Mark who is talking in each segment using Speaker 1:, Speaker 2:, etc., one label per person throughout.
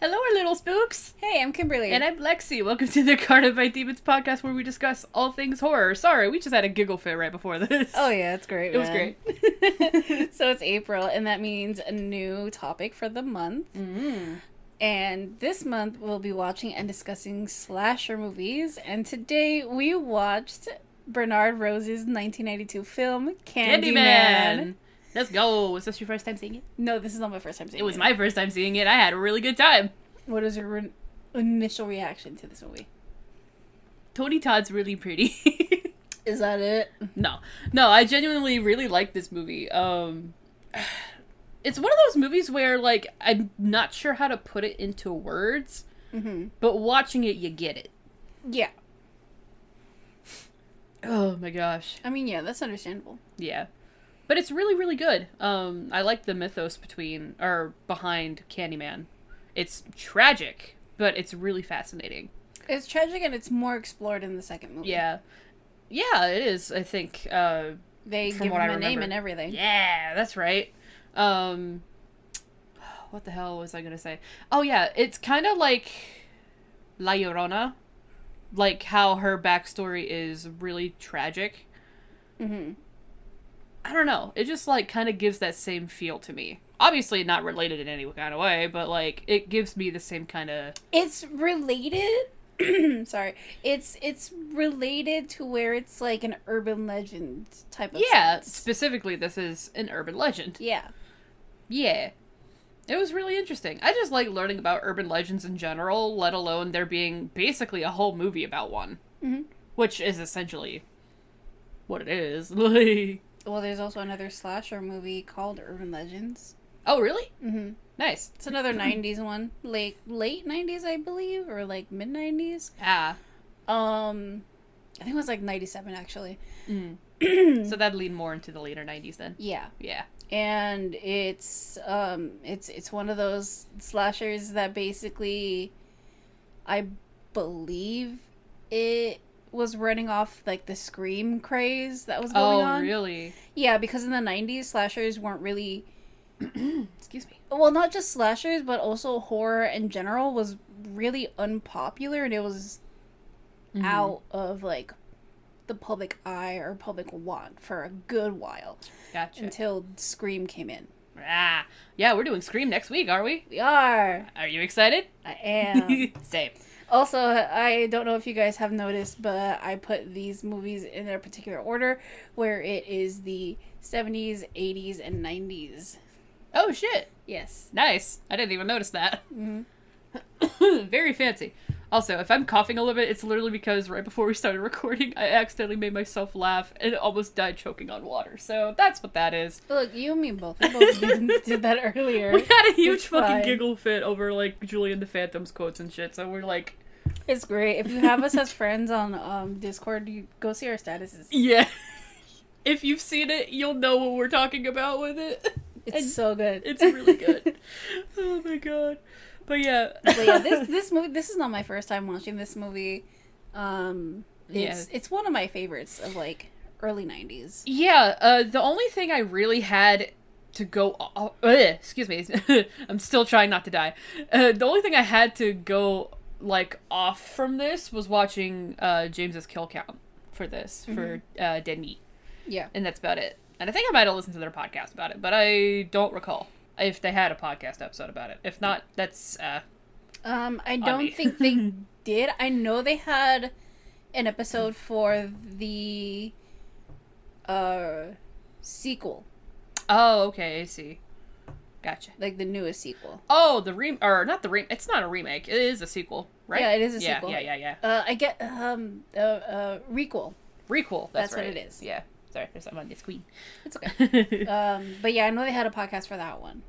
Speaker 1: little spooks.
Speaker 2: Hey, I'm Kimberly.
Speaker 1: And I'm Lexi. Welcome to the Guarded by Demons podcast where we discuss all things horror. Sorry, we just had a giggle fit right before this.
Speaker 2: Oh yeah, it's great.
Speaker 1: It was
Speaker 2: man.
Speaker 1: great.
Speaker 2: so it's April, and that means a new topic for the month.
Speaker 1: Mm.
Speaker 2: And this month we'll be watching and discussing slasher movies. And today we watched Bernard Rose's 1992 film Candyman.
Speaker 1: Candyman. Let's go. Was this your first time seeing it?
Speaker 2: No, this is not my first time seeing it.
Speaker 1: It was my first time seeing it. I had a really good time.
Speaker 2: What is your re- initial reaction to this movie?
Speaker 1: Tony Todd's really pretty.
Speaker 2: Is that it?
Speaker 1: No, no, I genuinely really like this movie. Um, it's one of those movies where like I'm not sure how to put it into words,
Speaker 2: Mm-hmm.
Speaker 1: but watching it, you get it.
Speaker 2: Yeah.
Speaker 1: Oh my gosh,
Speaker 2: I mean, yeah, that's understandable.
Speaker 1: yeah, but it's really really good. Um, I like the mythos between or behind Candyman. It's tragic, but it's really fascinating.
Speaker 2: It's tragic and it's more explored in the second movie.
Speaker 1: Yeah, yeah, it is. I think. Uh,
Speaker 2: They
Speaker 1: From
Speaker 2: give
Speaker 1: what
Speaker 2: him
Speaker 1: I
Speaker 2: a name
Speaker 1: remember.
Speaker 2: and everything.
Speaker 1: Yeah, that's right. Um what the hell was I going to say? Oh yeah, it's kind of like La Llorona. Like how her backstory is really tragic.
Speaker 2: Mm-hmm.
Speaker 1: I don't know. It just like kind of gives that same feel to me. Obviously not related in any kind of way, but like it gives me the same kind of
Speaker 2: It's related. Sorry, it's it's related to where it's like an urban legend type of
Speaker 1: Yeah,
Speaker 2: sense.
Speaker 1: specifically this is an urban legend.
Speaker 2: yeah.
Speaker 1: Yeah. It was really interesting. I just like learning about urban legends in general, let alone there being basically a whole movie about one,
Speaker 2: Mhm.
Speaker 1: which is essentially what it is. Like,
Speaker 2: Well, there's also another slasher movie called Urban Legends.
Speaker 1: oh, really?
Speaker 2: Mm-hmm.
Speaker 1: Nice.
Speaker 2: It's another '90s one, like late '90s, I believe, or like mid '90s.
Speaker 1: Ah,
Speaker 2: Um, I think it was like '97 actually.
Speaker 1: mm.
Speaker 2: Hmm.
Speaker 1: so that'd lean more into the later '90s then.
Speaker 2: Yeah,
Speaker 1: Yeah.
Speaker 2: and it's um, it's it's one of those slashers that basically, I believe, it was running off like the scream craze that was
Speaker 1: Oh,
Speaker 2: going on.
Speaker 1: really?
Speaker 2: Yeah, because in the '90s, slashers weren't really
Speaker 1: Excuse me.
Speaker 2: well, not just slashers, but also horror in general was really unpopular, and it was
Speaker 1: Mhm.
Speaker 2: out of like the public eye or public want for a good while
Speaker 1: Gotcha.
Speaker 2: until Scream came in.
Speaker 1: ah, yeah. We're doing Scream next week, are we?
Speaker 2: We are.
Speaker 1: Are you excited?
Speaker 2: I am.
Speaker 1: Same.
Speaker 2: also, I don't know if you guys have noticed, but I put these movies in their particular order where it is the 70s, 80s, and 90s.
Speaker 1: Oh shit.
Speaker 2: Yes.
Speaker 1: Nice. I didn't even notice that.
Speaker 2: Mhm. Mm-hmm.
Speaker 1: Very fancy. Also, if I'm coughing a little bit, it's literally because right before we started recording, I accidentally made myself laugh and almost died choking on water. So that's what that is.
Speaker 2: Look, you and me both. We both did, did that earlier.
Speaker 1: We had a huge
Speaker 2: It's
Speaker 1: fucking
Speaker 2: fine.
Speaker 1: giggle fit over like Julian the Phantom's quotes and shit. So we're like,
Speaker 2: It's great. If you have us as friends on um, Discord, you go see our statuses.
Speaker 1: yeah. if you've seen it, you'll know what we're talking about with it.
Speaker 2: It's so good.
Speaker 1: It's really good. oh my god. But yeah.
Speaker 2: but yeah, this this movie this is not my first time watching this movie. Um it's it's one of my favorites of like early 90s.
Speaker 1: Yeah, uh, the only thing I really had to go off, uh, excuse me, I'm still trying not to die. Uh, the only thing I had to go like off from this was watching uh, James's kill count for this for uh, Dead Meat,
Speaker 2: Yeah.
Speaker 1: and that's about it. And I think I might have listened to their podcast about it, but I don't recall if they had a podcast episode about it. If not, that's uh,
Speaker 2: Um I
Speaker 1: me.
Speaker 2: don't think they did. I know they had an episode for the uh sequel,
Speaker 1: oh okay, I see, gotcha.
Speaker 2: like the newest sequel.
Speaker 1: Oh, the re or not the re? It's not a remake. It is a sequel, right?
Speaker 2: Yeah, it is a
Speaker 1: yeah,
Speaker 2: sequel.
Speaker 1: Yeah, yeah, yeah.
Speaker 2: Uh I get um uh, uh requel.
Speaker 1: Requel. That's,
Speaker 2: That's what
Speaker 1: right.
Speaker 2: it is.
Speaker 1: Yeah. Sorry, there's someone that's queen.
Speaker 2: It's okay. um but yeah, I know they had a podcast for that one.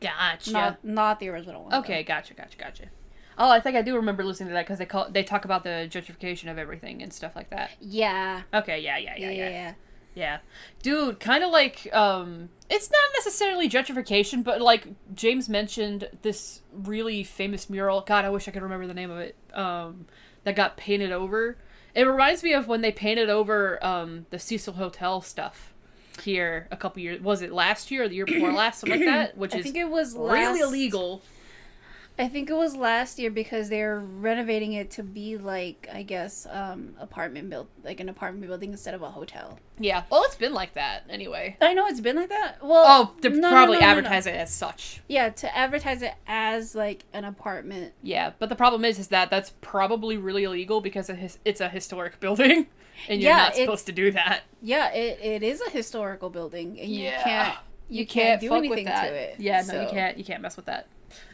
Speaker 1: gotcha.
Speaker 2: Not not the original one. though.
Speaker 1: okay, gotcha, gotcha, gotcha. Oh, I think I do remember listening to that because they call they talk about the gentrification of everything and stuff like that.
Speaker 2: Yeah.
Speaker 1: Okay, yeah, yeah,
Speaker 2: Yeah,
Speaker 1: yeah, yeah, yeah.
Speaker 2: yeah.
Speaker 1: Dude, kind of like um, it's not necessarily gentrification, but like James mentioned this really famous mural. God, I wish I could remember the name of it. Um, that got painted over. It reminds me of when they painted over um the Cecil Hotel stuff here a couple years. Was it last year or the year before last, something like that? Which
Speaker 2: I
Speaker 1: is
Speaker 2: think it was last...
Speaker 1: really illegal.
Speaker 2: I think it was last year because they're renovating it to be like I guess um apartment built like an apartment building instead of a hotel.
Speaker 1: Yeah. Well, it's been like that anyway.
Speaker 2: I know it's been like that. Well,
Speaker 1: Oh, they're
Speaker 2: no, no,
Speaker 1: probably
Speaker 2: no, no, no.
Speaker 1: advertising it as such.
Speaker 2: Yeah, to advertise it as like an apartment.
Speaker 1: Yeah, but the problem is, is that that's probably really illegal because it his- it's a historic building, and you're
Speaker 2: Yeah,
Speaker 1: not supposed to do that.
Speaker 2: Yeah, it, it is a historical building, and you
Speaker 1: Yeah.
Speaker 2: can't you, can't, do anything to it.
Speaker 1: Yeah, no, you
Speaker 2: so-
Speaker 1: can't. You can't mess with that.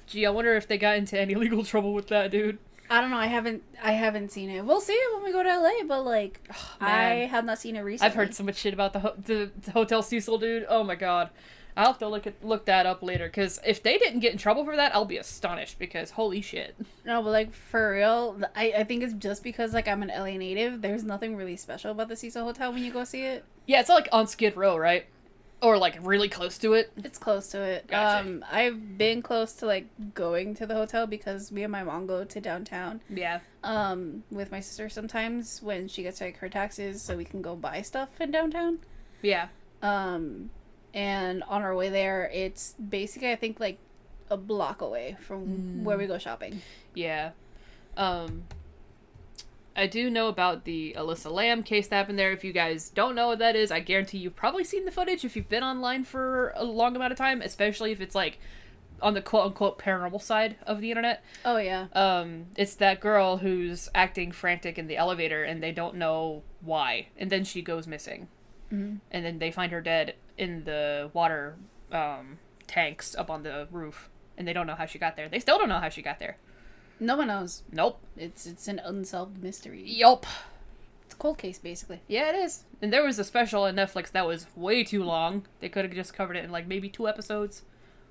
Speaker 1: Gee, I wonder if they got into any legal trouble with that, dude.
Speaker 2: I don't know. I haven't I haven't seen it. We'll see it when we go to LA, but like I
Speaker 1: man.
Speaker 2: have not seen it recently.
Speaker 1: I've heard so much shit about the, ho- the, the Hotel Cecil dude. Oh my god. I'll have to look at, look that up later because if they didn't get in trouble for that, I'll be astonished because holy shit.
Speaker 2: No, but like for real, th- I, I think it's just because like I'm an LA native. There's nothing really special about the Cecil Hotel when you go see it.
Speaker 1: Yeah, it's like on Skid Row, right? Or like really close to it.
Speaker 2: It's close to it.
Speaker 1: Gotcha.
Speaker 2: Um, I've been close to like going to the hotel because me and my mom go to downtown
Speaker 1: Yeah.
Speaker 2: um with my sister sometimes when she gets like her taxes so we can go buy stuff in downtown.
Speaker 1: Yeah.
Speaker 2: Um, and on our way there, it's basically I think like a block away from
Speaker 1: Hmm.
Speaker 2: where we go shopping.
Speaker 1: Yeah. Um I do know about the Alyssa Lamb case that happened there. If you guys don't know what that is, I guarantee you've probably seen the footage if you've been online for a long amount of time, especially if it's like on the quote unquote paranormal side of the internet.
Speaker 2: Oh yeah,
Speaker 1: Um, it's that girl who's acting frantic in the elevator and they don't know why. And then she goes missing.
Speaker 2: Mhm.
Speaker 1: And then they find her dead in the water um, tanks up on the roof. And they don't know how she got there. They still don't know how she got there.
Speaker 2: no one knows.
Speaker 1: Nope.
Speaker 2: It's it's an unsolved mystery.
Speaker 1: Yup.
Speaker 2: It's a cold case basically.
Speaker 1: Yeah, it is. And there was a special on Netflix that was way too long. They could have just covered it in like maybe two episodes,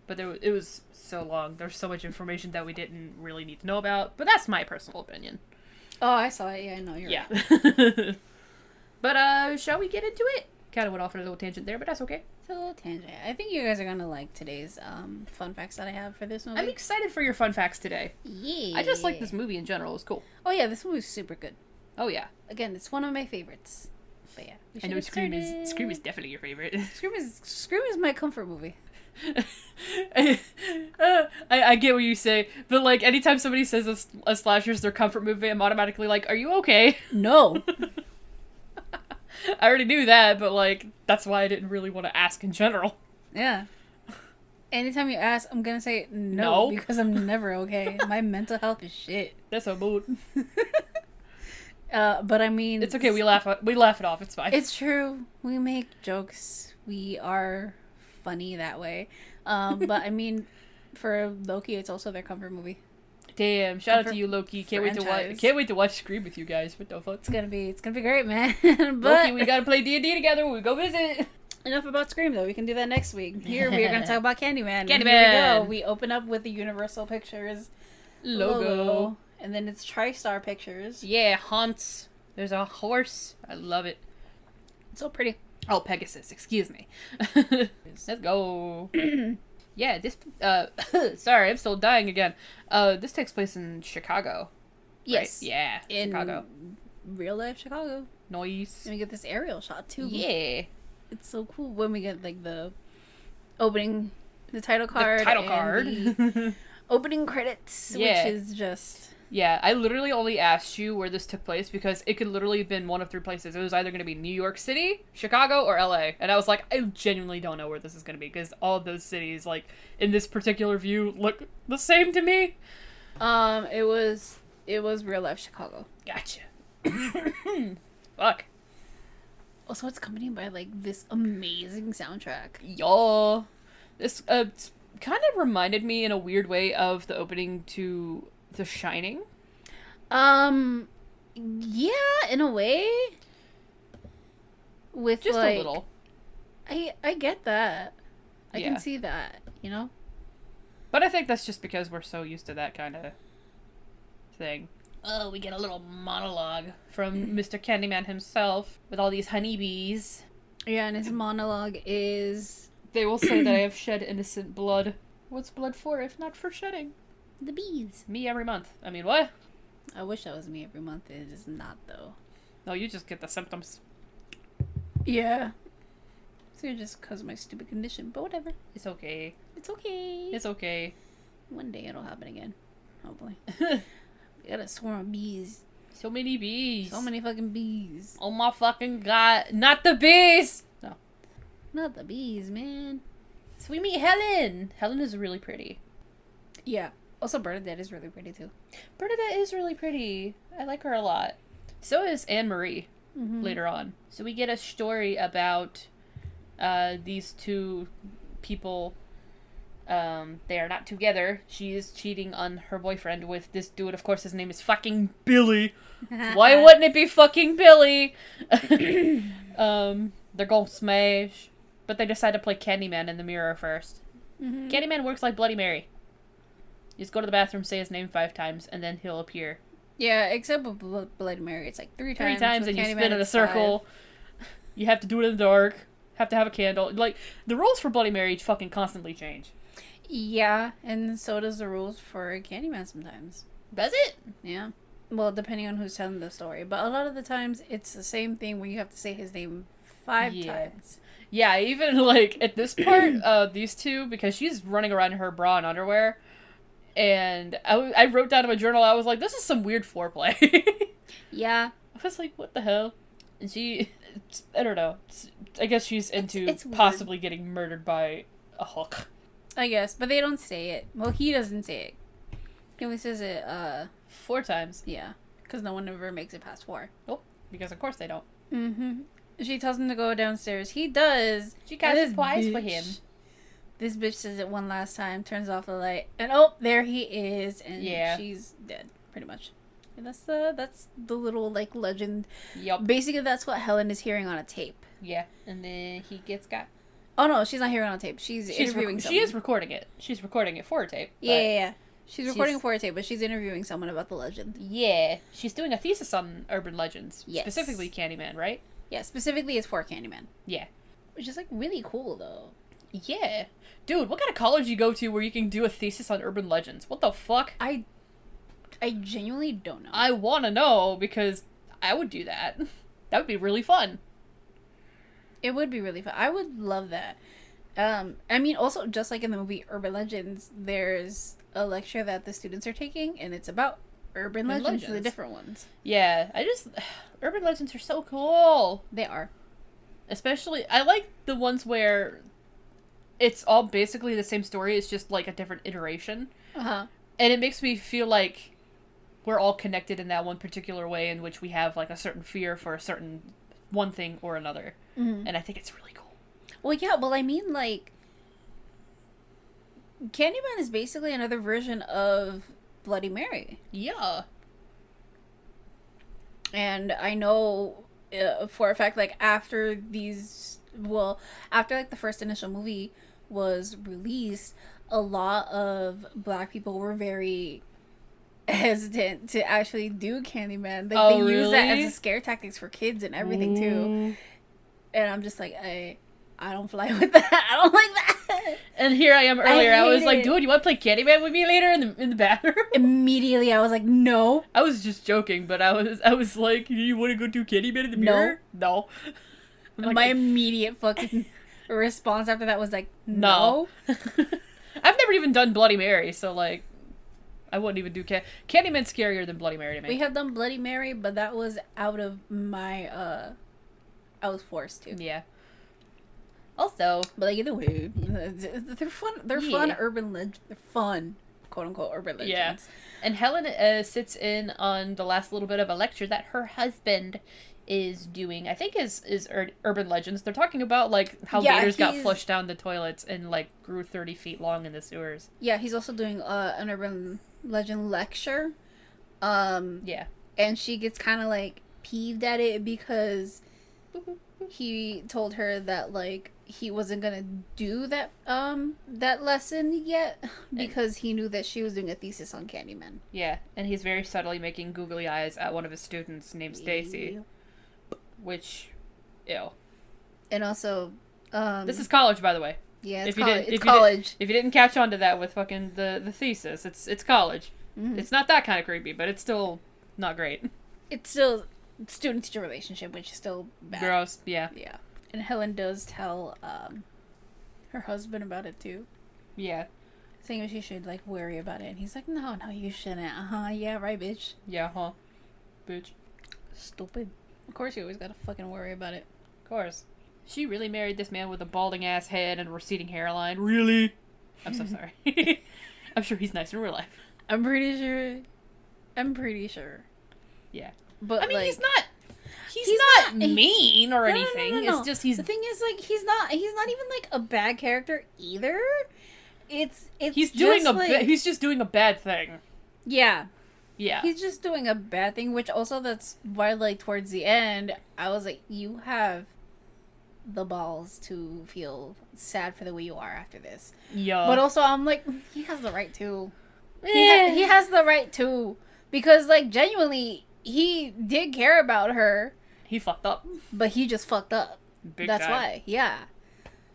Speaker 1: but there was, it was so long. There's so much information that we didn't really need to know about. But that's my personal opinion.
Speaker 2: Oh, I saw it. Yeah, I know. You're
Speaker 1: Yeah.
Speaker 2: right.
Speaker 1: but uh, shall we get into it? Kind of went off on a little tangent there, but that's okay.
Speaker 2: It's a little tangent. I think you guys are gonna like today's um fun facts that I have for this movie.
Speaker 1: I'm excited for your fun facts today.
Speaker 2: yeah.
Speaker 1: I just like this movie in general. It's cool.
Speaker 2: Oh yeah, this movie's super good.
Speaker 1: Oh yeah,
Speaker 2: Again, it's one of my favorites. But yeah, we
Speaker 1: I
Speaker 2: should
Speaker 1: know
Speaker 2: get
Speaker 1: Scream
Speaker 2: started.
Speaker 1: is Scream is definitely your favorite.
Speaker 2: Scream is Scream is my comfort movie.
Speaker 1: I, I get what you say, but like anytime somebody says a, s- a slasher's their comfort movie, I'm automatically like, "Are you okay?"
Speaker 2: No.
Speaker 1: I already knew that, but like that's why I didn't really want to ask in general.
Speaker 2: Yeah. Anytime you ask, I'm gonna say
Speaker 1: No.
Speaker 2: no, because I'm never okay. My mental health is shit.
Speaker 1: That's a mood.
Speaker 2: Uh, but I mean,
Speaker 1: It's okay. We laugh. We laugh it off. It's fine.
Speaker 2: It's true. We make jokes. We are funny that way. Um, but I mean, for Loki, it's also their comfort movie.
Speaker 1: Damn! Shout out
Speaker 2: comfort
Speaker 1: to you, Loki. Can't wait to watch.
Speaker 2: franchise.
Speaker 1: Can't wait to watch Scream with you guys. What the fuck?
Speaker 2: It's gonna be. It's gonna be great, man. but
Speaker 1: Loki, we gotta play D and D together. when We go visit.
Speaker 2: enough about Scream, though. We can do that next week. Here we are gonna talk about Candyman. Here we
Speaker 1: Candyman.
Speaker 2: go. We open up with the Universal Pictures
Speaker 1: Logo.
Speaker 2: logo, and then it's TriStar Pictures.
Speaker 1: Yeah, haunts. There's a horse. I love it.
Speaker 2: It's so pretty.
Speaker 1: Oh, Pegasus. Excuse me. Let's go. yeah, this. Uh, sorry, I'm still dying again. Uh, this takes place in Chicago. right?
Speaker 2: Yes.
Speaker 1: Yeah.
Speaker 2: in
Speaker 1: Chicago.
Speaker 2: real life Chicago.
Speaker 1: Noise.
Speaker 2: And we get this aerial shot too.
Speaker 1: Yeah.
Speaker 2: It's so cool when we get like the opening the title card.
Speaker 1: the title
Speaker 2: and the
Speaker 1: card.
Speaker 2: opening credits,
Speaker 1: Yeah.
Speaker 2: which is just
Speaker 1: yeah, I literally only asked you where this took place because it could literally have been one of three places. It was either going to be New York City, Chicago, or LA. And I was like, I genuinely don't know where this is going to be because all of those cities, like, in this particular view, look the same to me.
Speaker 2: um it was it was real life Chicago.
Speaker 1: Gotcha. Fuck.
Speaker 2: Also it's accompanied by like this amazing soundtrack.
Speaker 1: y'all. This uh, kind of reminded me in a weird way of the opening to The Shining.
Speaker 2: Um yeah, in a way. With
Speaker 1: Just
Speaker 2: like,
Speaker 1: a little.
Speaker 2: I I get that. I
Speaker 1: Yeah.
Speaker 2: can see that, you know?
Speaker 1: But I think that's just because we're so used to that kind of thing. Mm-hmm. Oh, we get a little monologue from Mr. Candyman himself with all these honeybees.
Speaker 2: Yeah, and his monologue is
Speaker 1: They will say that I have shed innocent blood. What's blood for if not for shedding?
Speaker 2: the bees.
Speaker 1: Me every month. I mean, what?
Speaker 2: I wish that was me every month. It is not though.
Speaker 1: No, you just get the symptoms.
Speaker 2: Yeah. So just cause of my stupid condition, but whatever.
Speaker 1: It's okay.
Speaker 2: It's okay.
Speaker 1: It's okay.
Speaker 2: One day it'll happen again. Oh boy. we got a swarm of bees.
Speaker 1: So many bees.
Speaker 2: So many fucking bees.
Speaker 1: Oh my fucking god! Not the bees. No.
Speaker 2: Not the bees, man.
Speaker 1: So we meet Helen. Helen is really pretty.
Speaker 2: Yeah. Also, Bernadette is really pretty too.
Speaker 1: Bernadette is really pretty. I like her a lot. So is Anne Marie
Speaker 2: Mm-hmm.
Speaker 1: later on. So we get a story about uh, these two people. Um, they are not together. She is cheating on her boyfriend with this dude. Of course, his name is fucking Billy. Why
Speaker 2: Uh-uh.
Speaker 1: wouldn't it be fucking Billy? um, they're gonna smash, but they decide to play Candyman in the mirror 1st
Speaker 2: Mhm.
Speaker 1: Candyman works like Bloody Mary. You just go to the bathroom, say his name five times, and then he'll appear
Speaker 2: Yeah, except with Blo- Bloody Mary, it's like three
Speaker 1: three
Speaker 2: times.
Speaker 1: times,
Speaker 2: with
Speaker 1: and you
Speaker 2: Candyman,
Speaker 1: spin in a
Speaker 2: it's five.
Speaker 1: circle. You have to do it in the dark. Have to have a candle. Like the rules for Bloody Mary fucking constantly change.
Speaker 2: Yeah, and so does the rules for Candyman sometimes.
Speaker 1: Does it?
Speaker 2: Yeah. Well, depending on who's telling the story, but a lot of the times it's the same thing where you have to say his name five
Speaker 1: Yeah.
Speaker 2: times.
Speaker 1: Yeah, even like at this part, uh, these two because she's running around in her bra and underwear, and I, w- I wrote down in my journal. I was like, this is some weird foreplay. I
Speaker 2: Yeah,
Speaker 1: was like, what the hell? And she, I don't know. I guess she's into
Speaker 2: it's weird.
Speaker 1: possibly getting murdered by a hawk.
Speaker 2: I guess, but they don't say it. Well, he doesn't say it. He only says it. Uh,
Speaker 1: Four times.
Speaker 2: yeah, because no one ever makes it past four.
Speaker 1: Because of course they don't.
Speaker 2: Mm-hmm. She tells him to go downstairs. He does.
Speaker 1: She
Speaker 2: And
Speaker 1: got
Speaker 2: this
Speaker 1: supplies for him.
Speaker 2: bitch- This bitch says it one last time, turns off the light, and oh, there he is, and
Speaker 1: Yeah.
Speaker 2: she's dead, pretty much. And that's the that's the little like legend.
Speaker 1: Yup.
Speaker 2: Basically, that's what Helen is hearing on a tape.
Speaker 1: Yeah. And then he gets got.
Speaker 2: Oh no, she's not hearing on a tape. She's,
Speaker 1: She's
Speaker 2: interviewing
Speaker 1: rec-
Speaker 2: someone.
Speaker 1: she is recording it. She's recording it for a tape. but-
Speaker 2: yeah, yeah, yeah. She's recording
Speaker 1: she's-
Speaker 2: for a tape, but she's interviewing someone about the legend.
Speaker 1: Yeah. She's doing a thesis on urban legends.
Speaker 2: Yes.
Speaker 1: Specifically Candyman, right?
Speaker 2: Yeah, specifically, it's for Candyman.
Speaker 1: Yeah.
Speaker 2: which is like really cool though.
Speaker 1: Yeah. Dude, what kind of college you go to where you can do a thesis on urban legends? What the fuck?
Speaker 2: I I genuinely don't know.
Speaker 1: I want to know because I would do that. That would be really fun.
Speaker 2: It would be really fun. I would love that. Um, I mean, also just like in the movie Urban Legends, there's a lecture that the students are taking, and it's about urban
Speaker 1: Urban
Speaker 2: legends, the
Speaker 1: legends.
Speaker 2: different ones.
Speaker 1: Yeah. I just. urban legends are so cool.
Speaker 2: They are.
Speaker 1: especially i like the ones where it's all basically the same story it's just like a different iteration
Speaker 2: Uh
Speaker 1: Uh-huh.
Speaker 2: huh.
Speaker 1: and it makes me feel like we're all connected in that one particular way in which we have like a certain fear for a certain one thing or another and i think it's really cool
Speaker 2: Mm-hmm. Well, yeah. Well, I mean, like Candyman is basically another version of Bloody Mary.
Speaker 1: yeah
Speaker 2: and I know uh, for a fact, like after these, well, after like the first initial movie was released, a lot of black people were very hesitant to actually do Candyman. Like
Speaker 1: Oh,
Speaker 2: they use that
Speaker 1: really?
Speaker 2: as a scare tactics for kids and everything too. And I'm just like, I, I don't fly with that. I don't like that.
Speaker 1: and here i am earlier i,
Speaker 2: hate
Speaker 1: was like
Speaker 2: it.
Speaker 1: dude you want to play candyman with me later in the, in the bathroom
Speaker 2: Immediately, I was like, no,
Speaker 1: i was just joking but i was i was like you want to go do candyman in the
Speaker 2: No.
Speaker 1: mirror no, I'm like,
Speaker 2: my immediate fucking response after that was like,
Speaker 1: No.
Speaker 2: no.
Speaker 1: I've never even done Bloody Mary, so like, I wouldn't even do Can- Candyman's scarier than Bloody Mary to me.
Speaker 2: We have done Bloody Mary, but that was out of my uh I was forced to.
Speaker 1: yeah. Also,
Speaker 2: But like either way, they're fun. They're fun
Speaker 1: Yeah.
Speaker 2: urban legends. They're fun, quote unquote urban legends.
Speaker 1: Yeah. and Helen uh, sits in on the last little bit of a lecture that her husband is doing. I think is is ur- urban legends. They're talking about like how
Speaker 2: Yeah,
Speaker 1: gators got
Speaker 2: he's-
Speaker 1: flushed down the toilets and like grew thirty feet long in the sewers.
Speaker 2: Yeah, he's also doing uh, an urban legend lecture, um,
Speaker 1: Yeah.
Speaker 2: and she gets kind of like peeved at it because he told her that like he wasn't gonna do that um that lesson yet because he knew that she was doing a thesis on Candyman.
Speaker 1: Yeah, and he's very subtly making googly eyes at one of his students named Stacy, which, ew.
Speaker 2: and also um
Speaker 1: This is college, by the way.
Speaker 2: yeah it's,
Speaker 1: if you
Speaker 2: col-
Speaker 1: didn't- if
Speaker 2: it's
Speaker 1: you didn't-
Speaker 2: college
Speaker 1: If you didn't catch on to that with fucking the, the thesis, it's it's college.
Speaker 2: Mhm.
Speaker 1: It's not that kind of creepy, but it's still not great.
Speaker 2: it's still student teacher relationship which is still bad
Speaker 1: Gross. Yeah.
Speaker 2: yeah and helen does tell um her husband about it too
Speaker 1: Yeah.
Speaker 2: saying she should like worry about it, and he's like, "No, no, you shouldn't." Uh huh. Yeah, right, bitch.
Speaker 1: Yeah, huh? Bitch.
Speaker 2: Stupid. Of course, you always gotta fucking worry about it.
Speaker 1: Of course. She really married this man with a balding ass head and a receding hairline. Really? I'm so sorry. I'm sure he's nice in real life.
Speaker 2: I'm pretty sure. I'm pretty sure.
Speaker 1: Yeah.
Speaker 2: But
Speaker 1: I mean,
Speaker 2: like,
Speaker 1: he's not. He's,
Speaker 2: He's
Speaker 1: not,
Speaker 2: not-
Speaker 1: mean or
Speaker 2: No, no, no,
Speaker 1: anything.
Speaker 2: no, no.
Speaker 1: It's just he's
Speaker 2: the thing is like he's not. He's not even like a bad character either. It's it's
Speaker 1: he's doing
Speaker 2: just,
Speaker 1: a ba-
Speaker 2: like,
Speaker 1: he's just doing a bad thing.
Speaker 2: yeah.
Speaker 1: Yeah.
Speaker 2: He's just doing a bad thing, which also that's why, like, towards the end, I was like, you have the balls to feel sad for the way you are after this.
Speaker 1: yeah.
Speaker 2: But also, I'm like, he has the right to. He, ha-
Speaker 1: Eh.
Speaker 2: he has the right to. Because, like, genuinely, he did care about her,
Speaker 1: He fucked up.
Speaker 2: but he just fucked up.
Speaker 1: Big
Speaker 2: that's
Speaker 1: time.
Speaker 2: why. Yeah.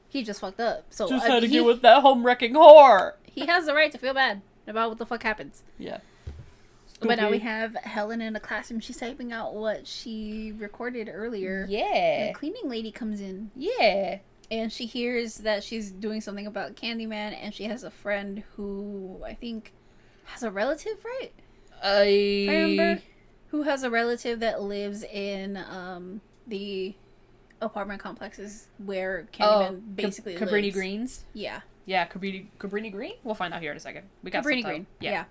Speaker 2: He just fucked up. So
Speaker 1: Just
Speaker 2: uh,
Speaker 1: had to
Speaker 2: he,
Speaker 1: deal with that home wrecking whore.
Speaker 2: he has the right to feel bad about what the fuck happens.
Speaker 1: Yeah.
Speaker 2: But now we
Speaker 1: Stupid.
Speaker 2: have Helen in the classroom. She's typing out what she recorded earlier.
Speaker 1: Yeah.
Speaker 2: The cleaning lady comes in
Speaker 1: Yeah.
Speaker 2: and she hears that she's doing something about Candyman and she has a friend who I think has a relative, right?
Speaker 1: I
Speaker 2: I remember who has a relative that lives in um the apartment complexes where Candyman
Speaker 1: Oh,
Speaker 2: basically
Speaker 1: Ca- Cabrini
Speaker 2: lives.
Speaker 1: Greens.
Speaker 2: Yeah.
Speaker 1: Yeah, Cabrini Cabrini Green. We'll find out here in a second. We got some
Speaker 2: Cabrini
Speaker 1: time.
Speaker 2: Green. Yeah.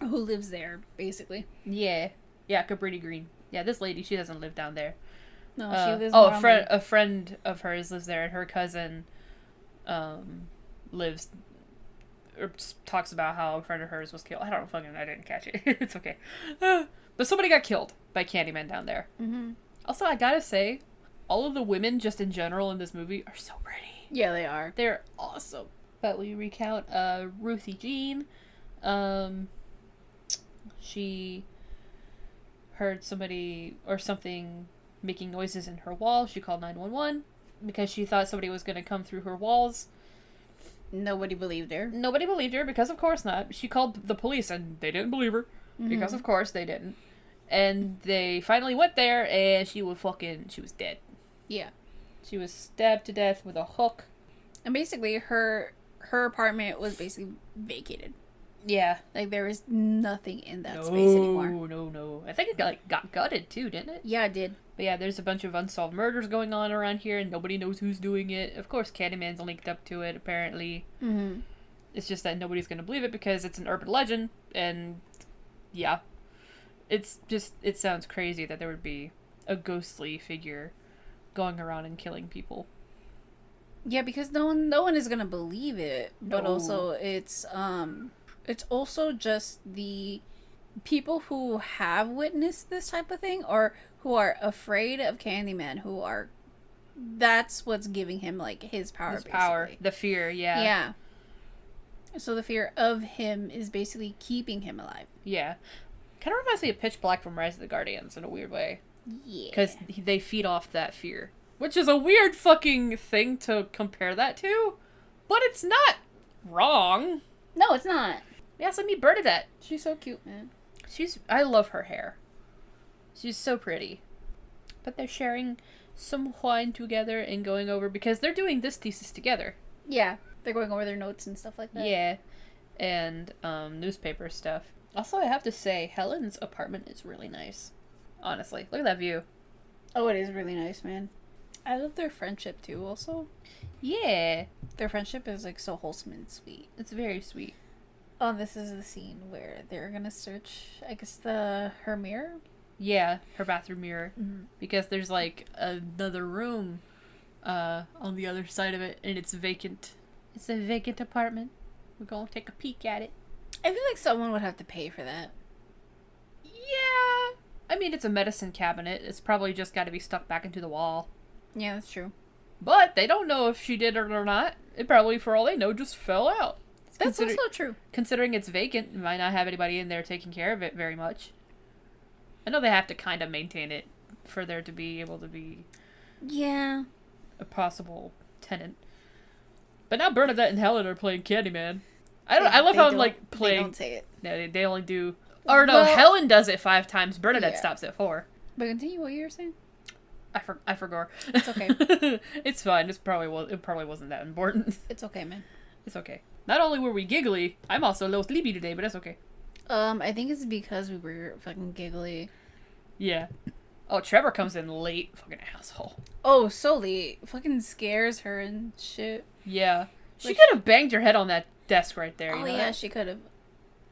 Speaker 2: Who lives there basically.
Speaker 1: Yeah. Yeah, Cabrini Green. Yeah, this lady, she doesn't live down there.
Speaker 2: No,
Speaker 1: Uh,
Speaker 2: she lives
Speaker 1: oh,
Speaker 2: more
Speaker 1: a
Speaker 2: on
Speaker 1: friend, a friend of hers lives there, and her cousin, um, lives or s- talks about how a friend of hers was killed. I don't fucking, I didn't catch it. it's okay, but somebody got killed by Candyman down there.
Speaker 2: the- Mhm.
Speaker 1: Also, I gotta say, all of the women just in general in this movie are so pretty.
Speaker 2: Yeah, they are.
Speaker 1: They're awesome. But we recount uh, Ruthie Jean. Um, she heard somebody or something making noises in her wall. She called 911 because she thought somebody was going to come through her walls.
Speaker 2: Nobody believed her.
Speaker 1: Nobody believed her because, of course, not. She called the police and they didn't believe her because, of course, they didn't. And they finally went there and she was fucking. She was dead.
Speaker 2: Yeah.
Speaker 1: She was stabbed to death with a hook.
Speaker 2: and basically her her apartment was basically vacated
Speaker 1: Yeah.
Speaker 2: like there was nothing in that space anymore
Speaker 1: No, no, no. I think it got, like got gutted too, didn't it?
Speaker 2: yeah it did
Speaker 1: But yeah, there's a bunch of unsolved murders going on around here, and nobody knows who's doing it. Of course, Candyman's linked up to it. Apparently,
Speaker 2: mm-hmm.
Speaker 1: it's just that nobody's gonna believe it because it's an urban legend, and yeah, it's just it sounds crazy that there would be a ghostly figure going around and killing people.
Speaker 2: yeah because no one no one is gonna believe it but
Speaker 1: No.
Speaker 2: also it's um it's also just the people who have witnessed this type of thing or who are afraid of candyman who are that's what's giving him like his power
Speaker 1: His power,
Speaker 2: basically.
Speaker 1: the fear, yeah,
Speaker 2: yeah so the fear of him is basically keeping him alive
Speaker 1: yeah. Kind of reminds me of Pitch Black from Rise of the Guardians in a weird way.
Speaker 2: yeah
Speaker 1: because they feed off that fear, which is a weird fucking thing to compare that to, but it's not wrong.
Speaker 2: no it's not
Speaker 1: Yes, I mean Bernadette.
Speaker 2: She's so cute, man.
Speaker 1: She's I love her hair. She's so pretty. But they're sharing some wine together and going over because they're doing this thesis together.
Speaker 2: Yeah, they're going over their notes and stuff like that.
Speaker 1: Yeah, and um, newspaper stuff. Also, I have to say Helen's apartment is really nice. Honestly, look at that view.
Speaker 2: Oh, it is really nice, man. I love their friendship too. Also,
Speaker 1: Yeah,
Speaker 2: their friendship is like so wholesome and sweet.
Speaker 1: it's very sweet.
Speaker 2: Oh, this is the scene where they're gonna search. I guess the her mirror.
Speaker 1: Yeah, her bathroom mirror. Because there's like another room uh, on the other side of it and it's vacant. It's a vacant apartment. We're going to take a peek at it.
Speaker 2: I feel like someone would have to pay for that.
Speaker 1: Yeah. I mean, it's a medicine cabinet. It's probably just got to be stuck back into the wall.
Speaker 2: Yeah, that's true.
Speaker 1: But they don't know if she did it or not. It probably, for all they know, just fell out.
Speaker 2: That's
Speaker 1: Consider-
Speaker 2: also true.
Speaker 1: Considering it's vacant, it might not have anybody in there taking care of it very much. I know they have to kind of maintain it for there to be able to be
Speaker 2: Yeah.
Speaker 1: a possible tenant. But now Bernadette and Helen are playing Candyman. I don't. I love
Speaker 2: They
Speaker 1: how I'm
Speaker 2: don't-
Speaker 1: like
Speaker 2: They
Speaker 1: playing.
Speaker 2: don't say it.
Speaker 1: no, they, they only do. Or no,
Speaker 2: Well-
Speaker 1: Helen does it five times. Bernadette
Speaker 2: Yeah.
Speaker 1: stops at four.
Speaker 2: But continue what you were saying.
Speaker 1: I for, I forgot.
Speaker 2: It's okay.
Speaker 1: it's fine. It's probably was. It probably wasn't that important.
Speaker 2: It's okay, man.
Speaker 1: It's okay. Not only were we giggly, I'm also a little sleepy today, but that's okay.
Speaker 2: Um, I think it's because we were fucking giggly.
Speaker 1: Yeah. Oh, Trevor comes in late. Fucking asshole.
Speaker 2: Oh, so late. Fucking scares her and shit.
Speaker 1: Yeah. She
Speaker 2: Like-
Speaker 1: could have banged her head on that desk right there. You
Speaker 2: Oh
Speaker 1: know
Speaker 2: yeah,
Speaker 1: that?
Speaker 2: she could have.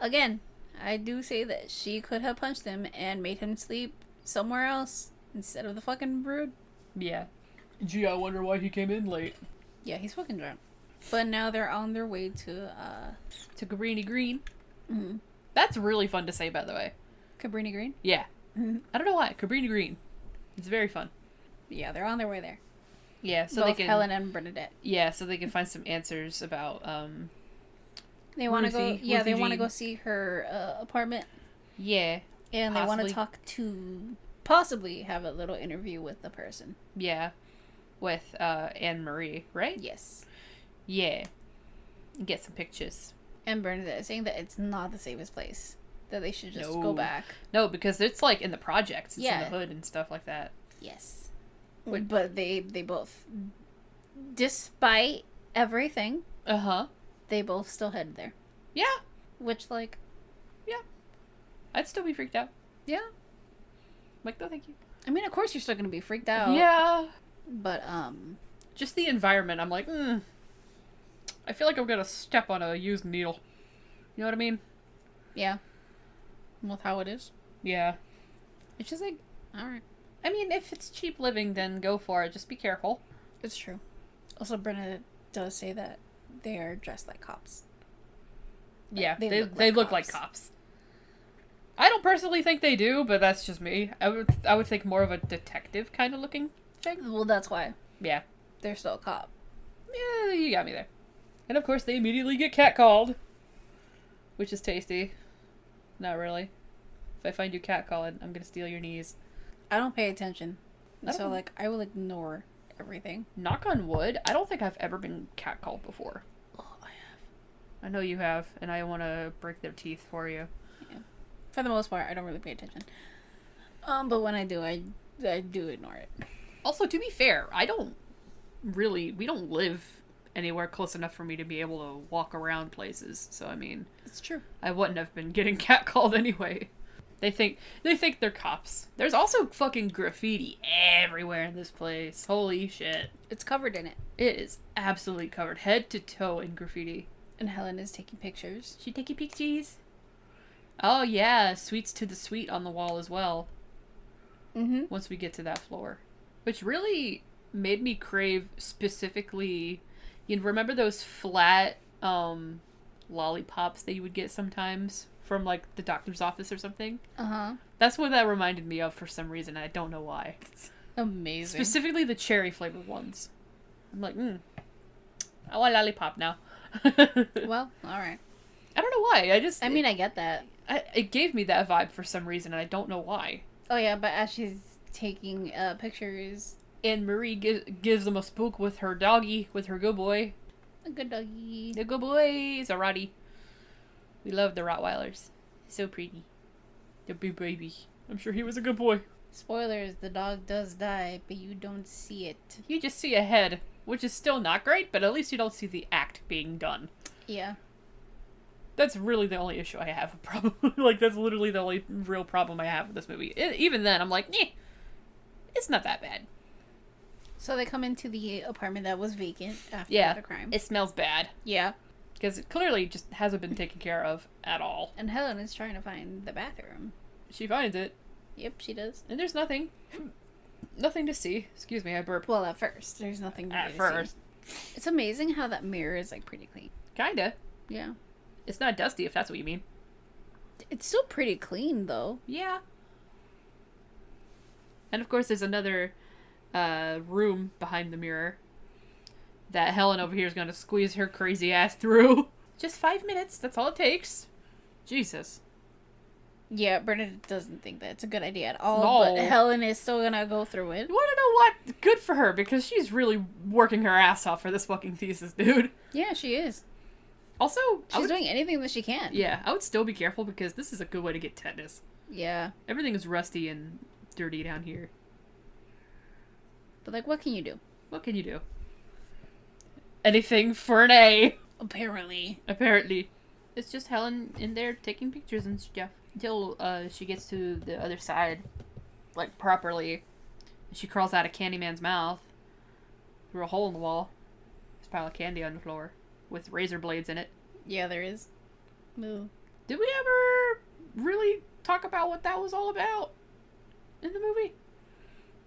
Speaker 2: Again, I do say that she could have punched him and made him sleep somewhere else instead of the fucking brood.
Speaker 1: Yeah. Gee, I wonder why he came in late.
Speaker 2: Yeah, he's fucking drunk. But now they're on their way to uh
Speaker 1: To Cabrini Green. Mm-hmm.
Speaker 2: mhm,
Speaker 1: That's really fun to say, by the way.
Speaker 2: Cabrini Green.
Speaker 1: Yeah.
Speaker 2: Mhm.
Speaker 1: I don't know why. Cabrini Green. It's very fun.
Speaker 2: Yeah, they're on their way there.
Speaker 1: Yeah, so
Speaker 2: Both
Speaker 1: they can
Speaker 2: Helen and Bernadette.
Speaker 1: Yeah, so they can find some answers about um
Speaker 2: They want to go.
Speaker 1: Ruthie-
Speaker 2: Yeah, they
Speaker 1: Ruthie
Speaker 2: want to
Speaker 1: Jean.
Speaker 2: go see her uh, apartment,
Speaker 1: Yeah.
Speaker 2: and they want to
Speaker 1: Possibly.
Speaker 2: talk to possibly have a little interview with the person.
Speaker 1: Yeah. With uh Anne Marie, right?
Speaker 2: Yes,
Speaker 1: Yeah. Get some pictures.
Speaker 2: and Bernadette is saying that it's not the safest place. That they should just
Speaker 1: No.
Speaker 2: go back.
Speaker 1: No, because it's like in the projects, it's in
Speaker 2: Yeah.
Speaker 1: the hood and stuff like that.
Speaker 2: Yes.
Speaker 1: Would-
Speaker 2: But they they both despite everything,
Speaker 1: Uh huh.
Speaker 2: they both still head there.
Speaker 1: Yeah.
Speaker 2: Which like
Speaker 1: I'd still be freaked out.
Speaker 2: Yeah.
Speaker 1: Like, no thank you.
Speaker 2: I mean of course you're still gonna be freaked
Speaker 1: Oh.
Speaker 2: out.
Speaker 1: Yeah.
Speaker 2: But um
Speaker 1: Just the environment, I'm like, mm. I feel like I'm gonna step on a used needle. You know what I mean?
Speaker 2: yeah. With how it is.
Speaker 1: Yeah.
Speaker 2: It's just like alright.
Speaker 1: I mean, if it's cheap living, then go for it. Just be careful.
Speaker 2: It's true. Also Brenna does say that they are dressed like cops.
Speaker 1: Yeah,
Speaker 2: they
Speaker 1: they, they,
Speaker 2: look
Speaker 1: look, like,
Speaker 2: like
Speaker 1: cops. I don't personally think they do, but that's just me. I would I would think more of a detective kind of looking.
Speaker 2: Well that's why.
Speaker 1: Yeah.
Speaker 2: They're still a cop.
Speaker 1: Yeah, you got me there. And of course, they immediately get catcalled, which is tasty. Not really. If I find you catcalling, I'm gonna steal your knees.
Speaker 2: I don't pay attention.
Speaker 1: I
Speaker 2: So
Speaker 1: don't-
Speaker 2: like I will ignore everything.
Speaker 1: Knock on wood. I don't think I've ever been catcalled before.
Speaker 2: Oh, I have.
Speaker 1: I know you have, and I want to break their teeth for you.
Speaker 2: For the most part, I don't really pay attention. Um, but when I do, I I do ignore it.
Speaker 1: Also, to be fair, I don't really. We don't live anywhere close enough for me to be able to walk around places. So I mean,
Speaker 2: It's true.
Speaker 1: I wouldn't have been getting catcalled anyway. They think they think they're cops. There's also fucking graffiti everywhere in this place. Holy shit!
Speaker 2: It's covered in it.
Speaker 1: It is absolutely covered head to toe in graffiti.
Speaker 2: And Helen is taking pictures.
Speaker 1: She take your pictures. Oh yeah, sweets to the sweet on the wall as well.
Speaker 2: Mm-hmm.
Speaker 1: once we get to that floor. Which really made me crave specifically you remember those flat um lollipops that you would get sometimes from like the doctor's office or something?
Speaker 2: Uh huh.
Speaker 1: That's what that reminded me of for some reason. and I don't know why.
Speaker 2: Amazing.
Speaker 1: Specifically the cherry flavored ones. I'm like, mm. I want a lollipop now.
Speaker 2: well, all right.
Speaker 1: I don't know why. I just
Speaker 2: I mean, I get that.
Speaker 1: I, it gave me that vibe for some reason and I don't know why.
Speaker 2: Oh yeah, but as she's taking uh, pictures,
Speaker 1: And Marie gi- gives them a spook with her doggy, with her good boy.
Speaker 2: a good doggy.
Speaker 1: The good boys are Roddy. We love the Rottweilers. So pretty. The big baby. I'm sure he was a good boy.
Speaker 2: Spoilers: the dog does die, but you don't see it.
Speaker 1: You just see a head, which is still not great, but at least you don't see the act being done.
Speaker 2: Yeah.
Speaker 1: That's really the only issue I have. Probably like that's literally the only real problem I have with this movie. E- even then, I'm like, eh, it's not that bad.
Speaker 2: So they come into the apartment that was vacant after
Speaker 1: Yeah.
Speaker 2: the crime.
Speaker 1: It smells bad
Speaker 2: yeah.
Speaker 1: because it clearly just hasn't been taken care of at all.
Speaker 2: And Helen is trying to find the bathroom.
Speaker 1: She finds it,
Speaker 2: Yep, she does.
Speaker 1: and there's nothing, nothing to see. Excuse me, I burped.
Speaker 2: Well, at first, there's nothing.
Speaker 1: At
Speaker 2: really to see.
Speaker 1: first,
Speaker 2: It's amazing how that mirror is like pretty clean.
Speaker 1: kinda.
Speaker 2: Yeah.
Speaker 1: It's not dusty, if that's what you mean.
Speaker 2: It's still pretty clean though.
Speaker 1: Yeah. And of course, there's another uh, room behind the mirror that Helen over here is going to squeeze her crazy ass through. Just five minutes. That's all it takes. Jesus.
Speaker 2: Yeah, Bernadette doesn't think that it's a good idea at all,
Speaker 1: No.
Speaker 2: but Helen is still gonna go through it.
Speaker 1: You want to know what? Good for her because she's really working her ass off for this fucking thesis, dude.
Speaker 2: Yeah, she is.
Speaker 1: Also, I
Speaker 2: She's
Speaker 1: would-
Speaker 2: doing anything that she can.
Speaker 1: yeah, I would still be careful because this is a good way to get tetanus.
Speaker 2: Yeah.
Speaker 1: Everything is rusty and dirty down here.
Speaker 2: But like what can you do?
Speaker 1: What can you do? Anything for an A.
Speaker 2: apparently.
Speaker 1: Apparently. It's just Helen in there taking pictures and stuff until uh, she gets to the other side, like properly. She crawls out of Candyman's mouth through a hole in the wall. There's a pile of candy on the floor with razor blades in it.
Speaker 2: Yeah, there is. Moo.
Speaker 1: Did we ever really talk about what that was all about in the movie?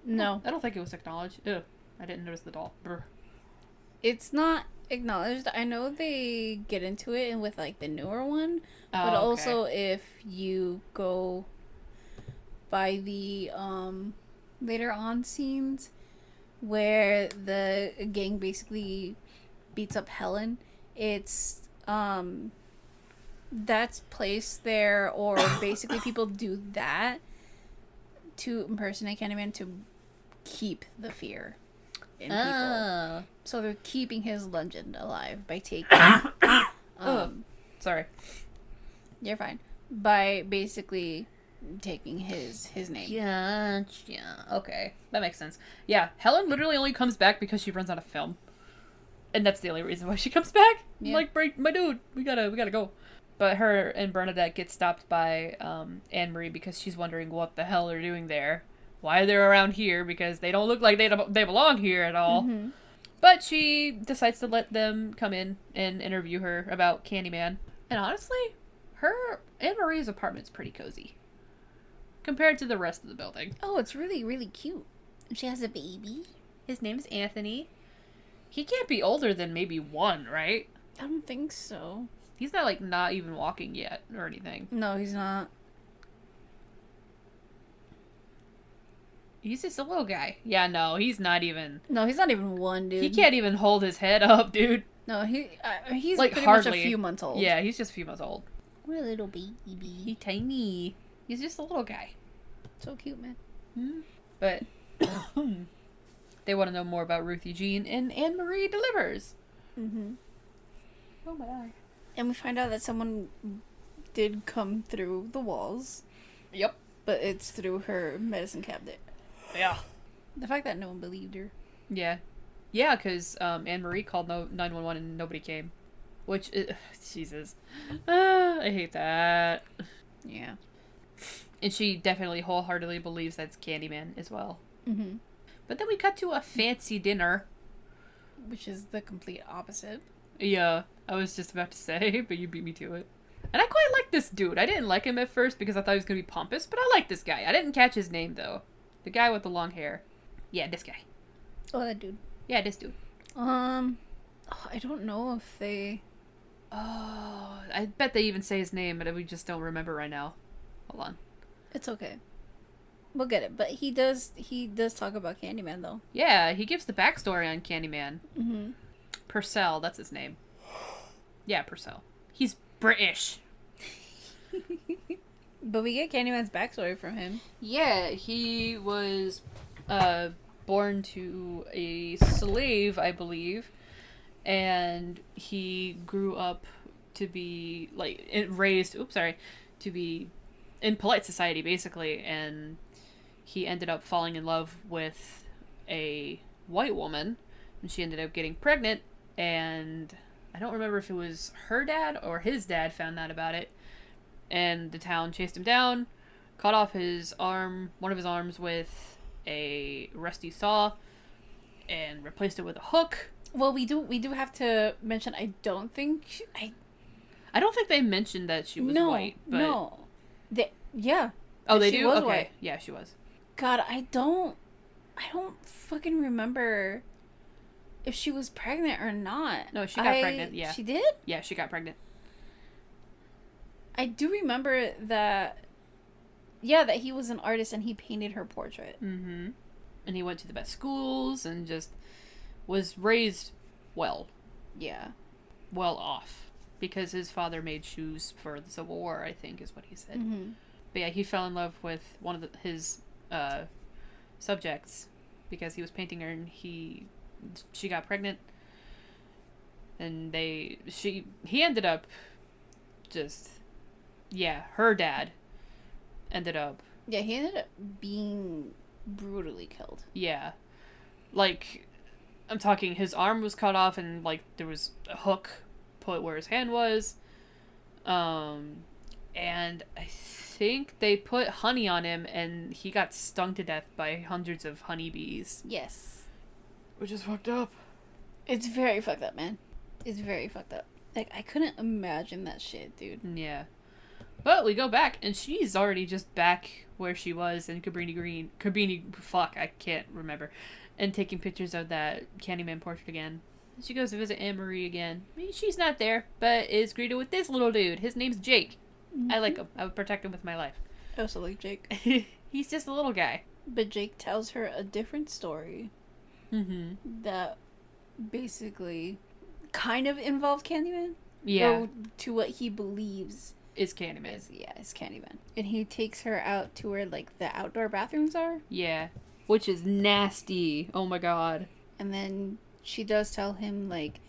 Speaker 2: No,
Speaker 1: I don't think it was acknowledged. Ugh, I didn't notice the doll. Brr.
Speaker 2: it's not acknowledged. I know they get into it and with like the newer one,
Speaker 1: Oh,
Speaker 2: but
Speaker 1: okay.
Speaker 2: also if you go by the um later on scenes where the gang basically beats up Helen, it's um that's placed there or basically people do that to impersonate Candyman to keep the fear in people. So they're keeping his legend alive by taking um
Speaker 1: Sorry.
Speaker 2: you're fine. By basically taking his his name.
Speaker 1: Yeah, yeah. Okay, that makes sense. Yeah, Helen literally only comes back because she runs out of film, and that's the only reason why she comes back. I'm
Speaker 2: Yeah.
Speaker 1: Like, break my dude, we gotta, we gotta go. But her and Bernadette get stopped by um, Anne Marie because she's wondering what the hell they're doing there, why they're around here because they don't look like they don't- they belong here at all. But she decides to let them come in and interview her about Candyman. And honestly, her Anne Marie's apartment's pretty cozy compared to the rest of the building.
Speaker 2: Oh, it's really really cute. And She has a baby.
Speaker 1: His name's Anthony. He can't be older than maybe one, right?
Speaker 2: I don't think so.
Speaker 1: He's not like not even walking yet or anything.
Speaker 2: No, he's not.
Speaker 1: He's just a little guy. Yeah, no, he's not even.
Speaker 2: No, he's not even one dude.
Speaker 1: He can't even hold his head up, dude.
Speaker 2: No, he uh, he's
Speaker 1: Like,
Speaker 2: pretty much
Speaker 1: hardly.
Speaker 2: a few months old.
Speaker 1: Yeah, he's just a few months old.
Speaker 2: what a little baby.
Speaker 1: He tiny. He's just a little guy.
Speaker 2: So cute, man.
Speaker 1: But they want to know more about Ruthie Jean, and Anne Marie delivers.
Speaker 2: Mm-hmm.
Speaker 1: Oh my eye.
Speaker 2: And we find out that someone did come through the walls,
Speaker 1: Yep.
Speaker 2: but it's through her medicine cabinet.
Speaker 1: Yeah.
Speaker 2: The fact that no one believed her.
Speaker 1: Yeah, yeah, because um, Anne Marie called no nine one one and nobody came, which i- Jesus, Ah, I hate that.
Speaker 2: Yeah.
Speaker 1: And she definitely wholeheartedly believes that's Candyman as well.
Speaker 2: Mm-hmm.
Speaker 1: But then we cut to a fancy dinner.
Speaker 2: Which is the complete opposite.
Speaker 1: Yeah, I was just about to say, but you beat me to it. And I quite like this dude. I didn't like him at first because I thought he was gonna be pompous, but I like this guy. I didn't catch his name though. The guy with the long hair. Yeah, this guy.
Speaker 2: Oh, that dude.
Speaker 1: Yeah, this dude.
Speaker 2: Um, oh, I don't know if they.
Speaker 1: Oh, I bet they even say his name, but we just don't remember right now. Hold on.
Speaker 2: It's okay. We'll get it. But he does. He does talk about Candyman though.
Speaker 1: Yeah, he gives the backstory on Candyman.
Speaker 2: Mm-hmm.
Speaker 1: Purcell, that's his name. Yeah, Purcell. He's British.
Speaker 2: But we get Candyman's backstory from him.
Speaker 1: Yeah, he was uh, born to a slave, I believe, and he grew up to be like it- raised. Oops, sorry, to be in polite society basically, and he ended up falling in love with a white woman, and she ended up getting pregnant, and I don't remember if it was her dad or his dad found out about it, and the town chased him down cut off his arm, one of his arms, with a rusty saw, and replaced it with a hook.
Speaker 2: Well, we do. We do have to mention. I don't think. sh- I
Speaker 1: I don't think they mentioned that she was
Speaker 2: no
Speaker 1: white, but
Speaker 2: no. They, yeah.
Speaker 1: oh, they
Speaker 2: She
Speaker 1: do.
Speaker 2: was
Speaker 1: okay,
Speaker 2: white.
Speaker 1: yeah, she was.
Speaker 2: God, I don't. I don't fucking remember if she was pregnant or not.
Speaker 1: No, she got
Speaker 2: I-
Speaker 1: pregnant, yeah.
Speaker 2: she did.
Speaker 1: Yeah, she got pregnant.
Speaker 2: I do remember that. Yeah, that he was an artist and he painted her portrait.
Speaker 1: Mm-hmm. And he went to the best schools and just was raised well,
Speaker 2: Yeah.
Speaker 1: well off because his father made shoes for the Civil War. I think is what he said.
Speaker 2: Mm-hmm.
Speaker 1: But yeah, he fell in love with one of the, his uh, subjects because he was painting her, and he she got pregnant, and they she he ended up just yeah her dad ended up
Speaker 2: Yeah, he ended up being brutally killed.
Speaker 1: yeah like I'm talking his arm was cut off and like there was a hook put where his hand was. Um, and I think they put honey on him, and he got stung to death by hundreds of honeybees,
Speaker 2: Yes.
Speaker 1: which is fucked up.
Speaker 2: It's very fucked up, man. It's very fucked up. Like I couldn't imagine that shit, dude.
Speaker 1: Yeah. But we go back, and she's already just back where she was in Cabrini Green. Cabrini, fuck, I can't remember. And taking pictures of that Candyman portrait again. She goes to visit Anne Marie again. I mean, she's not there, but is greeted with this little dude. His name's Jake. I like him. I would protect him with my life.
Speaker 2: I also Oh, like Jake.
Speaker 1: He's just a little guy.
Speaker 2: But Jake tells her a different story
Speaker 1: Mm-hmm.
Speaker 2: that basically kind of involved Candyman.
Speaker 1: Yeah,
Speaker 2: Or to what he believes
Speaker 1: is Candyman.
Speaker 2: is yeah, is Candyman. And he takes her out to where like the outdoor bathrooms are.
Speaker 1: Yeah, which is nasty. Oh my god.
Speaker 2: And then she does tell him like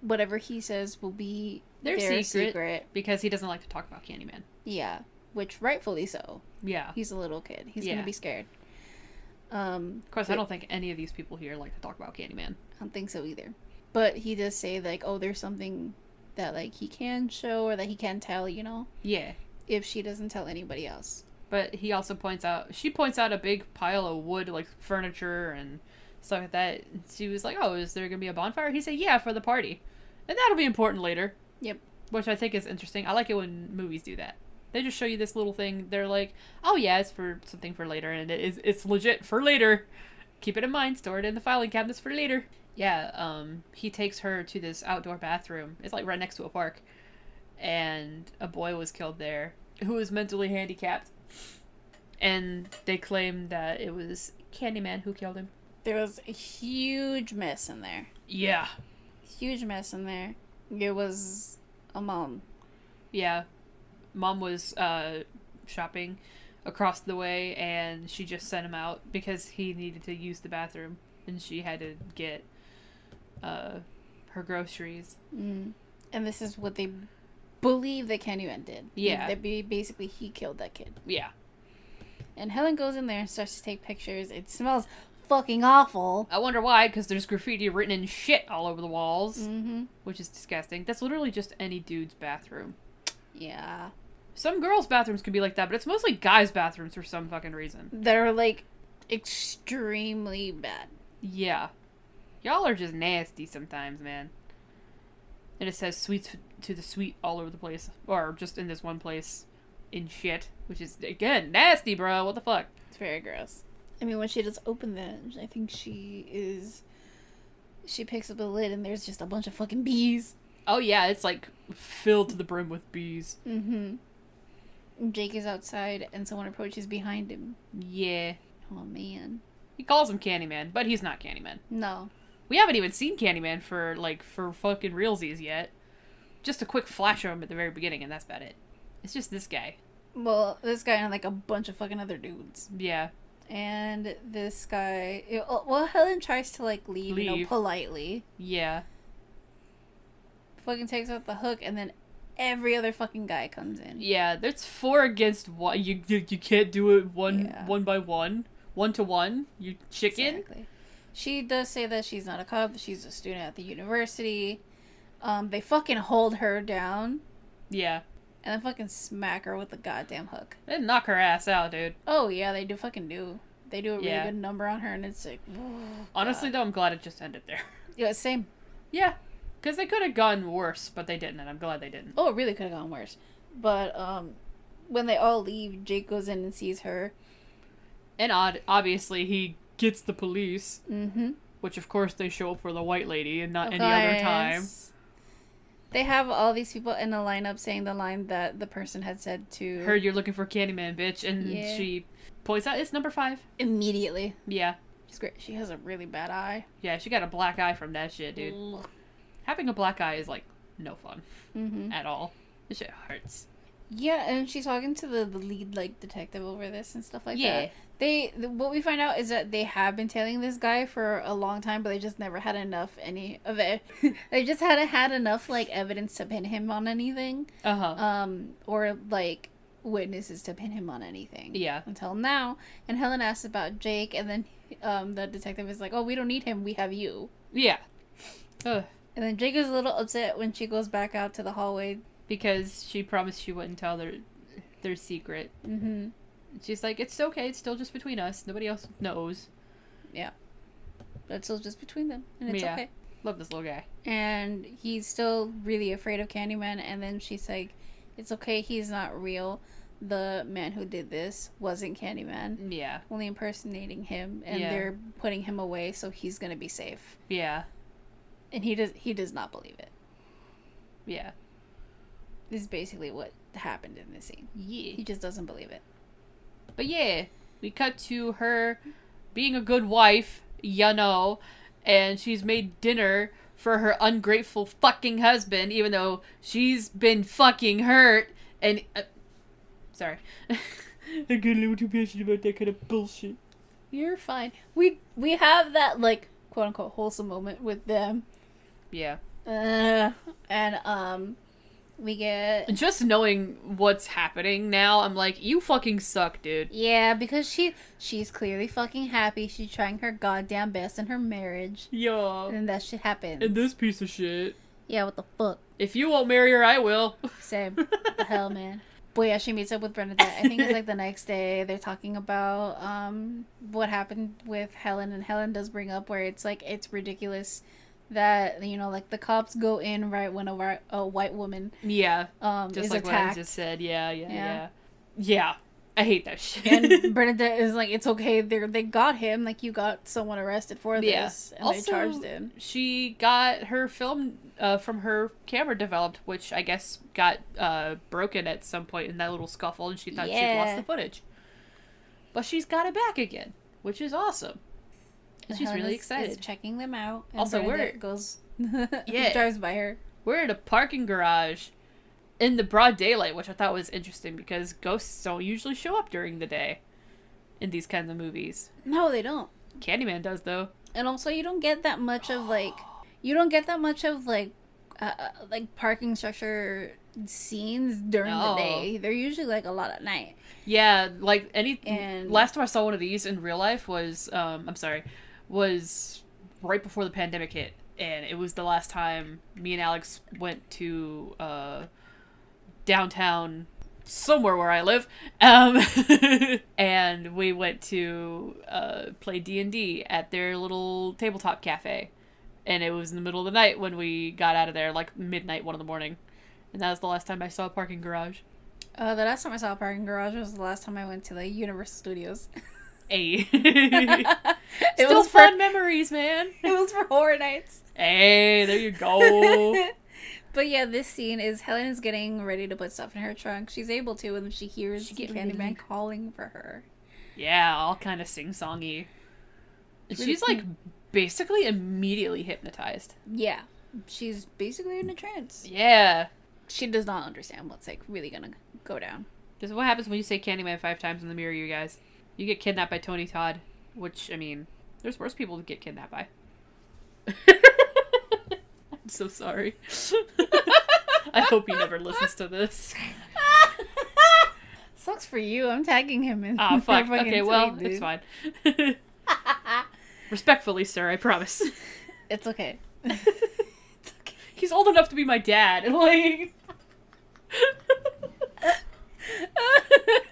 Speaker 2: whatever he says will be
Speaker 1: Their
Speaker 2: their,
Speaker 1: secret.
Speaker 2: secret.
Speaker 1: Because he doesn't like to talk about Candyman.
Speaker 2: Yeah, which rightfully so.
Speaker 1: Yeah.
Speaker 2: He's a little kid. He's
Speaker 1: Yeah.
Speaker 2: gonna be scared. Um,
Speaker 1: Of course, I don't think any of these people here like to talk about Candyman.
Speaker 2: I don't think so either. But he does say like, oh, there's something that like he can show or that he can tell, you know,
Speaker 1: Yeah.
Speaker 2: if she doesn't tell anybody else.
Speaker 1: But he also points out she points out a big pile of wood, like furniture and stuff like that. She was like, "Oh, is there gonna be a bonfire?" He said, "Yeah, for the party, and that'll be important later."
Speaker 2: Yep.
Speaker 1: Which I think is interesting. I like it when movies do that. They just show you this little thing. They're like, "Oh yeah, it's for something for later," and it is it's legit for later. Keep it in mind. Store it in the filing cabinets for later. Yeah. Um. He takes her to this outdoor bathroom. It's like right next to a park, and a boy was killed there who was mentally handicapped and they claim that it was Candyman who killed him.
Speaker 2: There was a huge mess in there.
Speaker 1: Yeah.
Speaker 2: Huge mess in there. There was a mom.
Speaker 1: Yeah. Mom was uh, shopping across the way and she just sent him out because he needed to use the bathroom and she had to get uh, her groceries.
Speaker 2: Mm. And this is what they believe that Candyman did.
Speaker 1: Yeah.
Speaker 2: That be- basically he killed that kid.
Speaker 1: Yeah.
Speaker 2: And Helen goes in there and starts to take pictures. It smells fucking awful.
Speaker 1: I wonder why because there's graffiti written in shit all over the walls,
Speaker 2: Mm-hmm.
Speaker 1: which is disgusting. That's literally just any dude's bathroom.
Speaker 2: Yeah.
Speaker 1: Some girls' bathrooms could be like that, but it's mostly guys' bathrooms for some fucking reason.
Speaker 2: They're like extremely bad.
Speaker 1: Yeah. Y'all are just nasty sometimes, man. And it says sweets to the sweet all over the place. Or just in this one place in shit. Which is, again, nasty, bro. What the fuck?
Speaker 2: It's very gross. I mean, when she does open that, I think she is. She picks up the lid and there's just a bunch of fucking bees.
Speaker 1: Oh, yeah, it's like filled to the brim with bees.
Speaker 2: Mm hmm. Jake is outside and someone approaches behind him.
Speaker 1: Yeah.
Speaker 2: Oh man.
Speaker 1: He calls him Candyman, but he's not Candyman.
Speaker 2: No.
Speaker 1: We haven't even seen Candyman for, like, for fucking realsies yet. Just a quick flash of him at the very beginning, and that's about it. It's just this guy.
Speaker 2: Well, this guy and like a bunch of fucking other dudes.
Speaker 1: Yeah.
Speaker 2: And this guy. it- well, Helen tries to like leave, you know,
Speaker 1: Leave.
Speaker 2: politely.
Speaker 1: Yeah.
Speaker 2: fucking takes out the hook, and then every other fucking guy comes in.
Speaker 1: Yeah, that's four against one. You you, you can't do it one
Speaker 2: Yeah.
Speaker 1: one by one, one to one. You chicken.
Speaker 2: Exactly. She does say that she's not a cop, that she's a student at the university. Um, they fucking hold her down
Speaker 1: Yeah,
Speaker 2: and then fucking smack her with the goddamn hook.
Speaker 1: they knock her ass out, dude.
Speaker 2: Oh yeah, they do fucking do. They do a really
Speaker 1: Yeah.
Speaker 2: good number on her, and it's like,
Speaker 1: Honestly, though, I'm glad it just ended there.
Speaker 2: yeah, same.
Speaker 1: yeah, because they could have gone worse, but they didn't, and I'm glad they didn't.
Speaker 2: Oh, it really could have gone worse. But um, when they all leave, Jake goes in and sees her.
Speaker 1: And odd, obviously, he gets the police,
Speaker 2: Mm-hmm.
Speaker 1: which of course they show up for the white lady and not any other time.
Speaker 2: They have all these people in a lineup saying the line that the person had said to
Speaker 1: Heard you're looking for Candyman, bitch, and
Speaker 2: Yeah.
Speaker 1: she points out it's number five.
Speaker 2: immediately.
Speaker 1: Yeah,
Speaker 2: She's great. She has a really bad eye.
Speaker 1: yeah, she got a black eye from that shit,
Speaker 2: Mm.
Speaker 1: dude. Having a black eye is like no fun.
Speaker 2: hmm
Speaker 1: at all. This shit hurts.
Speaker 2: Yeah, and she's talking to the, the lead like detective over this and stuff like
Speaker 1: Yeah.
Speaker 2: that. They th- what we find out is that they have been tailing this guy for a long time, but they just never had enough any of it. they just hadn't had enough like evidence to pin him on anything,
Speaker 1: Uh huh.
Speaker 2: um, or like witnesses to pin him on anything.
Speaker 1: yeah.
Speaker 2: until now. And Helen asks about Jake, and then um, the detective is like, "Oh, we don't need him. We have you."
Speaker 1: Yeah. Ugh.
Speaker 2: And then Jake is a little upset when she goes back out to the hallway.
Speaker 1: because she promised she wouldn't tell their their secret.
Speaker 2: Mm-hmm.
Speaker 1: She's like, "It's okay. It's still just between us. Nobody else knows."
Speaker 2: But it's still just between them, and it's
Speaker 1: Yeah.
Speaker 2: okay.
Speaker 1: Love this little guy.
Speaker 2: And he's still really afraid of Candyman. And then she's like, "It's okay. He's not real. The man who did this wasn't Candyman.
Speaker 1: Yeah,
Speaker 2: Only impersonating him, and
Speaker 1: Yeah.
Speaker 2: they're putting him away, so he's gonna be safe."
Speaker 1: yeah,
Speaker 2: And he does. He does not believe it.
Speaker 1: yeah,
Speaker 2: This is basically what happened in this scene.
Speaker 1: yeah.
Speaker 2: He just doesn't believe it.
Speaker 1: But yeah, we cut to her being a good wife, you know, and she's made dinner for her ungrateful fucking husband, even though she's been fucking hurt. And uh, sorry, I get a little too passionate about that kind of bullshit.
Speaker 2: You're fine. We we have that like quote unquote wholesome moment with them.
Speaker 1: Yeah,
Speaker 2: Uh, and um we get
Speaker 1: just knowing what's happening now, I'm like, you fucking suck, dude.
Speaker 2: Yeah, because she she's clearly fucking happy. She's trying her goddamn best in her marriage.
Speaker 1: Yo,
Speaker 2: And that shit happens.
Speaker 1: and this piece of shit.
Speaker 2: yeah, what the fuck?
Speaker 1: If you won't marry her, I will.
Speaker 2: Same. the hell, man. But yeah, she meets up with Bernadette. I think it's like the next day. They're talking about um what happened with Helen, and Helen does bring up where it's like it's ridiculous that you know like the cops go in right when a, wi- a white woman
Speaker 1: Yeah,
Speaker 2: um
Speaker 1: just
Speaker 2: is
Speaker 1: like what I
Speaker 2: attacked.
Speaker 1: just said. Yeah, yeah,
Speaker 2: Yeah.
Speaker 1: yeah, yeah. I hate that shit.
Speaker 2: and Bernadette is like, "It's okay. They are they got him. Like you got someone arrested for
Speaker 1: Yeah.
Speaker 2: this, and
Speaker 1: Also-
Speaker 2: they charged him."
Speaker 1: she got her film uh, from her camera developed, which I guess got uh, broken at some point in that little scuffle, and she thought she'd lost
Speaker 2: Yeah.
Speaker 1: the footage. But she's got it back again, which is awesome. And she's
Speaker 2: Helen
Speaker 1: really
Speaker 2: is- is
Speaker 1: excited.
Speaker 2: checking them out. And
Speaker 1: Also, we're-
Speaker 2: Bernadette goes,
Speaker 1: Yeah.
Speaker 2: drives by her.
Speaker 1: We're in a parking garage in the broad daylight, which I thought was interesting because ghosts don't usually show up during the day in these kinds of movies.
Speaker 2: No, they don't.
Speaker 1: Candyman does, though.
Speaker 2: and also you don't get that much of like you don't get that much of like uh, uh, like parking structure scenes during
Speaker 1: No.
Speaker 2: the day they're usually like a lot at night
Speaker 1: Yeah, like any
Speaker 2: And-
Speaker 1: last time I saw one of these in real life was um I'm sorry, was right before the pandemic hit and it was the last time me and Alex went to uh downtown somewhere where I live. Um and we went to uh play D&D at their little tabletop cafe. And it was in the middle of the night when we got out of there like midnight one in the morning. And that was the last time I saw a parking garage.
Speaker 2: uh, the last time i saw a parking garage was the last time i went to the universal studios
Speaker 1: Hey.
Speaker 2: it
Speaker 1: Still
Speaker 2: was
Speaker 1: fun
Speaker 2: for
Speaker 1: memories, man.
Speaker 2: it was for horror nights
Speaker 1: Hey, there you
Speaker 2: Oh.
Speaker 1: go.
Speaker 2: but yeah this scene is helen is getting ready to put stuff in her trunk she's able to and she hears
Speaker 1: She getting ready to
Speaker 2: candyman
Speaker 1: leave.
Speaker 2: calling for her
Speaker 1: yeah, all kind of sing songy.
Speaker 2: Really
Speaker 1: She's like basically immediately hypnotized.
Speaker 2: yeah she's basically in a trance
Speaker 1: Yeah.
Speaker 2: she does not understand what's like really gonna go down
Speaker 1: This is what happens when you say Candyman five times in the mirror, you guys. You get kidnapped by Tony Todd, which, I mean, there's worse people to get kidnapped by. I'm so sorry. I hope he never listens to this.
Speaker 2: Sucks for you. I'm tagging him in.
Speaker 1: Ah,
Speaker 2: my
Speaker 1: fuck.
Speaker 2: fucking
Speaker 1: Okay, well,
Speaker 2: tweet,
Speaker 1: it's
Speaker 2: dude.
Speaker 1: fine. Respectfully, sir, I promise.
Speaker 2: it's okay. it's okay.
Speaker 1: He's old enough to be my dad. Like,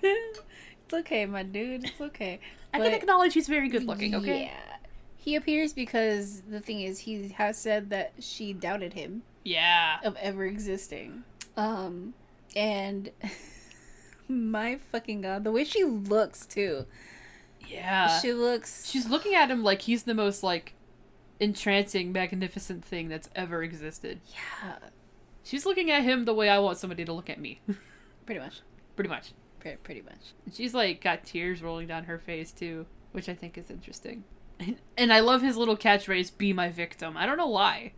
Speaker 2: it's okay, my dude. It's okay.
Speaker 1: I can
Speaker 2: But-
Speaker 1: acknowledge he's very good looking. Okay.
Speaker 2: Yeah. He appears because the thing is, he has said that she doubted him
Speaker 1: Yeah.
Speaker 2: of ever existing. Um, and my fucking god, the way she looks too.
Speaker 1: Yeah.
Speaker 2: she looks.
Speaker 1: Uh, She's looking at him like he's the most like entrancing, magnificent thing that's ever existed.
Speaker 2: yeah,
Speaker 1: She's looking at him the way I want somebody to look at me,
Speaker 2: pretty much.
Speaker 1: pretty much.
Speaker 2: Pretty, pretty much.
Speaker 1: She's like got tears rolling down her face too, which I think is interesting. And, and I love his little catchphrase, "Be my victim." I don't know why,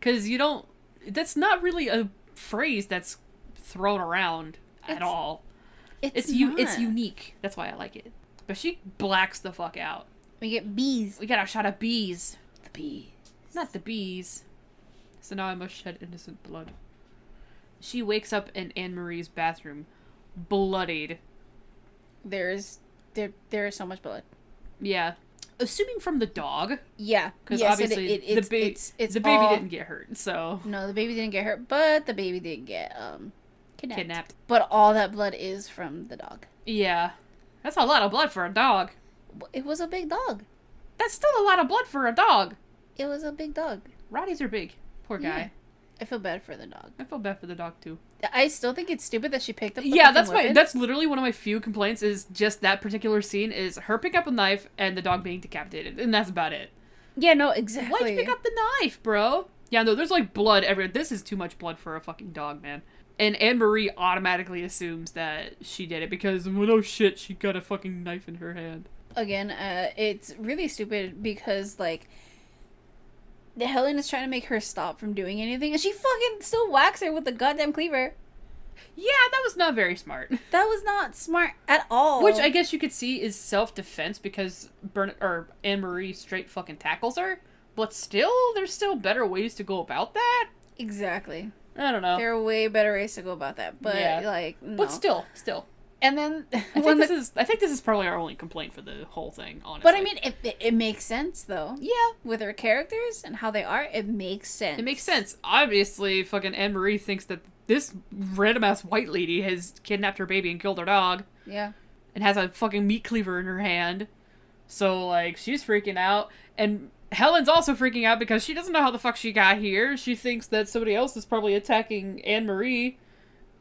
Speaker 1: because you don't. That's not really a phrase that's thrown around at
Speaker 2: It's-
Speaker 1: all. It's you. It's unique. That's why I like it. But she blacks the fuck out.
Speaker 2: We get bees.
Speaker 1: We got our shot of bees,
Speaker 2: The bees.
Speaker 1: not the bees. So now I must shed innocent blood. She wakes up in Anne Marie's bathroom, bloodied.
Speaker 2: There's there there is so much blood.
Speaker 1: Yeah. assuming from the dog,
Speaker 2: Yeah,
Speaker 1: because
Speaker 2: yes, it-
Speaker 1: obviously
Speaker 2: it- it's,
Speaker 1: the, ba-
Speaker 2: it's, it's
Speaker 1: the baby
Speaker 2: all-
Speaker 1: didn't get hurt, so
Speaker 2: No, the baby didn't get hurt, but the baby did get um kidnapped.
Speaker 1: kidnapped.
Speaker 2: But all that blood is from the dog.
Speaker 1: Yeah, that's a lot of blood for a dog.
Speaker 2: It was a big dog.
Speaker 1: That's still a lot of blood for a dog.
Speaker 2: It was a big dog.
Speaker 1: Roddies are big. Poor guy.
Speaker 2: I feel bad for the dog.
Speaker 1: I feel bad for the dog too.
Speaker 2: I still think it's stupid that she picked up. The
Speaker 1: yeah,
Speaker 2: fucking
Speaker 1: that's my
Speaker 2: weapon.
Speaker 1: that's literally one of my few complaints is just that particular scene is her pick up a knife and the dog being decapitated, and that's about it.
Speaker 2: Yeah, no, exactly.
Speaker 1: Why'd you pick up the knife, bro? Yeah, no, there's like blood everywhere. This is too much blood for a fucking dog, man. And Anne Marie automatically assumes that she did it because, well, oh shit, she got a fucking knife in her hand.
Speaker 2: again? Uh, it's really stupid because like. Helen is trying to make her stop from doing anything, and she fucking still whacks her with the goddamn cleaver.
Speaker 1: Yeah, that was not very smart.
Speaker 2: That was not smart at all.
Speaker 1: Which I guess you could see is self defense because Bern- or Anne Marie straight fucking tackles her. But still, there's still better ways to go about that.
Speaker 2: exactly.
Speaker 1: I don't know.
Speaker 2: There are way better ways to go about that, but
Speaker 1: Yeah.
Speaker 2: like, no.
Speaker 1: But still, still.
Speaker 2: and then
Speaker 1: I think
Speaker 2: when the
Speaker 1: this is I think this is probably our only complaint for the whole thing, honestly.
Speaker 2: But I mean, it, it, it makes sense though.
Speaker 1: yeah,
Speaker 2: With her characters and how they are, it makes sense.
Speaker 1: It makes sense. Obviously, fucking Anne Marie thinks that this random ass white lady has kidnapped her baby and killed her dog
Speaker 2: Yeah.
Speaker 1: and has a fucking meat cleaver in her hand. So, like, she's freaking out. And Helen's also freaking out because she doesn't know how the fuck she got here. She thinks that somebody else is probably attacking Anne Marie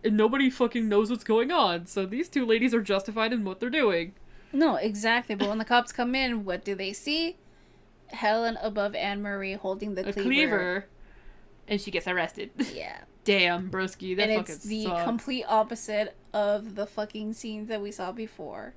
Speaker 1: and nobody fucking knows what's going on. So, these two ladies are justified in what they're doing.
Speaker 2: No, exactly. But when the cops come in, what do they see? Helen above Anne Marie holding the
Speaker 1: A
Speaker 2: cleaver.
Speaker 1: cleaver. And she gets arrested.
Speaker 2: Yeah.
Speaker 1: Damn, broski. That
Speaker 2: and
Speaker 1: fucking
Speaker 2: it's the
Speaker 1: sucked.
Speaker 2: complete opposite of the fucking scenes that we saw before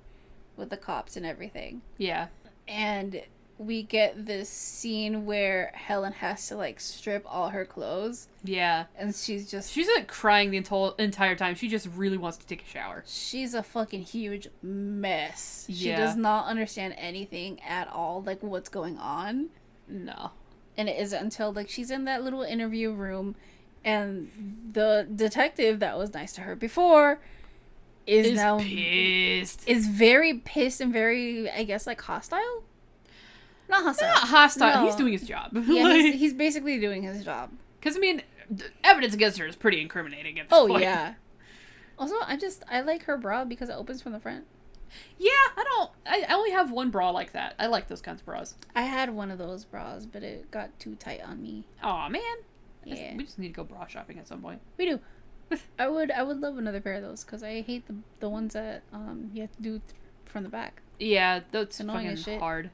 Speaker 2: with the cops and everything.
Speaker 1: yeah.
Speaker 2: And we get this scene where Helen has to like strip all her clothes
Speaker 1: Yeah.
Speaker 2: and she's just
Speaker 1: She's like crying the entol- entire time. She just really wants to take a shower.
Speaker 2: She's a fucking huge mess. She
Speaker 1: Yeah.
Speaker 2: does not understand anything at all, like what's going on.
Speaker 1: No.
Speaker 2: And it isn't until like she's in that little interview room and the detective that was nice to her before is,
Speaker 1: Is
Speaker 2: now
Speaker 1: pissed.
Speaker 2: is very pissed and very I guess like hostile. Not hostile.
Speaker 1: Not hostile.
Speaker 2: No.
Speaker 1: He's doing his job.
Speaker 2: yeah, he's, he's basically doing his job.
Speaker 1: Because, I mean, the evidence against her is pretty incriminating at this
Speaker 2: Oh
Speaker 1: point.
Speaker 2: yeah. Also, I just I like her bra because it opens from the front.
Speaker 1: Yeah, I don't. I, I only have one bra like that. I like those kinds of bras.
Speaker 2: I had one of those bras, but it got too tight on me.
Speaker 1: Aw, man. I just-
Speaker 2: Yeah.
Speaker 1: We just need to go bra shopping at some point.
Speaker 2: We do. I would I would love another pair of those because I hate the the ones that um you have to do th- from the back.
Speaker 1: Yeah, that's
Speaker 2: Annoying
Speaker 1: fucking
Speaker 2: as shit.
Speaker 1: hard.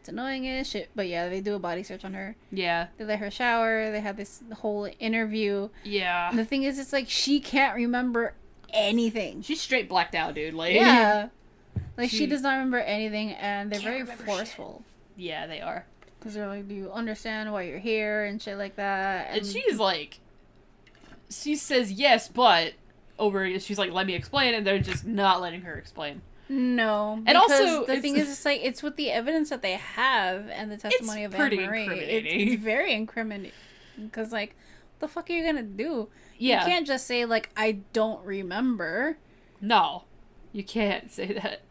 Speaker 2: It's annoying as shit, but yeah, they do a body search on her.
Speaker 1: Yeah.
Speaker 2: They let her shower. They had this whole interview.
Speaker 1: Yeah.
Speaker 2: And the thing is, it's like she can't remember anything.
Speaker 1: She's straight blacked out, dude. Like,
Speaker 2: Yeah, like she,
Speaker 1: She-
Speaker 2: does not remember anything, and they're
Speaker 1: Can't
Speaker 2: very
Speaker 1: remember shit.
Speaker 2: forceful
Speaker 1: Yeah, they are.
Speaker 2: because they're like, "Do you understand why you're here?" and shit like that.
Speaker 1: And she's like, she says yes, but over. She's like, let me explain, and they're just not letting her explain.
Speaker 2: No,
Speaker 1: And
Speaker 2: because
Speaker 1: also,
Speaker 2: the
Speaker 1: it's-
Speaker 2: thing is, it's like it's with the evidence that they have and the testimony of
Speaker 1: pretty
Speaker 2: Anne Marie. It's,
Speaker 1: incriminating.
Speaker 2: it's very incriminating because, like, what the fuck are you gonna do?
Speaker 1: Yeah,
Speaker 2: you can't just say like I don't remember.
Speaker 1: no, you can't say that.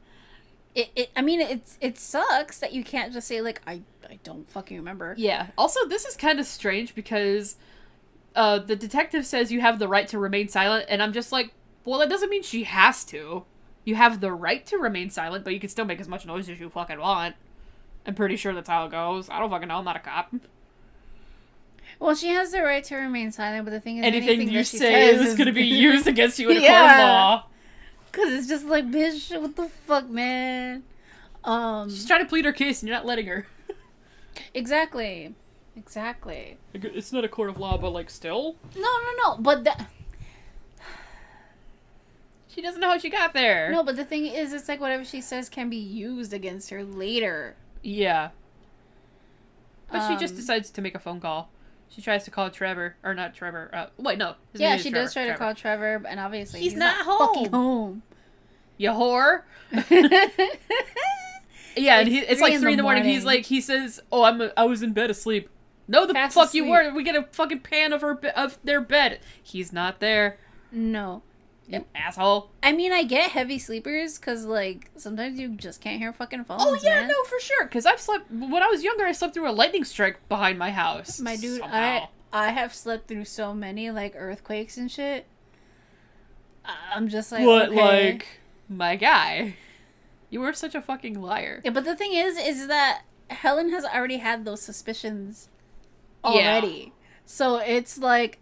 Speaker 2: It, it, I mean, it's it sucks that you can't just say like I, I don't fucking remember.
Speaker 1: Yeah. Also, this is kind of strange because uh, the detective says you have the right to remain silent, and I'm just like, well, that doesn't mean she has to. You have the right to remain silent, but you can still make as much noise as you fucking want. I'm pretty sure that's how it goes. I don't fucking know. I'm not a cop.
Speaker 2: Well, she has the right to remain silent, but the thing is,
Speaker 1: Anything, you
Speaker 2: that she
Speaker 1: say
Speaker 2: says
Speaker 1: is going to be used against you in a court
Speaker 2: Yeah.
Speaker 1: of law.
Speaker 2: Cause it's just like, bitch, what the fuck, man? Um,
Speaker 1: She's trying to plead her case, and you're not letting her.
Speaker 2: exactly, exactly.
Speaker 1: It's not a court of law, but like, still,
Speaker 2: No, no, no. But that.
Speaker 1: she doesn't know how she got there.
Speaker 2: No, but the thing is, it's like whatever she says can be used against her later.
Speaker 1: Yeah. But she just
Speaker 2: Um,
Speaker 1: decides to make a phone call. She tries to call Trevor, or not Trevor. Uh, wait, no. his
Speaker 2: yeah,
Speaker 1: name is
Speaker 2: she does try
Speaker 1: Trevor,
Speaker 2: to call Trevor, and obviously
Speaker 1: He's not
Speaker 2: Fucking home.
Speaker 1: Trevor. You whore.
Speaker 2: Faster
Speaker 1: yeah, and
Speaker 2: It's
Speaker 1: he, it's
Speaker 2: three
Speaker 1: like
Speaker 2: in
Speaker 1: three
Speaker 2: the
Speaker 1: in the morning. He's
Speaker 2: morning.
Speaker 1: like, he says, "Oh, I'm a, I was in bed asleep." No, the
Speaker 2: Fast
Speaker 1: fuck you
Speaker 2: asleep.
Speaker 1: were. We get a fucking pan of her be- of their bed. He's not there.
Speaker 2: no,
Speaker 1: Yep, asshole.
Speaker 2: I mean, I get heavy sleepers because like sometimes you just can't hear fucking phones.
Speaker 1: Oh yeah,
Speaker 2: man.
Speaker 1: no, for sure. Because I've slept when I was younger. I slept through a lightning strike behind my house.
Speaker 2: My dude,
Speaker 1: Somehow.
Speaker 2: I I have slept through so many like earthquakes and shit. I- I'm just like
Speaker 1: but
Speaker 2: okay.
Speaker 1: like, my guy, you were such a fucking liar.
Speaker 2: Yeah, but the thing is, is that Helen has already had those suspicions
Speaker 1: Yeah.
Speaker 2: already. So it's like,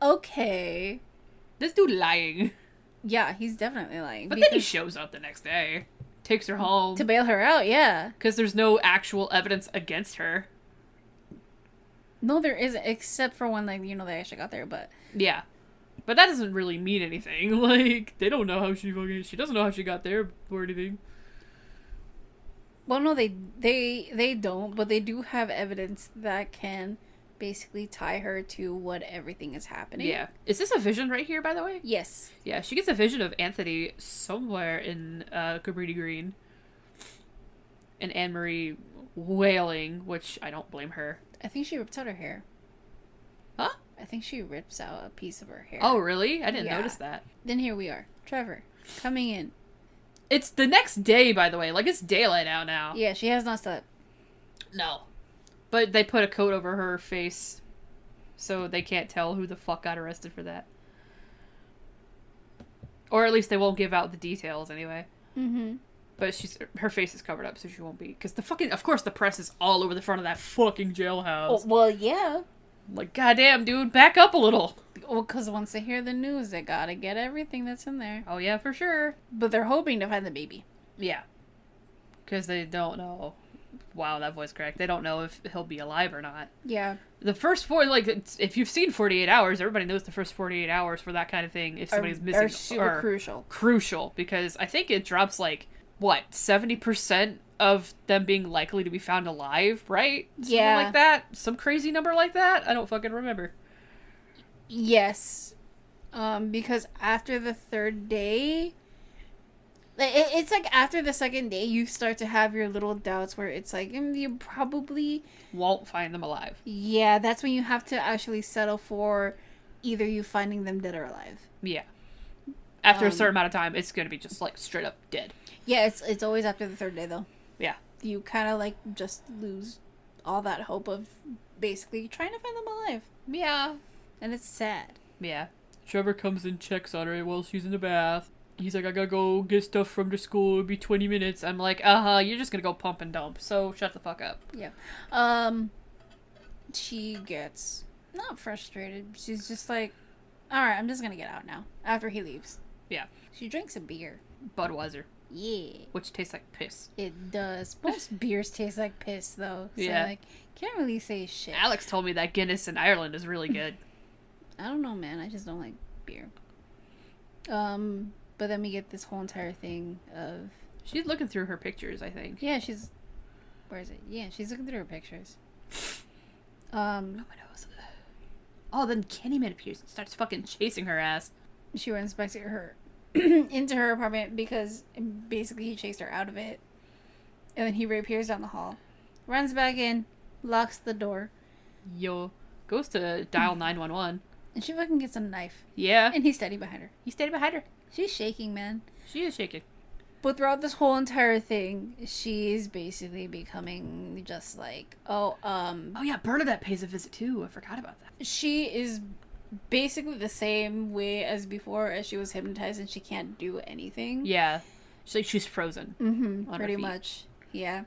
Speaker 2: okay,
Speaker 1: This dude lying.
Speaker 2: yeah, he's definitely lying.
Speaker 1: But then he
Speaker 2: because-
Speaker 1: shows up the next day, takes her home
Speaker 2: to bail her out, yeah.
Speaker 1: because there's no actual evidence against her.
Speaker 2: No, there isn't, except for when like you know they actually got there, but
Speaker 1: Yeah. But that doesn't really mean anything. Like, they don't know how she fucking. She doesn't know how she got there or anything.
Speaker 2: well, no, they they they don't, but they do have evidence that can basically tie her to what everything is happening.
Speaker 1: Yeah. Is this a vision right here, by the way?
Speaker 2: Yes.
Speaker 1: Yeah, she gets a vision of Anthony somewhere in uh, Cabrini Green. And Anne Marie wailing, which I don't blame her.
Speaker 2: I think she ripped out her hair.
Speaker 1: Huh?
Speaker 2: I think she rips out a piece of her hair.
Speaker 1: Oh, really? I didn't
Speaker 2: Yeah.
Speaker 1: notice that.
Speaker 2: Then here we are. Trevor coming in.
Speaker 1: It's the next day, by the way. Like, it's daylight out now.
Speaker 2: Yeah, she has not slept.
Speaker 1: No. But they put a coat over her face so they can't tell who the fuck got arrested for that. Or at least they won't give out the details anyway.
Speaker 2: Mm-hmm.
Speaker 1: But she's her face is covered up, so she won't be. Because the fucking, of course, the press is all over the front of that fucking jailhouse.
Speaker 2: well, yeah.
Speaker 1: Like, goddamn, dude, back up a little.
Speaker 2: Well, because once they hear the news, they gotta get everything that's in there.
Speaker 1: Oh yeah, for sure.
Speaker 2: But they're hoping to find the baby.
Speaker 1: Yeah, because they don't know. Wow, that voice crack. They don't know if he'll be alive or not.
Speaker 2: Yeah.
Speaker 1: The first four, like, it's- if you've seen Forty Eight Hours, everybody knows the first Forty Eight Hours for that kind of thing. If somebody's missing,
Speaker 2: are super
Speaker 1: are
Speaker 2: crucial.
Speaker 1: crucial because I think it drops like what seventy percent of them being likely to be found alive, right? Something
Speaker 2: Yeah.
Speaker 1: like that. Some crazy number like that. I don't fucking remember.
Speaker 2: Yes. Um, because after the third day, like, it, it's like after the second day, you start to have your little doubts where it's like mm, you probably,
Speaker 1: Won't find them alive.
Speaker 2: yeah, that's when you have to actually settle for either you finding them dead or alive.
Speaker 1: Yeah. After a
Speaker 2: Um,
Speaker 1: certain amount of time, it's gonna be just like straight up dead.
Speaker 2: Yeah, it's it's always after the third day though.
Speaker 1: Yeah.
Speaker 2: You kind of like just lose all that hope of basically trying to find them alive,
Speaker 1: Yeah.
Speaker 2: and it's sad.
Speaker 1: Yeah. Trevor comes and checks on her while she's in the bath. He's like, I gotta go get stuff from the school. It'll be 20 minutes. I'm like, uh huh, you're just gonna go pump and dump. So shut the fuck up.
Speaker 2: Yeah. Um she gets not frustrated. She's just like, "All right, I'm just going to get out now." After he leaves.
Speaker 1: Yeah.
Speaker 2: She drinks a beer.
Speaker 1: Budweiser,
Speaker 2: Yeah.
Speaker 1: which tastes like piss.
Speaker 2: It does. Most beers taste like piss though. So
Speaker 1: Yeah.
Speaker 2: like can't really say shit.
Speaker 1: Alex told me that Guinness in Ireland is really good.
Speaker 2: I don't know, man. I just don't like beer. Um but then we get this whole entire thing of
Speaker 1: she's looking through her pictures, I think.
Speaker 2: yeah, she's where is it? Yeah, she's looking through her pictures. Um
Speaker 1: What else? Oh, then Candyman appears and starts fucking chasing her ass.
Speaker 2: she runs back to her into her apartment because basically he chased her out of it and then he reappears down the hall runs back in locks the door
Speaker 1: Yo. Goes to dial 911.
Speaker 2: and she fucking gets a knife
Speaker 1: Yeah.
Speaker 2: and he's standing behind her
Speaker 1: He stayed behind her.
Speaker 2: she's shaking man
Speaker 1: She is shaking.
Speaker 2: but throughout this whole entire thing she's basically becoming just like oh um
Speaker 1: Oh yeah, Bernadette pays a visit too. I forgot about that.
Speaker 2: she is basically the same way as before as she was hypnotized and she can't do anything
Speaker 1: Yeah, she's like she's frozen.
Speaker 2: hmm
Speaker 1: her
Speaker 2: pretty
Speaker 1: feet.
Speaker 2: much yeah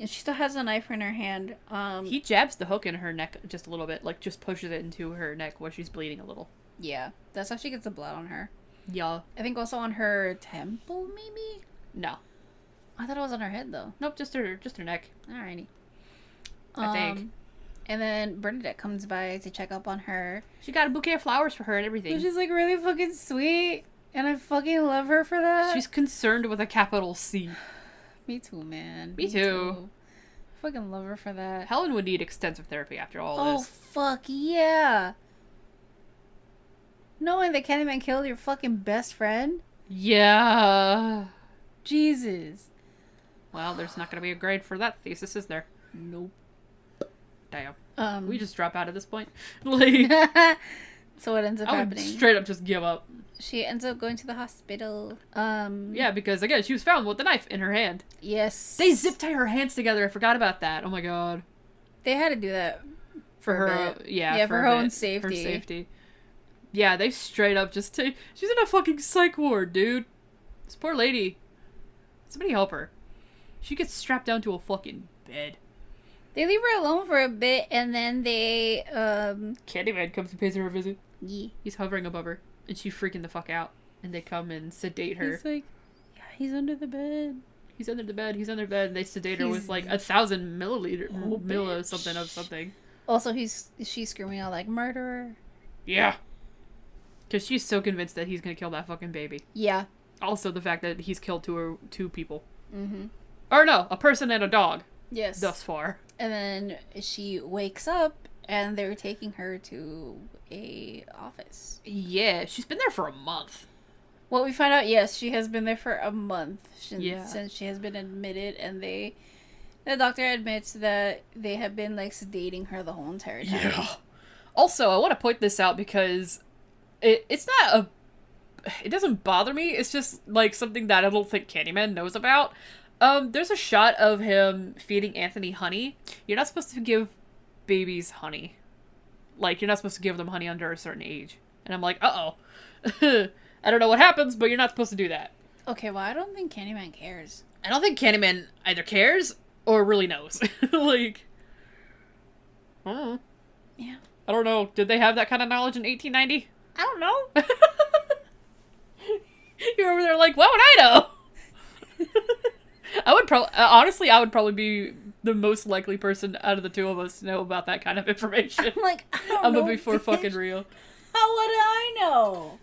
Speaker 2: and she still has a knife in her hand um
Speaker 1: He jabs the hook in her neck just a little bit, like just pushes it into her neck where she's bleeding a little.
Speaker 2: Yeah, that's how she gets the blood on her.
Speaker 1: Yeah,
Speaker 2: I think also on her temple, maybe.
Speaker 1: no,
Speaker 2: I thought it was on her head though.
Speaker 1: nope, just her, just her neck.
Speaker 2: Alrighty. Um,
Speaker 1: I think.
Speaker 2: And then Bernadette comes by to check up on her.
Speaker 1: She got a bouquet of flowers for her and everything.
Speaker 2: Which is like really fucking sweet, and I fucking love her for that.
Speaker 1: She's concerned with a capital C.
Speaker 2: me too, man.
Speaker 1: Me too.
Speaker 2: Fucking love her for that.
Speaker 1: Helen would need extensive therapy after all
Speaker 2: Oh
Speaker 1: this.
Speaker 2: fuck yeah! Knowing that Candyman killed your fucking best friend,
Speaker 1: Yeah.
Speaker 2: Jesus.
Speaker 1: Well, there's not gonna be a grade for that thesis, is there?
Speaker 2: Nope.
Speaker 1: Damn.
Speaker 2: Um.
Speaker 1: We just drop out at this point. like,
Speaker 2: so what ends up
Speaker 1: I would
Speaker 2: happening?
Speaker 1: straight up just give up.
Speaker 2: she ends up going to the hospital. Um.
Speaker 1: Yeah, because again, she was found with a knife in her hand.
Speaker 2: Yes.
Speaker 1: They zip tie her hands together. I forgot about that. Oh my god.
Speaker 2: They had to do that.
Speaker 1: For
Speaker 2: For a
Speaker 1: her,
Speaker 2: bit.
Speaker 1: yeah,
Speaker 2: Yeah, for
Speaker 1: a
Speaker 2: her own
Speaker 1: bit.
Speaker 2: safety.
Speaker 1: Her safety. Yeah, they straight up just take. She's in a fucking psych ward, dude. This poor lady. Somebody help her. She gets strapped down to a fucking bed.
Speaker 2: They leave her alone for a bit, and then they um.
Speaker 1: Candyman comes and pays her a visit.
Speaker 2: Yeah.
Speaker 1: He's hovering above her, and she freaking the fuck out. And they come and sedate her.
Speaker 2: He's like, yeah, he's under the bed.
Speaker 1: He's under the bed. He's under the bed. And they sedate her with
Speaker 2: He's-
Speaker 1: like a thousand milliliter,
Speaker 2: Oh,
Speaker 1: milli
Speaker 2: bitch.
Speaker 1: something of something.
Speaker 2: Also, he's she's screaming out like murderer.
Speaker 1: Yeah. Because she's so convinced that he's gonna kill that fucking baby.
Speaker 2: Yeah.
Speaker 1: Also, the fact that he's killed two two people,
Speaker 2: Mm-hmm.
Speaker 1: or no, a person and a dog
Speaker 2: Yes.
Speaker 1: thus far.
Speaker 2: And then she wakes up, and they're taking her to a office.
Speaker 1: Yeah, she's been there for a month.
Speaker 2: Well, we find out yes, she has been there for a month since,
Speaker 1: Yeah.
Speaker 2: since she has been admitted, and they, the doctor admits that they have been like sedating her the whole entire time.
Speaker 1: Also, I want to point this out because it it's not a it doesn't bother me. It's just like something that I don't think Candyman knows about. Um, there's a shot of him feeding Anthony honey. You're not supposed to give babies honey. Like you're not supposed to give them honey under a certain age. And I'm like, uh oh. I don't know what happens, but you're not supposed to do that.
Speaker 2: Okay, well, I don't think Candyman cares.
Speaker 1: I don't think Candyman either cares or really knows. like, I don't know.
Speaker 2: Yeah.
Speaker 1: I don't know. Did they have that kind of knowledge in 1890?
Speaker 2: I don't know.
Speaker 1: You're over there like, what would I know? I would probably, honestly, I would probably be the most likely person out of the two of us to know about that kind of information.
Speaker 2: I'm like, I don't
Speaker 1: I'm
Speaker 2: know.
Speaker 1: gonna be for
Speaker 2: bitch.
Speaker 1: fucking real.
Speaker 2: How would I know?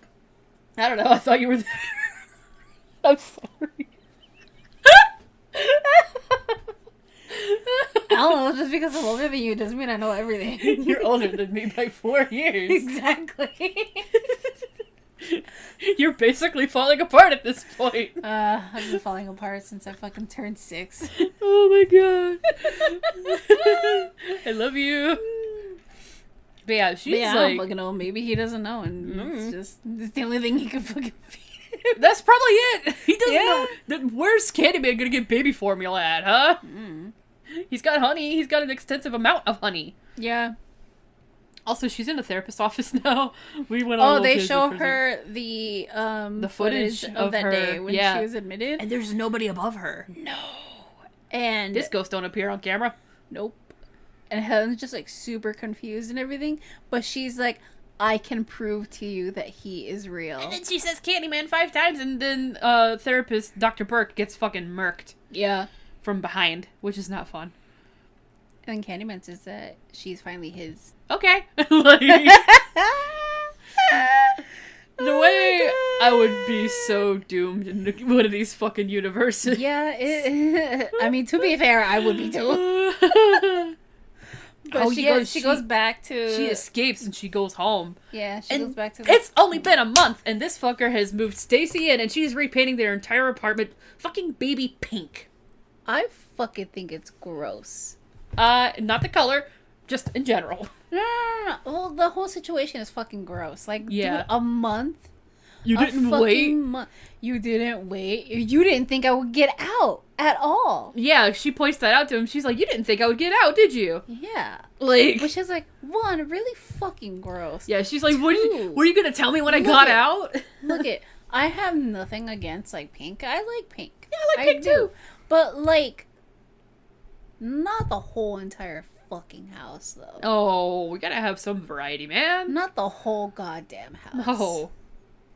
Speaker 1: I don't know. I thought you were there. I'm sorry.
Speaker 2: I don't know. Just because I'm older than you doesn't mean I know everything.
Speaker 1: You're older than me by four years.
Speaker 2: exactly.
Speaker 1: You're basically falling apart at this point.
Speaker 2: uh, I've been falling apart since I fucking turned six.
Speaker 1: Oh my god. I love you. But yeah, she's
Speaker 2: But yeah, I
Speaker 1: like
Speaker 2: don't fucking know. Maybe he doesn't know, and
Speaker 1: Mm.
Speaker 2: it's just it's the only thing he can fucking. feel.
Speaker 1: that's probably it. He doesn't
Speaker 2: Yeah.
Speaker 1: know that where's Candyman gonna get baby formula at, huh?
Speaker 2: mm.
Speaker 1: He's got honey, he's got an extensive amount of honey.
Speaker 2: Yeah.
Speaker 1: Also, she's in a therapist's office now. We went on a
Speaker 2: Oh,
Speaker 1: little
Speaker 2: they
Speaker 1: tangent
Speaker 2: show
Speaker 1: for a second.
Speaker 2: her the um
Speaker 1: The footage of
Speaker 2: that
Speaker 1: her-
Speaker 2: day when
Speaker 1: yeah.
Speaker 2: she was admitted.
Speaker 1: And there's nobody above her.
Speaker 2: No. And
Speaker 1: This ghost don't appear on camera.
Speaker 2: nope. And Helen's just like super confused and everything, but she's like, "I can prove to you that he is real."
Speaker 1: And she says Candyman five times, and then uh, therapist Dr. Burke gets fucking murked
Speaker 2: Yeah.
Speaker 1: from behind, which is not fun.
Speaker 2: And then Candyman says that she's finally his.
Speaker 1: Okay. like,
Speaker 2: Oh
Speaker 1: The way I would be so doomed in one of these fucking universes.
Speaker 2: Yeah, it, I mean to be fair, I would be too. But
Speaker 1: Oh,
Speaker 2: she
Speaker 1: yeah,
Speaker 2: goes, she, goes
Speaker 1: she-
Speaker 2: back to
Speaker 1: she escapes and she goes home.
Speaker 2: Yeah, she
Speaker 1: And
Speaker 2: goes back to the
Speaker 1: it's only been a month, and this fucker has moved Stacy in, and she's repainting their entire apartment fucking baby pink.
Speaker 2: I fucking think it's gross.
Speaker 1: Uh, not the color, just in general.
Speaker 2: No, no, no, no. Well, the whole situation is fucking gross. Like,
Speaker 1: Yeah.
Speaker 2: dude, a month.
Speaker 1: You
Speaker 2: a fucking Month. You didn't wait. You didn't think I would get out at all.
Speaker 1: Yeah, she points that out to him. She's like, "You didn't think I would get out, did you?"
Speaker 2: Yeah.
Speaker 1: Like,
Speaker 2: Which is like one really fucking gross.
Speaker 1: yeah, she's like, "What?
Speaker 2: Two.
Speaker 1: Were you gonna tell me when I
Speaker 2: Look
Speaker 1: got
Speaker 2: it.
Speaker 1: out?"
Speaker 2: Look it. I have nothing against like pink. I like pink. Yeah,
Speaker 1: I like pink, too.
Speaker 2: But like, not the whole entire fucking house though.
Speaker 1: Oh, we gotta have some variety, man.
Speaker 2: Not the whole goddamn house.
Speaker 1: No.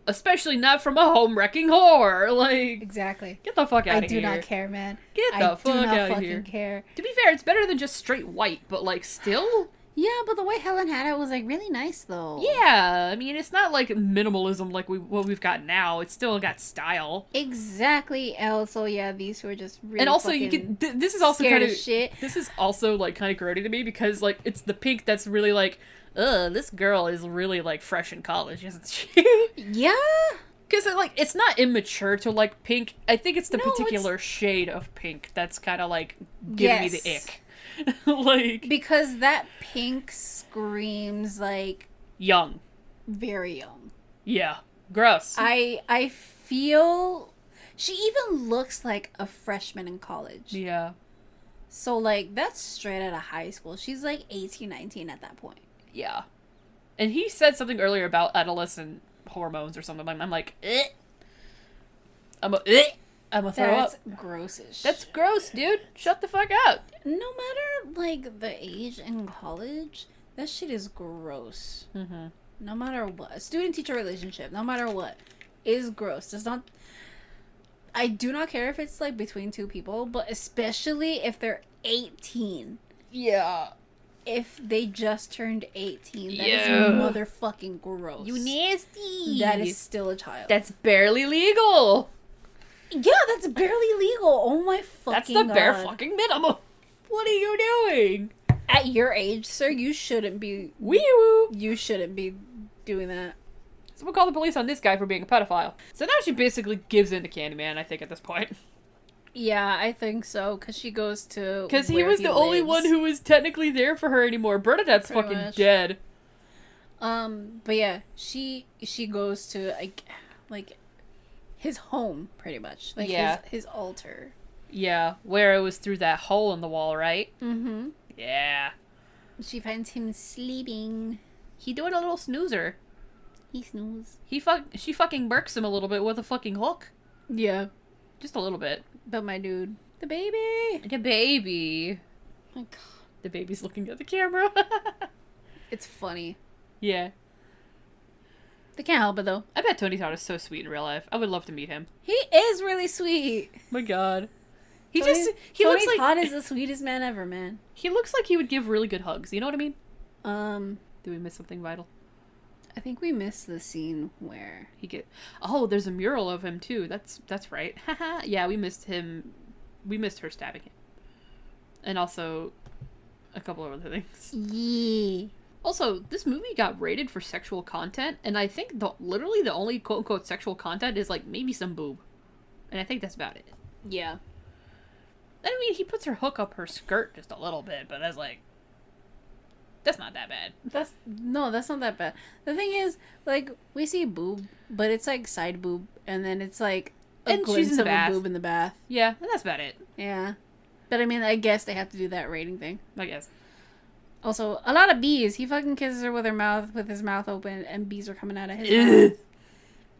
Speaker 1: Especially not from a home wrecking whore. Like,
Speaker 2: Exactly.
Speaker 1: get the fuck out
Speaker 2: I
Speaker 1: of
Speaker 2: do
Speaker 1: here.
Speaker 2: not care, man.
Speaker 1: Get
Speaker 2: I
Speaker 1: the
Speaker 2: do
Speaker 1: fuck
Speaker 2: not
Speaker 1: outta
Speaker 2: fucking
Speaker 1: here.
Speaker 2: care.
Speaker 1: To be fair, it's better than just straight white, but like, still?
Speaker 2: Yeah, but the way Helen had it was like really nice though.
Speaker 1: Yeah, I mean, it's not like minimalism like we, what we've got now. It's still got style.
Speaker 2: Exactly. And Also, yeah, these were just really
Speaker 1: and also, you
Speaker 2: fucking
Speaker 1: can. Th- this is also
Speaker 2: scared
Speaker 1: kind
Speaker 2: as
Speaker 1: of.
Speaker 2: shit.
Speaker 1: This is also like kind of grody to me because like it's the pink that's really like, ugh, this girl is really like fresh in college, isn't she?
Speaker 2: Yeah.
Speaker 1: Because like it's not immature to like pink. I think it's the
Speaker 2: No, it's-
Speaker 1: particular shade of pink that's kind of like giving me the
Speaker 2: Yes.
Speaker 1: ick. like
Speaker 2: Because that pink screams like
Speaker 1: young,
Speaker 2: very young.
Speaker 1: yeah. Gross.
Speaker 2: I I feel she even looks like a freshman in college.
Speaker 1: yeah.
Speaker 2: So like that's straight out of high school. She's like 18, 19 at that point.
Speaker 1: Yeah. And he said something earlier about adolescent hormones or something. I'm, I'm like, eh. I'm a, eh. I'm a throw
Speaker 2: That's
Speaker 1: up.
Speaker 2: grossish.
Speaker 1: That's gross, dude. Shut the fuck up.
Speaker 2: no matter like the age in college, that shit is gross.
Speaker 1: Mm-hmm.
Speaker 2: No matter what. A student teacher relationship, no matter what, is gross. Does not I do not care if it's like between two people, but especially if they're 18.
Speaker 1: Yeah.
Speaker 2: If they just turned 18, that is
Speaker 1: Yeah.
Speaker 2: motherfucking gross.
Speaker 1: You nasty.
Speaker 2: that is still a child.
Speaker 1: that's barely legal.
Speaker 2: Yeah, that's barely legal. Oh my fucking
Speaker 1: That's the bare
Speaker 2: God.
Speaker 1: fucking minimum. What are you doing?
Speaker 2: At your age, sir, you shouldn't be
Speaker 1: Wee woo.
Speaker 2: you shouldn't be doing that.
Speaker 1: Someone call the police on this guy for being a pedophile. So now she basically gives in to Candyman, I think, at this point.
Speaker 2: Yeah, I think so cuz she goes to
Speaker 1: Because he
Speaker 2: where
Speaker 1: was the only
Speaker 2: lives.
Speaker 1: one who was technically there for her anymore. Bernadette's
Speaker 2: Pretty
Speaker 1: fucking
Speaker 2: much.
Speaker 1: dead.
Speaker 2: um but yeah, she she goes to like like his home pretty much. Like
Speaker 1: Yeah.
Speaker 2: his his altar.
Speaker 1: Yeah, where it was through that hole in the wall, right? Mm-hmm.
Speaker 2: Mhm.
Speaker 1: Yeah.
Speaker 2: She finds him sleeping.
Speaker 1: He doing a little snoozer.
Speaker 2: He snoozed.
Speaker 1: He fuck she fucking murks him a little bit with a fucking hook.
Speaker 2: Yeah.
Speaker 1: Just a little bit.
Speaker 2: But my dude, the baby.
Speaker 1: The baby.
Speaker 2: Oh, God.
Speaker 1: The baby's looking at the camera.
Speaker 2: It's funny.
Speaker 1: yeah.
Speaker 2: They can't help it though.
Speaker 1: I bet Tony Todd is so sweet in real life. I would love to meet him.
Speaker 2: He is really sweet.
Speaker 1: My god. He
Speaker 2: Tony-
Speaker 1: just he
Speaker 2: Tony
Speaker 1: looks like
Speaker 2: Todd is the sweetest man ever, man.
Speaker 1: he looks like he would give really good hugs. You know what I mean?
Speaker 2: Um,
Speaker 1: Did we miss something vital?
Speaker 2: I think we missed the scene where
Speaker 1: He get Oh, there's a mural of him too. That's that's right. yeah, we missed him. We missed her stabbing him. And also a couple of other things.
Speaker 2: yeah,
Speaker 1: Also, this movie got rated for sexual content, and I think the literally the only quote unquote sexual content is like maybe some boob. And I think that's about it.
Speaker 2: yeah,
Speaker 1: I mean, he puts her hook up her skirt just a little bit, but that's like that's not that bad.
Speaker 2: that's no, that's not that bad. The thing is, like, we see boob, but it's like side boob, and then it's like a
Speaker 1: And she's
Speaker 2: glimpse
Speaker 1: in the
Speaker 2: of
Speaker 1: bath.
Speaker 2: a boob in the bath.
Speaker 1: Yeah, and that's about it.
Speaker 2: Yeah, but I mean, I guess they have to do that rating thing.
Speaker 1: I guess.
Speaker 2: Also, a lot of bees. He fucking kisses her with her mouth, with his mouth open, and bees are coming out of his. mouth.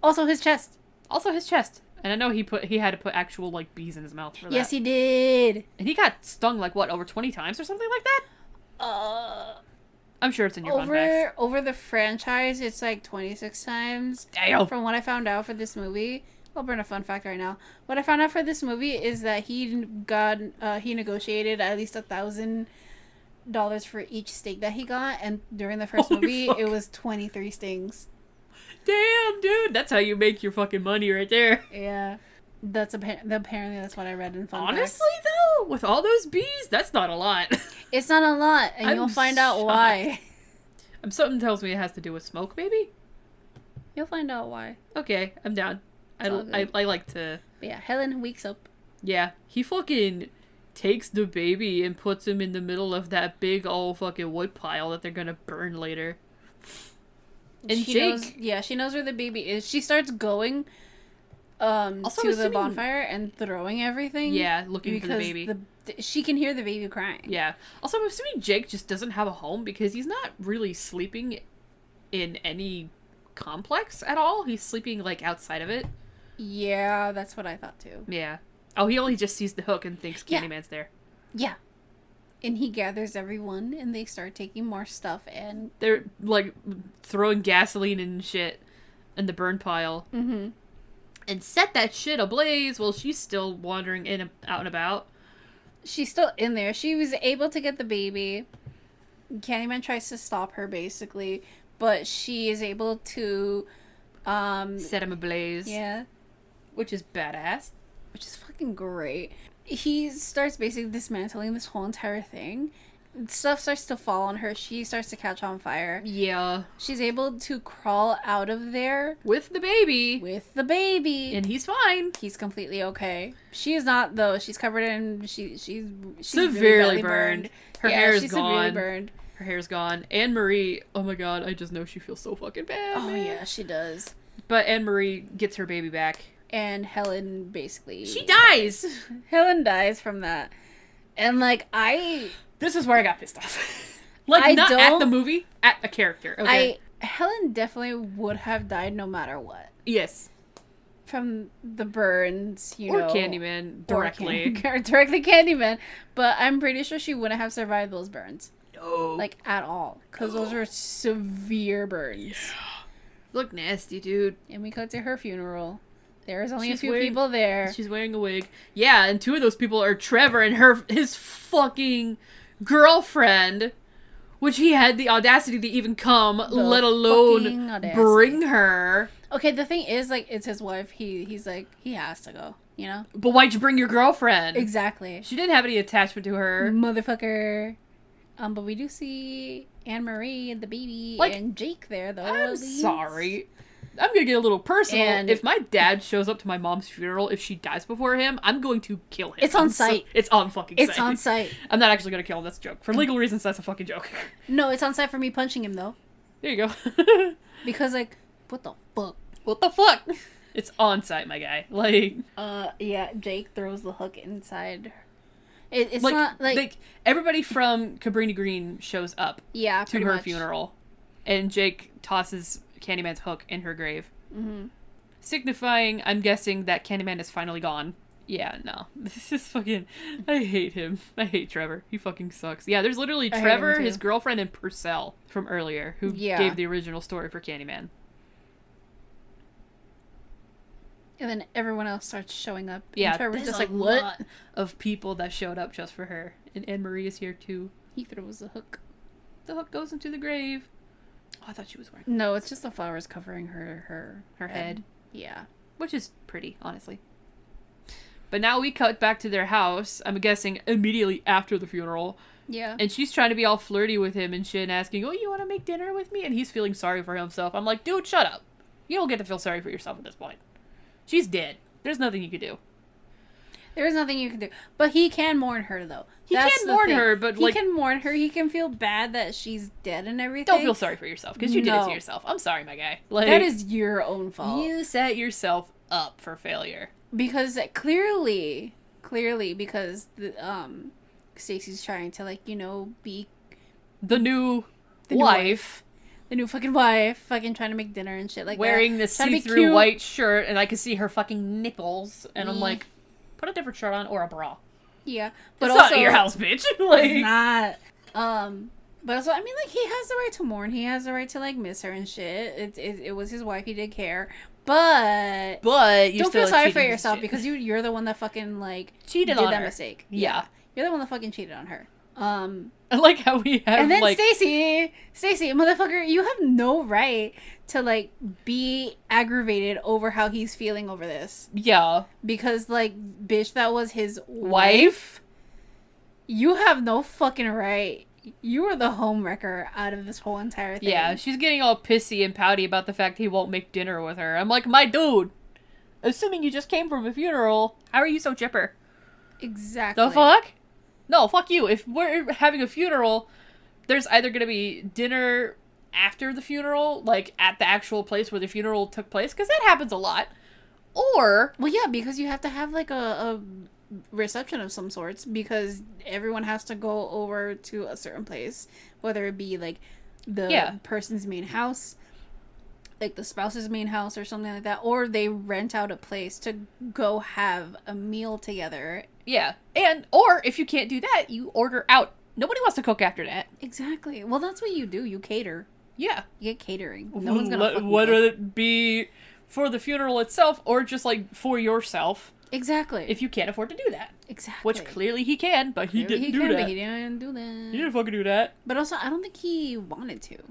Speaker 2: Also, his chest.
Speaker 1: Also his chest. And I know he put he had to put actual like bees in his mouth for that.
Speaker 2: Yes, he did.
Speaker 1: And he got stung like what over twenty times or something like that.
Speaker 2: Uh.
Speaker 1: I'm sure it's in your fun facts.
Speaker 2: over over the franchise, it's like twenty six times.
Speaker 1: Damn.
Speaker 2: From what I found out for this movie, I'll burn a fun fact right now. What I found out for this movie is that he got uh, he negotiated at least a thousand dollars for each steak that he got, and during the first
Speaker 1: Holy
Speaker 2: movie,
Speaker 1: fuck.
Speaker 2: it was twenty three stings.
Speaker 1: Damn, dude, that's how you make your fucking money right there.
Speaker 2: Yeah, that's appa- apparently that's what I read in fun. facts.
Speaker 1: Honestly though, with all those bees, that's not a lot.
Speaker 2: it's not a lot, and
Speaker 1: I'm
Speaker 2: you'll find out
Speaker 1: shocked.
Speaker 2: why.
Speaker 1: Um, something tells me it has to do with smoke, maybe.
Speaker 2: You'll find out why.
Speaker 1: Okay, I'm down. I,
Speaker 2: It's all good.
Speaker 1: I, I like to.
Speaker 2: But yeah, Helen wakes up.
Speaker 1: Yeah, he fucking takes the baby and puts him in the middle of that big old fucking wood pile that they're gonna burn later. And
Speaker 2: she
Speaker 1: Jake,
Speaker 2: knows yeah, she knows where the baby is. She starts going um
Speaker 1: Also,
Speaker 2: to
Speaker 1: I'm
Speaker 2: the
Speaker 1: assuming-
Speaker 2: bonfire and throwing everything.
Speaker 1: yeah, looking for
Speaker 2: because
Speaker 1: the baby.
Speaker 2: the- she can hear the baby crying.
Speaker 1: Yeah. Also, I'm assuming Jake just doesn't have a home because he's not really sleeping in any complex at all. He's sleeping like outside of it.
Speaker 2: Yeah, that's what I thought too.
Speaker 1: Yeah. Oh, he only just sees the hook and thinks
Speaker 2: Yeah.
Speaker 1: Candyman's there.
Speaker 2: Yeah. And he gathers everyone and they start taking more stuff and
Speaker 1: They're like throwing gasoline and shit in the burn pile
Speaker 2: Mhm.
Speaker 1: and set that shit ablaze while she's still wandering in and out and about.
Speaker 2: she's still in there. She was able to get the baby. Candyman tries to stop her basically, but she is able to um
Speaker 1: Set him ablaze,
Speaker 2: yeah.
Speaker 1: which is badass.
Speaker 2: which is fucking great. He starts basically dismantling this whole entire thing. Stuff starts to fall on her. She starts to catch on fire.
Speaker 1: Yeah,
Speaker 2: She's able to crawl out of there
Speaker 1: with the baby,
Speaker 2: with the baby.
Speaker 1: and he's fine.
Speaker 2: He's completely okay. She is not though. She's covered in she she's, she's really
Speaker 1: Severely
Speaker 2: badly
Speaker 1: burned. Her hair is
Speaker 2: she's severely
Speaker 1: gone.
Speaker 2: burned.
Speaker 1: Her hair's gone. Anne Marie, oh my god, I just know she feels so fucking bad.
Speaker 2: Oh
Speaker 1: man.
Speaker 2: yeah, she does.
Speaker 1: But Anne Marie gets her baby back.
Speaker 2: and Helen basically
Speaker 1: She dies.
Speaker 2: Helen dies from that. And like I
Speaker 1: This is where I got pissed off. like
Speaker 2: I
Speaker 1: not at the
Speaker 2: don't-
Speaker 1: movie, at a character. Okay.
Speaker 2: I Helen definitely would have died no matter what.
Speaker 1: yes.
Speaker 2: From the burns, you
Speaker 1: Or
Speaker 2: know.
Speaker 1: Candyman
Speaker 2: or
Speaker 1: directly.
Speaker 2: Can- or directly Candyman. But I'm pretty sure she wouldn't have survived those burns.
Speaker 1: no. Like
Speaker 2: Like at all. Because those are severe burns.
Speaker 1: look nasty, dude.
Speaker 2: And we go to her funeral. There is only
Speaker 1: She's
Speaker 2: a few
Speaker 1: wearing-
Speaker 2: people there.
Speaker 1: She's wearing a wig. Yeah, and two of those people are Trevor and her his fucking girlfriend, which he had the audacity to even come, let
Speaker 2: fucking
Speaker 1: alone
Speaker 2: audacity.
Speaker 1: bring her.
Speaker 2: Okay, the thing is, like, it's his wife. He he's like he has to go. You know
Speaker 1: But why'd you bring your girlfriend?
Speaker 2: exactly,
Speaker 1: She didn't have any attachment to her.
Speaker 2: motherfucker. Um, but we do see Anne Marie and the baby
Speaker 1: Like,
Speaker 2: and Jake there though.
Speaker 1: I'm
Speaker 2: at least.
Speaker 1: sorry. I'm gonna get a little personal.
Speaker 2: And-
Speaker 1: if my dad shows up to my mom's funeral, if she dies before him, I'm going to kill him.
Speaker 2: It's on
Speaker 1: So-
Speaker 2: site.
Speaker 1: it's on fucking
Speaker 2: It's
Speaker 1: site.
Speaker 2: on site.
Speaker 1: I'm not actually gonna kill him. That's a joke. For legal reasons, that's a fucking joke.
Speaker 2: No, it's on site for me punching him though,
Speaker 1: there you go.
Speaker 2: because like, what the fuck?
Speaker 1: What the fuck? It's on site, my guy. Like,
Speaker 2: Uh, yeah, Jake throws the hook inside. It, it's
Speaker 1: like,
Speaker 2: not like,
Speaker 1: like, everybody from Cabrini Green shows up
Speaker 2: yeah,
Speaker 1: to
Speaker 2: pretty
Speaker 1: her
Speaker 2: much.
Speaker 1: funeral, and Jake tosses Candyman's hook in her grave,
Speaker 2: Mhm.
Speaker 1: signifying, I'm guessing, that Candyman is finally gone. Yeah, no, this is fucking. I hate him. I hate Trevor. He fucking sucks. Yeah, there's literally
Speaker 2: I hate him
Speaker 1: Trevor,
Speaker 2: too.
Speaker 1: his girlfriend, and Purcell from earlier who
Speaker 2: Yeah.
Speaker 1: gave the original story for Candyman.
Speaker 2: And then everyone else starts showing up. and
Speaker 1: Yeah,
Speaker 2: Trevor's
Speaker 1: there's
Speaker 2: just
Speaker 1: a
Speaker 2: like, what?
Speaker 1: lot of people that showed up just for her, and Anne Marie is here too.
Speaker 2: He throws the hook.
Speaker 1: The hook goes into the grave. Oh, I thought she was wearing
Speaker 2: No, it's just the flowers covering her her
Speaker 1: her head,
Speaker 2: Yeah.
Speaker 1: which is pretty, honestly. But now we cut back to their house, I'm guessing immediately after the funeral,
Speaker 2: Yeah.
Speaker 1: and she's trying to be all flirty with him and shit and asking, Oh, you want to make dinner with me? And he's feeling sorry for himself. I'm like, Dude, shut up. You don't get to feel sorry for yourself at this point. She's dead. There's nothing you could do.
Speaker 2: There's nothing you can do. But he can mourn her though.
Speaker 1: He can
Speaker 2: the
Speaker 1: mourn her, but,
Speaker 2: he
Speaker 1: like-
Speaker 2: can mourn her. He can feel bad that she's dead and everything.
Speaker 1: Don't feel sorry for yourself because you did it
Speaker 2: No.
Speaker 1: to yourself. I'm sorry, my guy. Like,
Speaker 2: That is your own fault.
Speaker 1: you set yourself up for failure.
Speaker 2: because clearly, clearly, because the, um, Stacy's trying to like you know be
Speaker 1: The new
Speaker 2: The new
Speaker 1: wife.
Speaker 2: the new fucking wife, fucking trying to make dinner and shit like
Speaker 1: wearing
Speaker 2: that.
Speaker 1: this
Speaker 2: Trying to be
Speaker 1: see-through
Speaker 2: cute.
Speaker 1: white shirt, and I can see her fucking nipples, and I'm
Speaker 2: Mm.
Speaker 1: like, put a different shirt on or a bra.
Speaker 2: Yeah,
Speaker 1: But
Speaker 2: but
Speaker 1: it's
Speaker 2: also
Speaker 1: not your house, bitch. like,
Speaker 2: It's not. Um, but also, I mean, like, he has the right to mourn. He has the right to like miss her and shit. It it, it was his wife. He did care, but
Speaker 1: but you
Speaker 2: don't
Speaker 1: still
Speaker 2: feel sorry
Speaker 1: cheated
Speaker 2: for
Speaker 1: and
Speaker 2: yourself
Speaker 1: shit.
Speaker 2: because you you're the one that fucking like
Speaker 1: cheated
Speaker 2: did
Speaker 1: on
Speaker 2: that
Speaker 1: her.
Speaker 2: mistake.
Speaker 1: Yeah.
Speaker 2: you're the one that fucking cheated on her. Um,
Speaker 1: I like how we have
Speaker 2: and then
Speaker 1: like
Speaker 2: Stacy, Stacy, motherfucker, you have no right to like be aggravated over how he's feeling over this
Speaker 1: yeah,
Speaker 2: because like, bitch, that was his
Speaker 1: wife.
Speaker 2: you have no fucking right. You are the homewrecker out of this whole entire thing.
Speaker 1: Yeah, she's getting all pissy and pouty about the fact he won't make dinner with her. I'm like, my dude. Assuming you just came from a funeral, how are you so chipper?
Speaker 2: exactly.
Speaker 1: The fuck? No, fuck you. If we're having a funeral, there's either gonna be dinner after the funeral, like at the actual place where the funeral took place, because that happens a lot, or
Speaker 2: Well, yeah, because you have to have like a, a reception of some sorts because everyone has to go over to a certain place, whether it be like the
Speaker 1: Yeah.
Speaker 2: person's main house, like the spouse's main house, or something like that, or they rent out a place to go have a meal together.
Speaker 1: yeah, and or if you can't do that, you order out. Nobody wants to cook after that.
Speaker 2: Exactly. Well, that's what you do. You cater.
Speaker 1: Yeah,
Speaker 2: You get catering. No one's gonna.
Speaker 1: Wh-
Speaker 2: fucking
Speaker 1: whether
Speaker 2: cook.
Speaker 1: it be for the funeral itself or just like for yourself,
Speaker 2: Exactly.
Speaker 1: if you can't afford to do that,
Speaker 2: exactly.
Speaker 1: which clearly he can, but he
Speaker 2: Maybe
Speaker 1: didn't
Speaker 2: he
Speaker 1: do
Speaker 2: can,
Speaker 1: that.
Speaker 2: But he didn't do that.
Speaker 1: He didn't fucking do that.
Speaker 2: But also, I don't think he wanted to. Which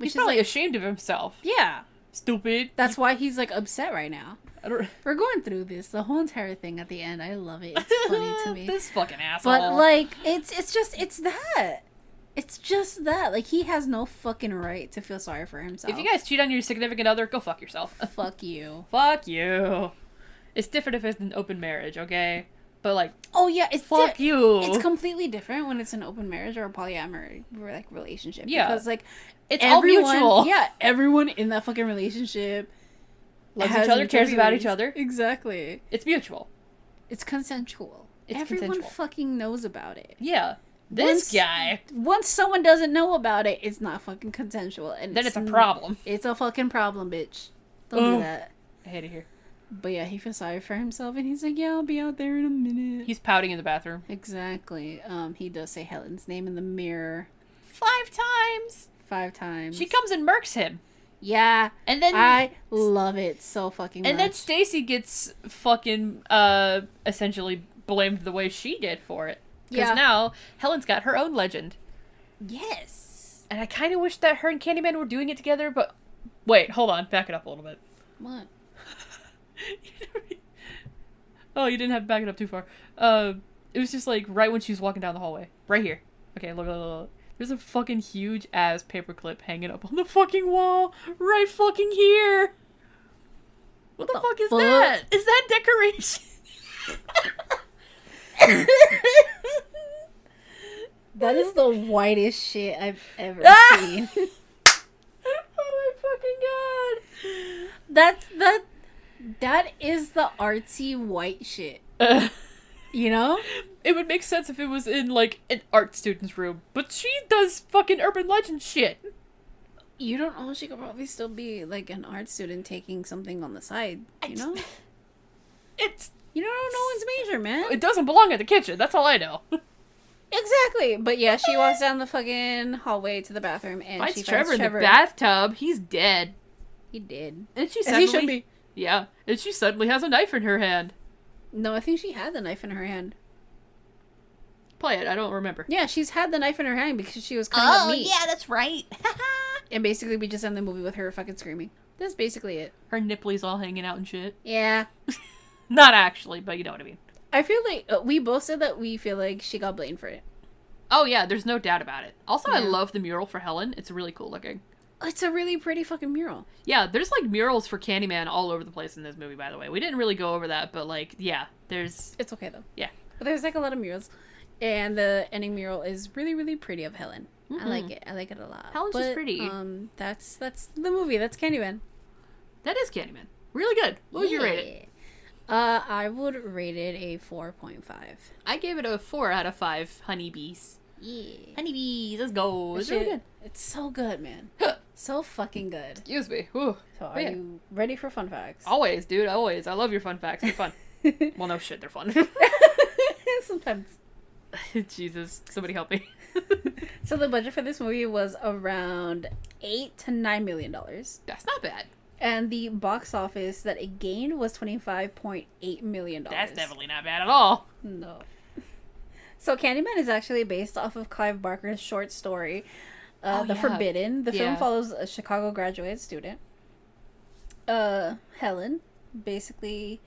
Speaker 1: He's
Speaker 2: is
Speaker 1: probably
Speaker 2: like,
Speaker 1: ashamed of himself.
Speaker 2: yeah,
Speaker 1: Stupid.
Speaker 2: that's why he's like upset right now.
Speaker 1: I don't.
Speaker 2: We're going through this the whole entire thing at the end. I love it. It's funny to me.
Speaker 1: this fucking asshole.
Speaker 2: but like, it's it's just it's that. It's just that. Like he has no fucking right to feel sorry for himself. Uh,
Speaker 1: if you guys cheat on your significant other, go fuck yourself.
Speaker 2: fuck you.
Speaker 1: fuck you. It's different if it's an open marriage, okay? But like,
Speaker 2: Oh yeah, it's
Speaker 1: fuck
Speaker 2: di-
Speaker 1: you.
Speaker 2: It's completely different when it's an open marriage or a polyamory like relationship.
Speaker 1: Yeah.
Speaker 2: because like
Speaker 1: It's
Speaker 2: everyone,
Speaker 1: all mutual.
Speaker 2: yeah, everyone in that fucking relationship
Speaker 1: Loves
Speaker 2: has
Speaker 1: each other, cares about each
Speaker 2: interviewees.
Speaker 1: other.
Speaker 2: Exactly.
Speaker 1: It's mutual.
Speaker 2: It's consensual.
Speaker 1: It's
Speaker 2: Everyone
Speaker 1: consensual.
Speaker 2: fucking knows about it.
Speaker 1: Yeah. This
Speaker 2: Once-
Speaker 1: guy.
Speaker 2: Once someone doesn't know about it, it's not fucking consensual. And
Speaker 1: Then it's a problem.
Speaker 2: It's a fucking problem, bitch. Don't
Speaker 1: Ugh.
Speaker 2: do that.
Speaker 1: I hate it here.
Speaker 2: But yeah, he feels sorry for himself, and he's like, "Yeah, I'll be out there in a minute."
Speaker 1: He's pouting in the bathroom.
Speaker 2: exactly. Um, he does say Helen's name in the mirror
Speaker 1: Five times.
Speaker 2: five times.
Speaker 1: She comes and murks him.
Speaker 2: yeah,
Speaker 1: And then
Speaker 2: I love it so fucking.
Speaker 1: and
Speaker 2: much.
Speaker 1: then Stacy gets fucking uh essentially blamed the way she did for it. Because
Speaker 2: Yeah.
Speaker 1: now Helen's got her own legend.
Speaker 2: yes.
Speaker 1: And I kinda wish that her and Candyman were doing it together, but wait, hold on, back it up a little bit.
Speaker 2: What?
Speaker 1: oh, you didn't have to back it up too far. Uh, it was just like right when she was walking down the hallway, right here. Okay, look, look, look. look. There's a fucking huge ass paperclip hanging up on the fucking wall, right fucking here. What the,
Speaker 2: the
Speaker 1: fuck is
Speaker 2: fuck?
Speaker 1: that? Is that decoration?
Speaker 2: That is the whitest shit I've ever
Speaker 1: Ah!
Speaker 2: seen.
Speaker 1: oh my fucking god!
Speaker 2: That's that. That is the artsy white shit.
Speaker 1: Uh,
Speaker 2: You know?
Speaker 1: it would make sense if it was in like an art student's room, but she does fucking urban legend shit.
Speaker 2: You don't know. She could probably still be like an art student taking something on the side. You know?
Speaker 1: It's
Speaker 2: You don't know one's major, man.
Speaker 1: it doesn't belong in the kitchen. That's all I know.
Speaker 2: Exactly. But yeah, she walks down the fucking hallway to the bathroom and
Speaker 1: finds
Speaker 2: she
Speaker 1: Trevor
Speaker 2: finds Trevor.
Speaker 1: in the bathtub. He's dead.
Speaker 2: He did.
Speaker 1: And she
Speaker 2: As
Speaker 1: suddenly
Speaker 2: he should be.
Speaker 1: Yeah. And she suddenly has a knife in her hand.
Speaker 2: No, I think she had the knife in her hand.
Speaker 1: Play it, I don't remember.
Speaker 2: Yeah, she's had the knife in her hand because she was cutting up meat.
Speaker 1: Oh, that's right.
Speaker 2: And basically, we just end the movie with her fucking screaming. That's basically it.
Speaker 1: her nipplies all hanging out and shit.
Speaker 2: Yeah.
Speaker 1: Not actually, but you know what I mean.
Speaker 2: I feel like uh, we both said that we feel like she got blamed for it.
Speaker 1: Oh yeah, there's no doubt about it. Also I
Speaker 2: Yeah.
Speaker 1: love the mural for Helen. It's really cool looking.
Speaker 2: It's a really pretty fucking mural.
Speaker 1: Yeah, there's like murals for Candyman all over the place in this movie, by the way. We didn't really go over that, but like, yeah, there's
Speaker 2: It's okay though.
Speaker 1: Yeah.
Speaker 2: But there's like a lot of murals. And the ending mural is really, really pretty of Helen. I like it. I like it a lot.
Speaker 1: Helen's just
Speaker 2: But,
Speaker 1: pretty.
Speaker 2: Um, that's that's the movie. That's Candyman.
Speaker 1: that is Candyman. Really good. What would you rate it?
Speaker 2: Yeah. Uh, I would rate it a four point five.
Speaker 1: I gave it a four out of five honeybees.
Speaker 2: Yeah.
Speaker 1: Honeybees, let's go. It's really good.
Speaker 2: It's so good, man. so fucking good.
Speaker 1: Excuse me. Whew. Oh,
Speaker 2: So are
Speaker 1: yeah.
Speaker 2: you ready for fun facts?
Speaker 1: Always, dude. Always. I love your fun facts. They're fun. well, no shit, they're fun.
Speaker 2: Sometimes.
Speaker 1: Jesus, somebody help me.
Speaker 2: So the budget for this movie was around eight to nine million dollars,
Speaker 1: That's not bad.
Speaker 2: and the box office that it gained was twenty five point eight million dollars.
Speaker 1: That's definitely not bad at all.
Speaker 2: no. So Candyman is actually based off of Clive Barker's short story, uh,
Speaker 1: Oh,
Speaker 2: "The
Speaker 1: yeah.
Speaker 2: Forbidden." The
Speaker 1: Yeah.
Speaker 2: film follows a Chicago graduate student, uh, Helen, basically.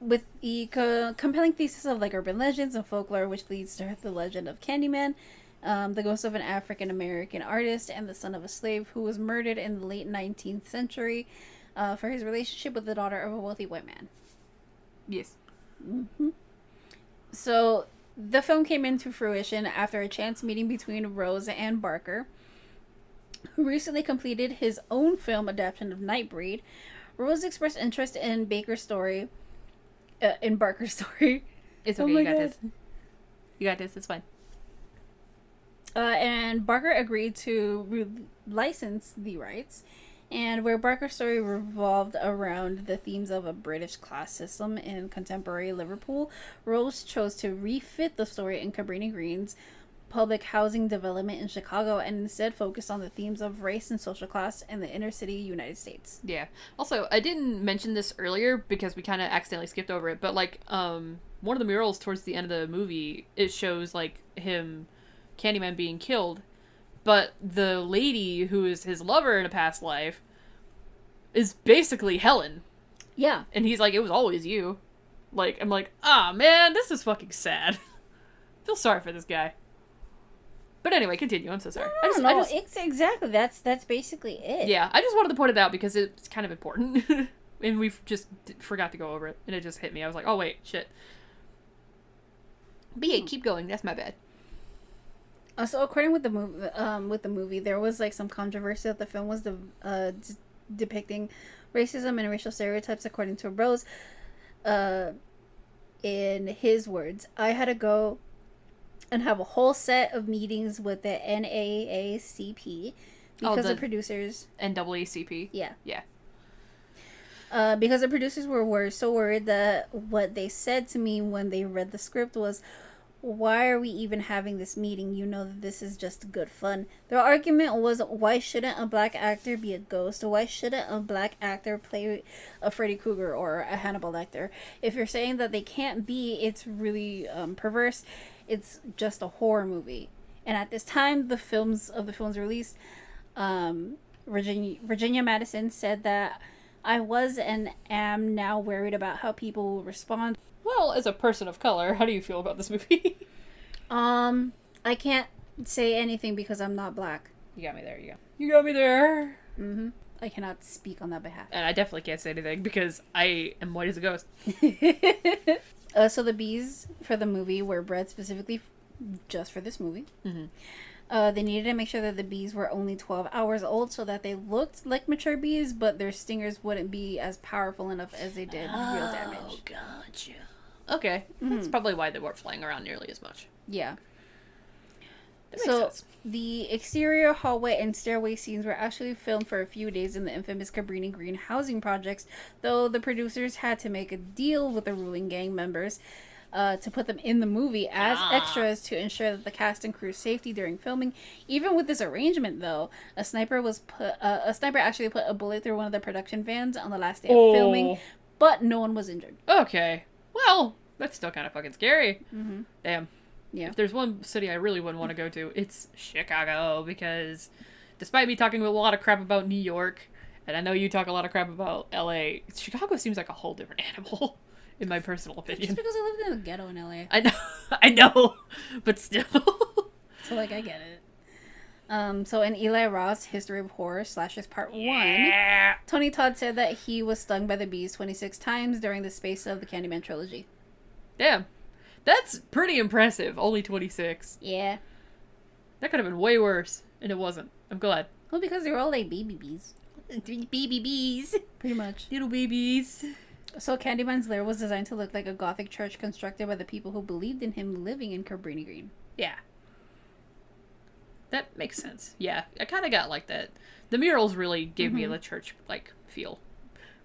Speaker 2: With the co- compelling thesis of like urban legends and folklore, which leads to the legend of Candyman, um, the ghost of an African American artist and the son of a slave who was murdered in the late 19th century uh, for his relationship with the daughter of a wealthy white man.
Speaker 1: Yes.
Speaker 2: So the film came into fruition after a chance meeting between Rose and Barker, who recently completed his own film adaptation of Nightbreed. Rose expressed interest in Baker's story, uh, in Barker's story,
Speaker 1: It's
Speaker 2: Oh
Speaker 1: okay.
Speaker 2: my
Speaker 1: you got
Speaker 2: God.
Speaker 1: this. You got this. It's fine.
Speaker 2: uh, and Barker agreed to re- license the rights. And where Barker's story revolved around the themes of a British class system in contemporary Liverpool, Rose chose to refit the story in Cabrini Green's public housing development in Chicago and instead focused on the themes of race and social class in the inner city United States.
Speaker 1: Yeah. Also, I didn't mention this earlier because we kind of accidentally skipped over it, but like, um, one of the murals towards the end of the movie, it shows like him, Candyman being killed, but the lady who is his lover in a past life is basically Helen,
Speaker 2: Yeah.
Speaker 1: and he's like, it was always you. Like, I'm like, ah, man, this is fucking sad. Feel sorry for this guy. But anyway, continue. I'm so sorry.
Speaker 2: I don't know. it's exactly that's that's basically it.
Speaker 1: Yeah, I just wanted to point it out because it's kind of important, and we just d- forgot to go over it, and it just hit me. I was like, oh wait, shit. But yeah, keep going. That's my bad.
Speaker 2: Uh, so according with the movie, um, with the movie, there was like some controversy that the film was de- uh, d- depicting racism and racial stereotypes, according to Rose. Uh, in his words, I had to go and have a whole set of meetings with the NAACP
Speaker 1: Oh,
Speaker 2: because the
Speaker 1: the-
Speaker 2: producers,
Speaker 1: NAACP.
Speaker 2: yeah,
Speaker 1: Yeah.
Speaker 2: uh, because the producers were, were so worried that what they said to me when they read the script was, Why are we even having this meeting? You know that this is just good fun. Their argument was, Why shouldn't a black actor be a ghost? Why shouldn't a black actor play a Freddy Krueger or a Hannibal Lecter? If you're saying that they can't be, it's really um, perverse. It's just a horror movie. And at this time, the films of the film's release, um, Virginia Virginia Madison said that I was and am now worried about how people will respond.
Speaker 1: Well, as a person of color, how do you feel about this movie?
Speaker 2: Um, I can't say anything because I'm not black.
Speaker 1: you got me there. You go. You got me there.
Speaker 2: Mm-hmm. I cannot speak on that behalf.
Speaker 1: And I definitely can't say anything because I am white as a ghost.
Speaker 2: uh, so the bees for the movie were bred specifically f- just for this movie.
Speaker 1: Mhm.
Speaker 2: Uh, they needed to make sure that the bees were only 12 hours old so that they looked like mature bees, but their stingers wouldn't be as powerful enough as they did real damage.
Speaker 1: gotcha. Okay, that's
Speaker 2: Hmm.
Speaker 1: probably why they weren't flying around nearly as much.
Speaker 2: Yeah.
Speaker 1: That makes
Speaker 2: so
Speaker 1: sense.
Speaker 2: the exterior hallway and stairway scenes were actually filmed for a few days in the infamous Cabrini Green housing projects, though the producers had to make a deal with the ruling gang members uh, to put them in the movie as
Speaker 1: Ah.
Speaker 2: extras to ensure that the cast and crew's safety during filming. Even with this arrangement, though, a sniper was put uh, a sniper actually put a bullet through one of the production vans on the last day of filming,
Speaker 1: Oh.
Speaker 2: but no one was injured.
Speaker 1: Okay. Well, that's still kind of fucking scary.
Speaker 2: Mhm.
Speaker 1: Damn.
Speaker 2: Yeah.
Speaker 1: If there's one city I really wouldn't want to go to, it's Chicago because despite me talking a lot of crap about New York, and I know you talk a lot of crap about LA, Chicago seems like a whole different animal in my personal
Speaker 2: Just
Speaker 1: opinion.
Speaker 2: because I lived in the ghetto in LA.
Speaker 1: I know. I know. But still.
Speaker 2: So like I get it. Um, so in Eli Ross History of Horror slashes part one,
Speaker 1: Yeah.
Speaker 2: Tony Todd said that he was stung by the bees 26 times during the space of the Candyman trilogy.
Speaker 1: Damn. That's pretty impressive. Only 26.
Speaker 2: Yeah.
Speaker 1: That could have been way worse, and it wasn't. I'm glad.
Speaker 2: Well, because they were all like baby bees,
Speaker 1: Baby bees.
Speaker 2: pretty much.
Speaker 1: Little babies.
Speaker 2: So Candyman's lair was designed to look like a gothic church constructed by the people who believed in him living in Cabrini Green.
Speaker 1: Yeah. That makes sense. Yeah, I kind of got like that. The murals really gave me the church like feel.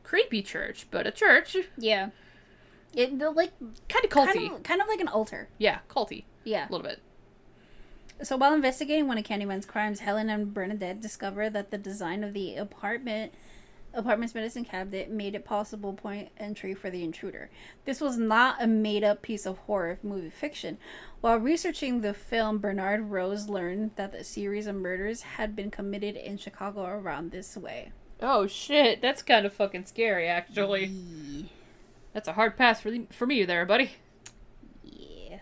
Speaker 1: Creepy church, but a church.
Speaker 2: Yeah. It they're like
Speaker 1: Kind of culty.
Speaker 2: kind of, kind of like an altar.
Speaker 1: Yeah, culty.
Speaker 2: Yeah.
Speaker 1: A little bit.
Speaker 2: So while investigating one of Candyman's crimes, Helen and Bernadette discover that the design of the apartment apartment's medicine cabinet made it possible point entry for the intruder. This was not a made up piece of horror movie fiction. While researching the film, Bernard Rose learned that a series of murders had been committed in Chicago around this way.
Speaker 1: Oh shit, that's kind of fucking scary actually. That's a hard pass for the, for me there, buddy.
Speaker 2: Yeah.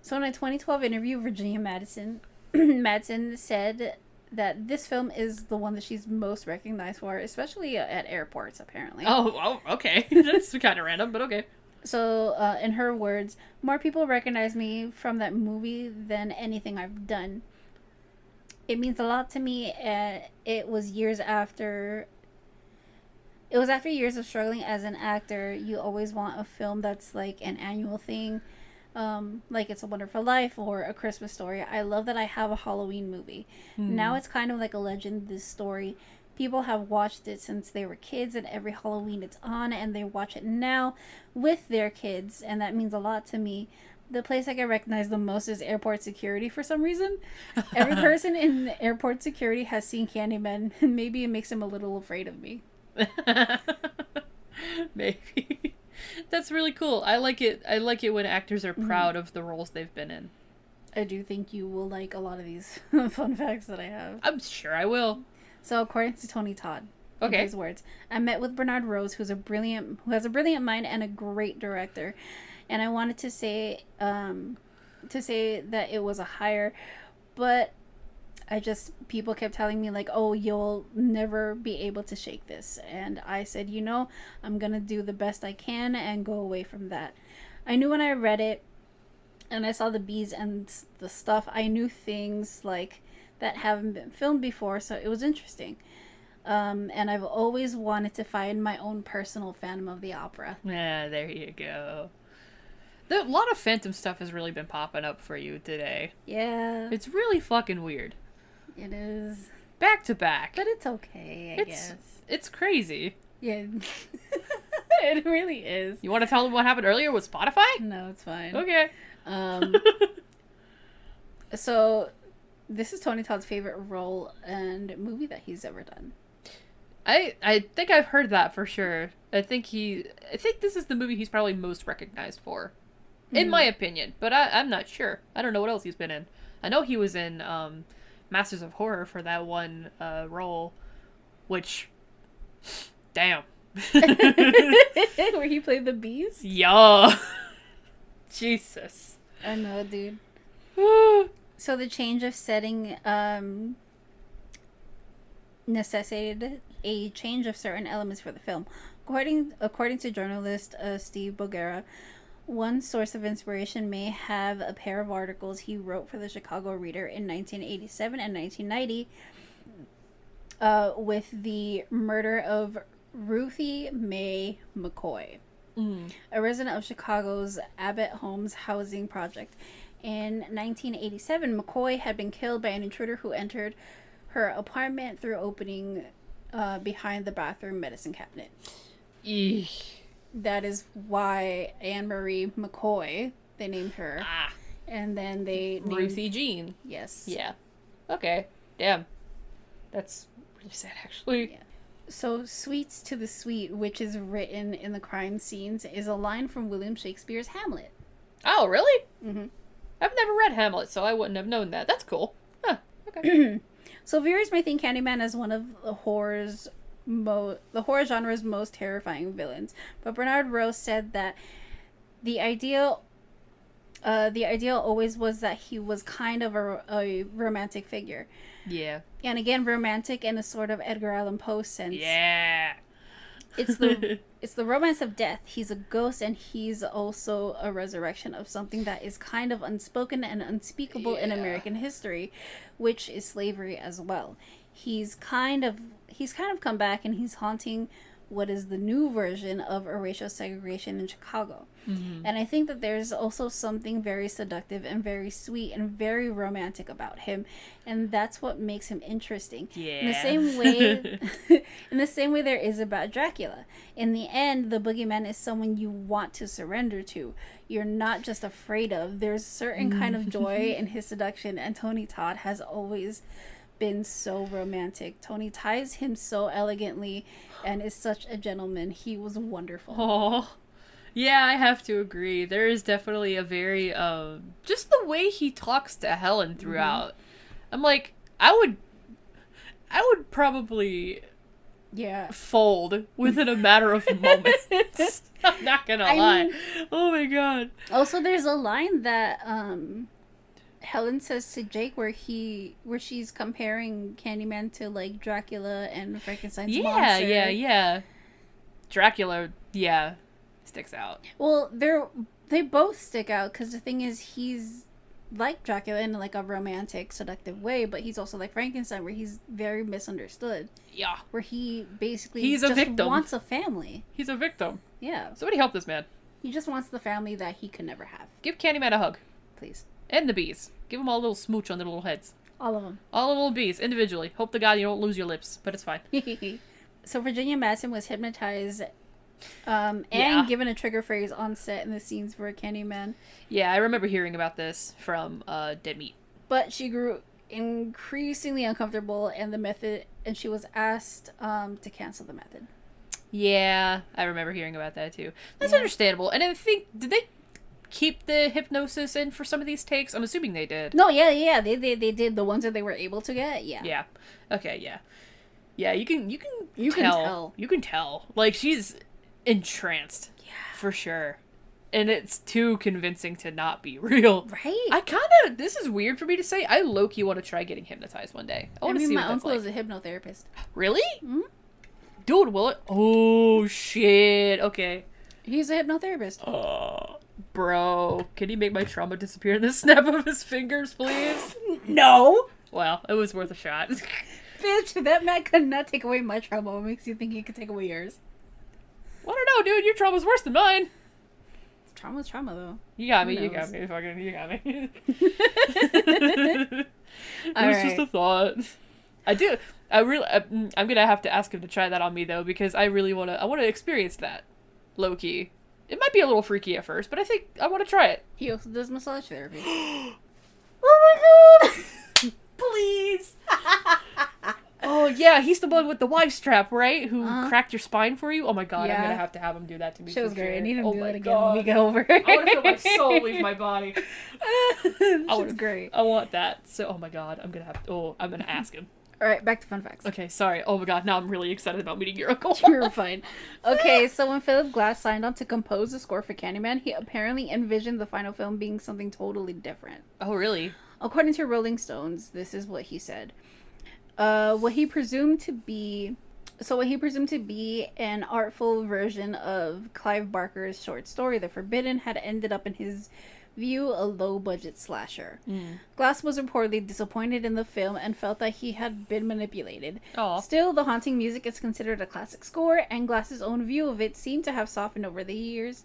Speaker 2: So in a 2012 interview, Virginia Madison Madsen said that this film is the one that she's most recognized for, especially uh, at airports apparently.
Speaker 1: Oh, oh okay. that's kind of random, but okay.
Speaker 2: So uh, in her words, more people recognize me from that movie than anything I've done. It means a lot to me and it was years after it was after years of struggling as an actor. You always want a film that's like an annual thing. um, like It's a Wonderful Life or A Christmas Story. I love that I have a Halloween movie. Now it's kind of like a legend, this story. People have watched it since they were kids, and every Halloween it's on, and they watch it now with their kids, and that means a lot to me. The place I get recognized the most is airport security for some reason. Every person in airport security has seen Candyman, and maybe it makes him a little afraid of me.
Speaker 1: Maybe. That's really cool. I like it. I like it when actors are proud of the roles they've been in.
Speaker 2: I do think you will like a lot of these fun facts that I have.
Speaker 1: I'm sure I will.
Speaker 2: So, according to Tony Todd, in
Speaker 1: Okay.
Speaker 2: his words, I met with Bernard Rose, who's a brilliant, who has a brilliant mind and a great director, and I wanted to say, um, to say that it was a hire, but I just people kept telling me like, oh, you'll never be able to shake this, and I said, you know, I'm gonna do the best I can and go away from that. I knew when I read it and I saw the bees and s- the stuff, I knew things like that haven't been filmed before, so it was interesting. Um, and I've always wanted to find my own personal Phantom of the Opera.
Speaker 1: Yeah, there you go. The, a lot of Phantom stuff has really been popping up for you today.
Speaker 2: Yeah,
Speaker 1: It's really fucking weird.
Speaker 2: it is.
Speaker 1: Back to back.
Speaker 2: But it's okay, I
Speaker 1: It's-
Speaker 2: guess.
Speaker 1: It's crazy.
Speaker 2: Yeah. it really is.
Speaker 1: You want to tell them what happened earlier with Spotify?
Speaker 2: No, it's fine.
Speaker 1: Okay.
Speaker 2: Um, so, this is Tony Todd's favorite role and movie that he's ever done.
Speaker 1: I I think I've heard that for sure. I think he I think this is the movie he's probably most recognized for, in my opinion. But I, I'm not sure. I don't know what else he's been in. I know he was in um, Masters of Horror for that one uh, role, which, damn,
Speaker 2: Where he played the beast?
Speaker 1: yeah, Jesus.
Speaker 2: I know, dude.
Speaker 1: Woo.
Speaker 2: So, the change of setting um, necessitated a change of certain elements for the film. According, according to journalist uh, Steve Bogera, one source of inspiration may have a pair of articles he wrote for the Chicago Reader in 1987 and 1990 uh, with the murder of Ruthie Mae McCoy,
Speaker 1: Mm.
Speaker 2: a resident of Chicago's Abbott Homes housing project. In 1987, McCoy had been killed by an intruder who entered her apartment through opening uh, behind the bathroom medicine cabinet.
Speaker 1: Eek.
Speaker 2: That is why Anne Marie McCoy, they named her.
Speaker 1: Ah,
Speaker 2: And then they named-
Speaker 1: Ruthie Jean.
Speaker 2: Yes.
Speaker 1: Yeah. Okay. Damn. That's really sad, actually.
Speaker 2: Yeah. So, Sweets to the Sweet, which is written in the crime scenes, is a line from William Shakespeare's Hamlet.
Speaker 1: Oh, really?
Speaker 2: Mhm.
Speaker 1: I've never read Hamlet, so I wouldn't have known that. That's cool. Huh. Okay.
Speaker 2: So, viewers may think Candyman as one of the horror's mo- the horror genre's most terrifying villains, but Bernard Rowe said that the idea. Uh, the idea always was that he was kind of a, a romantic figure.
Speaker 1: yeah.
Speaker 2: And again, romantic in a sort of Edgar Allan Poe sense.
Speaker 1: Yeah.
Speaker 2: It's the it's the romance of death. He's a ghost and he's also a resurrection of something that is kind of unspoken and unspeakable in
Speaker 1: Yeah.
Speaker 2: American history, which is slavery as well. He's kind of he's kind of come back and he's haunting what is the new version of a racial segregation in Chicago.
Speaker 1: Mm-hmm.
Speaker 2: And I think that there's also something very seductive and very sweet and very romantic about him, and that's what makes him interesting. In the
Speaker 1: Yeah.
Speaker 2: same way, in the same way there is about Dracula. In the end, the boogeyman is someone you want to surrender to. You're not just afraid of. There's a certain kind
Speaker 1: Mm.
Speaker 2: of joy in his seduction, and Tony Todd has always been so romantic. Tony ties him so elegantly and is such a gentleman. He was wonderful.
Speaker 1: Oh. Yeah, I have to agree. There is definitely a very um just the way he talks to Helen throughout. I'm like, I would I would probably
Speaker 2: Yeah.
Speaker 1: fold within a matter of moments. I'm not gonna
Speaker 2: I
Speaker 1: lie.
Speaker 2: mean-
Speaker 1: oh my god.
Speaker 2: Also, there's a line that um, Helen says to Jake where he where she's comparing Candyman to like Dracula and Frankenstein's
Speaker 1: Yeah,
Speaker 2: monster.
Speaker 1: yeah, yeah. Dracula, yeah, sticks out.
Speaker 2: Well, they're they both stick out because the thing is he's like Dracula in like a romantic, seductive way, but he's also like Frankenstein where he's very misunderstood,
Speaker 1: Yeah,
Speaker 2: where he basically
Speaker 1: He's a
Speaker 2: just
Speaker 1: victim.
Speaker 2: wants a family.
Speaker 1: he's a victim.
Speaker 2: Yeah,
Speaker 1: Somebody help this man.
Speaker 2: he just wants the family that he could never have.
Speaker 1: Give Candyman a hug.
Speaker 2: Please,
Speaker 1: And the bees. Give them all a little smooch on their little heads.
Speaker 2: all of them.
Speaker 1: All the little bees, individually. Hope to God you don't lose your lips, but it's fine.
Speaker 2: so Virginia Madsen was hypnotized um,
Speaker 1: Yeah.
Speaker 2: and given a trigger phrase on set in the scenes where Candyman,
Speaker 1: Yeah, I remember hearing about this from uh, Dead Meat.
Speaker 2: but she grew increasingly uncomfortable and the method, and she was asked um, to cancel the method.
Speaker 1: Yeah, I remember hearing about that too. That's
Speaker 2: Yeah.
Speaker 1: understandable. And I think, did they keep the hypnosis in for some of these takes? I'm assuming they did.
Speaker 2: No, yeah, yeah, they they, they did the ones that they were able to get. Yeah,
Speaker 1: Yeah. Okay. Yeah. Yeah. You can. You can.
Speaker 2: You can
Speaker 1: tell.
Speaker 2: tell.
Speaker 1: You can tell. Like she's entranced. Yeah. For sure. And it's too convincing to not be real.
Speaker 2: right.
Speaker 1: I kind of. This is weird for me to say. I low key want to try getting hypnotized one day. I
Speaker 2: I
Speaker 1: want to
Speaker 2: mean,
Speaker 1: see
Speaker 2: my
Speaker 1: what that's
Speaker 2: uncle
Speaker 1: like.
Speaker 2: is a hypnotherapist. Hmm?
Speaker 1: Really? Dude, will it? Oh shit. Okay.
Speaker 2: He's a hypnotherapist.
Speaker 1: Oh, bro. Can he make my trauma disappear in the snap of his fingers, please?
Speaker 2: No,
Speaker 1: Well, it was worth a shot.
Speaker 2: Bitch, that man could not take away my trauma. What makes you think he could take away yours?
Speaker 1: Well, I don't know, dude. Your trauma's worse than mine.
Speaker 2: Trauma's trauma, though.
Speaker 1: You got
Speaker 2: Who
Speaker 1: me. You got
Speaker 2: knows?
Speaker 1: me. Fucking, you got me.
Speaker 2: All
Speaker 1: it was just
Speaker 2: right.
Speaker 1: a thought. I do. I really. I, mm, I'm gonna have to ask him to try that on me though, because I really wanna. I wanna experience that, low key. It might be a little freaky at first, but I think I want to try it.
Speaker 2: He also does massage therapy.
Speaker 1: Oh my god! Please. Oh yeah, he's the one with the wife strap, right? Who
Speaker 2: Uh-huh.
Speaker 1: cracked your spine for you? Oh my god, I'm
Speaker 2: Yeah.
Speaker 1: gonna have to have him do that to me.
Speaker 2: Show's
Speaker 1: for
Speaker 2: great. I
Speaker 1: sure.
Speaker 2: need him
Speaker 1: oh
Speaker 2: to do
Speaker 1: my
Speaker 2: that again
Speaker 1: God.
Speaker 2: when we get over.
Speaker 1: I want to feel my soul leave my body.
Speaker 2: That
Speaker 1: would've-
Speaker 2: was great.
Speaker 1: I want that. So, oh my god, I'm gonna have. oh, I'm gonna ask him.
Speaker 2: All right, back to fun facts.
Speaker 1: Okay, sorry. Oh my god, now I'm really excited about meeting your uncle.
Speaker 2: You're fine. Okay, so when Philip Glass signed on to compose the score for Candyman, he apparently envisioned the final film being something totally different.
Speaker 1: oh really?
Speaker 2: According to Rolling Stones, this is what he said. Uh, what he presumed to be, so what he presumed to be an artful version of Clive Barker's short story, The Forbidden, had ended up in his view a low-budget slasher. Glass was reportedly disappointed in the film and felt that he had been manipulated.
Speaker 1: Oh,
Speaker 2: Still, the haunting music is considered a classic score, and Glass's own view of it seemed to have softened over the years.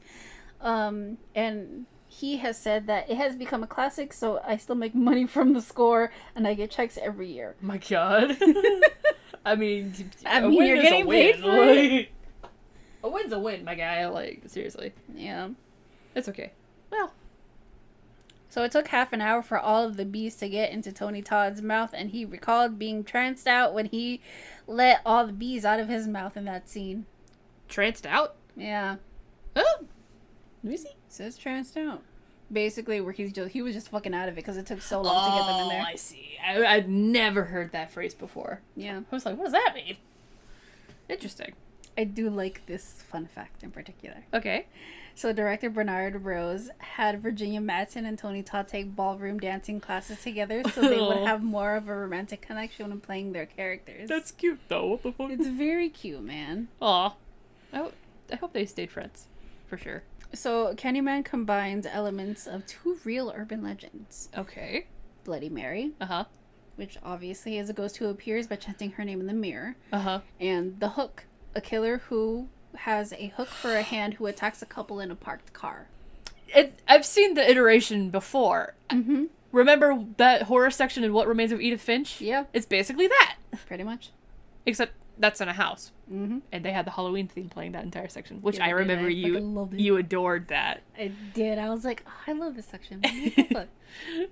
Speaker 2: Um, and he has said that it has become a classic, so I still make money from the score, and I get checks every year.
Speaker 1: oh my god. I mean,
Speaker 2: I
Speaker 1: a
Speaker 2: mean,
Speaker 1: win
Speaker 2: you're
Speaker 1: is a
Speaker 2: getting
Speaker 1: win.
Speaker 2: paid for it.
Speaker 1: like- a win's a win, my guy. Like seriously,
Speaker 2: Yeah.
Speaker 1: it's okay.
Speaker 2: So it took half an hour for all of the bees to get into Tony Todd's mouth, and he recalled being tranced out when he let all the bees out of his mouth in that scene.
Speaker 1: Tranced out.
Speaker 2: Yeah.
Speaker 1: Oh, let me see.
Speaker 2: Says tranced out. Basically, where he's just, he was just fucking out of it because it took so long to get them in
Speaker 1: Oh,
Speaker 2: there.
Speaker 1: I see. I, I'd never heard that phrase before.
Speaker 2: Yeah.
Speaker 1: I was like, what does that mean? Interesting.
Speaker 2: I do like this fun fact in particular.
Speaker 1: Okay.
Speaker 2: So, director Bernard Rose had Virginia Madsen and Tony Todd take ballroom dancing classes together so they
Speaker 1: Oh.
Speaker 2: would have more of a romantic connection when playing their characters.
Speaker 1: That's cute though. What the fuck?
Speaker 2: it's very cute, man.
Speaker 1: Aw. I, ho- I hope they stayed friends. For sure.
Speaker 2: So, Candyman combines elements of two real urban legends
Speaker 1: Okay.
Speaker 2: Bloody Mary,
Speaker 1: Uh huh.
Speaker 2: which obviously is a ghost who appears by chanting her name in the mirror,
Speaker 1: Uh huh.
Speaker 2: and The Hook, a killer who has a hook for a hand who attacks a couple in a parked car.
Speaker 1: It, I've seen the iteration before.
Speaker 2: Mm-hmm.
Speaker 1: Remember that horror section in What Remains of Edith Finch?
Speaker 2: Yeah,
Speaker 1: It's basically that.
Speaker 2: pretty much.
Speaker 1: Except that's in a house.
Speaker 2: Mm-hmm.
Speaker 1: And they had the Halloween theme playing that entire section, which
Speaker 2: Yeah,
Speaker 1: I
Speaker 2: they did.
Speaker 1: remember
Speaker 2: I
Speaker 1: you
Speaker 2: fucking loved it.
Speaker 1: you adored that.
Speaker 2: I did. I was like, oh, I love this section. What the fuck?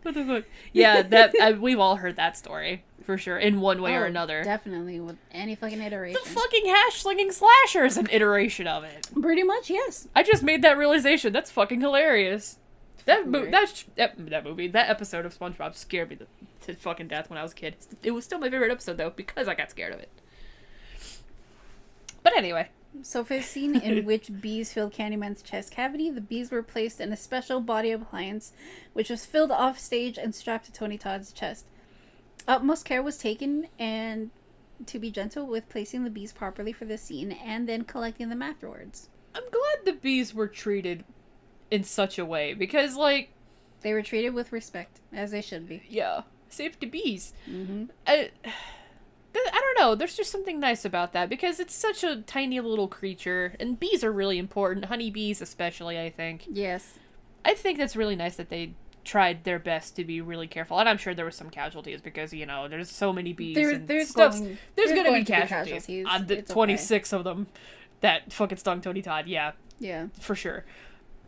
Speaker 1: what the fuck? Yeah, that I, we've all heard that story for sure in one way or
Speaker 2: Oh,
Speaker 1: another.
Speaker 2: Definitely with any fucking iteration.
Speaker 1: the fucking hash slinging slasher is an iteration of it.
Speaker 2: Pretty much, yes.
Speaker 1: I just made that realization. That's fucking hilarious. That
Speaker 2: fucking
Speaker 1: mo-
Speaker 2: weird.
Speaker 1: that, sh- that that movie that episode of SpongeBob scared me to, to fucking death when I was a kid. It was still my favorite episode though because I got scared of it. But anyway,
Speaker 2: So for the scene in which bees filled Candyman's chest cavity, the bees were placed in a special body appliance, which was filled off stage and strapped to Tony Todd's chest. Utmost care was taken and to be gentle with placing the bees properly for this scene and then collecting them afterwards.
Speaker 1: I'm glad the bees were treated in such a way because like
Speaker 2: They were treated with respect, as they should be.
Speaker 1: yeah, save the bees.
Speaker 2: Mm-hmm.
Speaker 1: I, th- I don't know. There's just something nice about that because it's such a tiny little creature, and bees are really important. Honeybees, especially, I think.
Speaker 2: Yes.
Speaker 1: I think that's really nice that they tried their best to be really careful, and I'm sure there was some casualties because you know there's so many bees.
Speaker 2: There-
Speaker 1: and
Speaker 2: there's
Speaker 1: stuffs-
Speaker 2: going-
Speaker 1: there's,
Speaker 2: there's
Speaker 1: gonna
Speaker 2: going
Speaker 1: be
Speaker 2: to be
Speaker 1: casualties.
Speaker 2: casualties.
Speaker 1: On the
Speaker 2: It's okay.
Speaker 1: 26 of them that fucking stung Tony Todd. Yeah,
Speaker 2: Yeah.
Speaker 1: for sure.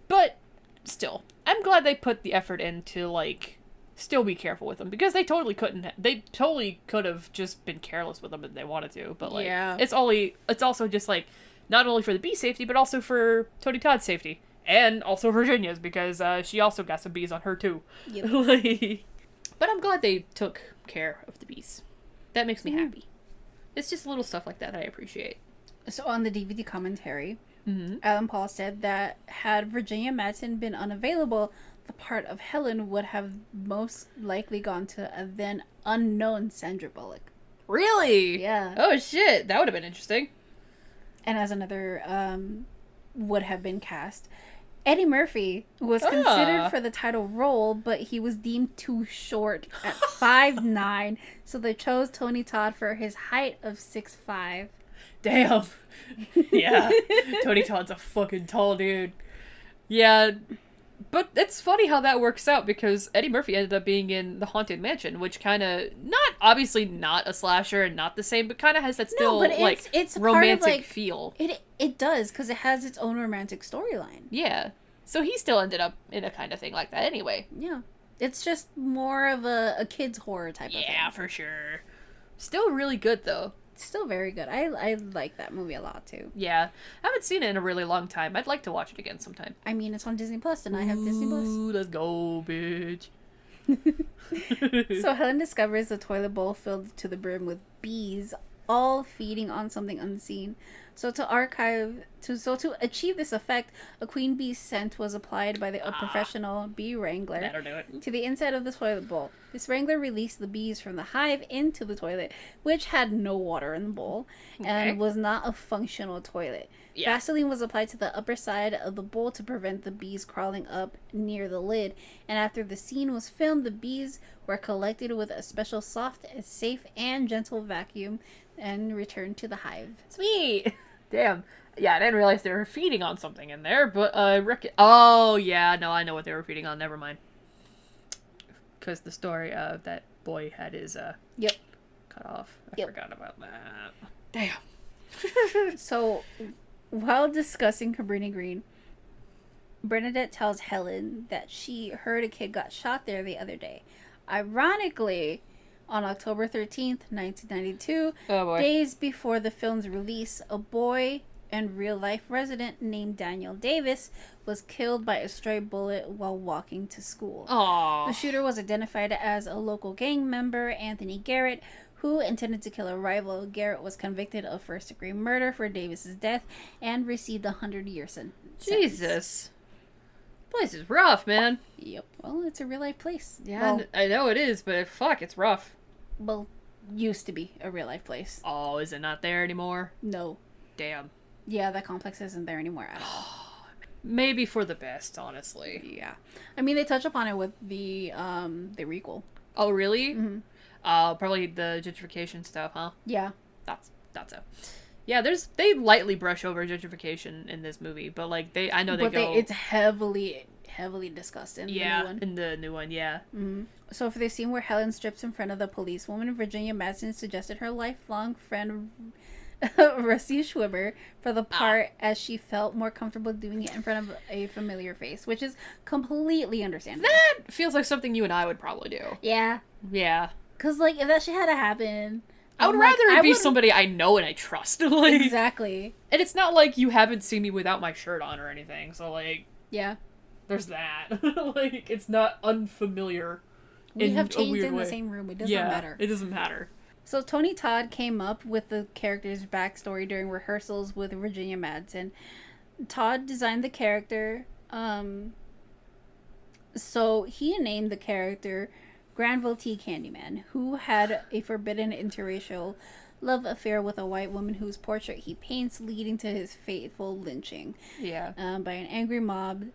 Speaker 1: But still, I'm glad they put the effort in to like still be careful with them because they totally couldn't. ha- They totally could have just been careless with them if they wanted to. But like,
Speaker 2: Yeah.
Speaker 1: it's only it's also just like not only for the bee safety but also for Tony Todd's safety and also Virginia's because uh, she also got some bees on her too.
Speaker 2: Yep.
Speaker 1: Like- but I'm glad they took care of the bees. That makes me
Speaker 2: Yeah.
Speaker 1: happy. It's just little stuff like that that I appreciate.
Speaker 2: So on the DVD commentary,
Speaker 1: Mm-hmm.
Speaker 2: Alan Paul said that had Virginia Madsen been unavailable, the part of Helen would have most likely gone to a then unknown Sandra Bullock.
Speaker 1: Really?
Speaker 2: Yeah.
Speaker 1: Oh shit, that would have been interesting.
Speaker 2: And as another um would have been cast. Eddie Murphy was considered
Speaker 1: Ah.
Speaker 2: for the title role, but he was deemed too short at five nine, so they chose Tony Todd for his height of six five.
Speaker 1: Damn. yeah. Tony Todd's a fucking tall dude. Yeah. But it's funny how that works out because Eddie Murphy ended up being in The Haunted Mansion, which kind of not obviously not a slasher and not the same, but kind of has that still
Speaker 2: but it's-
Speaker 1: like
Speaker 2: it's part of,
Speaker 1: romantic
Speaker 2: like-
Speaker 1: feel.
Speaker 2: It it does because it has its own romantic storyline.
Speaker 1: Yeah. So he still ended up in a kind of thing like that anyway.
Speaker 2: Yeah, it's just more of a, a kids horror type. of
Speaker 1: Yeah,
Speaker 2: thing.
Speaker 1: for sure. Still really good though.
Speaker 2: It's still very good. I I like that movie a lot too.
Speaker 1: Yeah. I haven't seen it in a really long time. I'd like to watch it again sometime.
Speaker 2: I mean, it's on Disney Plus, and I have Disney Plus.
Speaker 1: Ooh, let's go, bitch.
Speaker 2: So Helen discovers the toilet bowl filled to the brim with bees, all feeding on something unseen. So to archive to so to achieve this effect, a queen bee scent was applied by the, a
Speaker 1: Ah.
Speaker 2: professional bee wrangler
Speaker 1: That'll do it.
Speaker 2: to the inside of the toilet bowl. This wrangler released the bees from the hive into the toilet, which had no water in the bowl
Speaker 1: Okay.
Speaker 2: and was not a functional toilet.
Speaker 1: Yeah.
Speaker 2: Vaseline was applied to the upper side of the bowl to prevent the bees crawling up near the lid. And after the scene was filmed, the bees were collected with a special soft, safe, and gentle vacuum and returned to the hive.
Speaker 1: Sweet. Damn. Yeah, I didn't realize they were feeding on something in there, but I reckon. Oh, yeah, no, I know what they were feeding on. Never mind. Because the story of that boy had his uh,
Speaker 2: Yep.
Speaker 1: cut off. I
Speaker 2: Yep.
Speaker 1: forgot about that. Damn.
Speaker 2: So, while discussing Cabrini Green, Bernadette tells Helen that she heard a kid got shot there the other day. Ironically, on October 13th, 1992,
Speaker 1: Oh, boy.
Speaker 2: Days before the film's release, a boy and real life resident named Daniel Davis was killed by a stray bullet while walking to school. The
Speaker 1: Aww.
Speaker 2: shooter was identified as a local gang member, Anthony Garrett, who intended to kill a rival. Garrett was convicted of first degree murder for Davis's death and received a hundred year sen- sentence.
Speaker 1: Jesus. Place is rough, man.
Speaker 2: Yep. Well, it's a real life place.
Speaker 1: Yeah,
Speaker 2: Well,
Speaker 1: I kn- I know it is, but fuck, it's rough.
Speaker 2: well, used to be a real life place.
Speaker 1: Oh, is it not there anymore?
Speaker 2: No.
Speaker 1: Damn.
Speaker 2: Yeah, that complex isn't there anymore at all.
Speaker 1: Maybe for the best, honestly.
Speaker 2: Yeah, I mean they touch upon it with the um the requel.
Speaker 1: Oh, really?
Speaker 2: Mhm.
Speaker 1: Uh, probably the gentrification stuff, huh?
Speaker 2: Yeah,
Speaker 1: That's that's a yeah. There's they lightly brush over gentrification in this movie, but like they I know they
Speaker 2: but
Speaker 1: go
Speaker 2: they, it's heavily heavily discussed in
Speaker 1: yeah
Speaker 2: the new one. Mm-hmm.
Speaker 1: in the new one yeah
Speaker 2: So for the scene where Helen strips in front of the policewoman, Virginia Madsen suggested her lifelong friend Rusty Schwimmer for the part as she felt more comfortable doing it in front of a familiar face, which is completely understandable.
Speaker 1: that feels like something you and I would probably do
Speaker 2: yeah,
Speaker 1: yeah.
Speaker 2: because like if that shit had to happen,
Speaker 1: I would
Speaker 2: I'm like,
Speaker 1: rather it
Speaker 2: I
Speaker 1: be
Speaker 2: would-
Speaker 1: somebody I know and I trust. like,
Speaker 2: exactly.
Speaker 1: and it's not like you haven't seen me without my shirt on or anything. So like,
Speaker 2: Yeah,
Speaker 1: there's that. like, it's not unfamiliar.
Speaker 2: we
Speaker 1: In
Speaker 2: have
Speaker 1: a
Speaker 2: changed
Speaker 1: weird
Speaker 2: in
Speaker 1: way.
Speaker 2: the same room. It doesn't
Speaker 1: yeah,
Speaker 2: matter.
Speaker 1: it doesn't matter.
Speaker 2: So Tony Todd came up with the character's backstory during rehearsals with Virginia Madsen. Todd designed the character, um, so he named the character Granville T. Candyman, who had a forbidden interracial love affair with a white woman whose portrait he paints, leading to his fateful lynching
Speaker 1: Yeah.
Speaker 2: um, by an angry mob.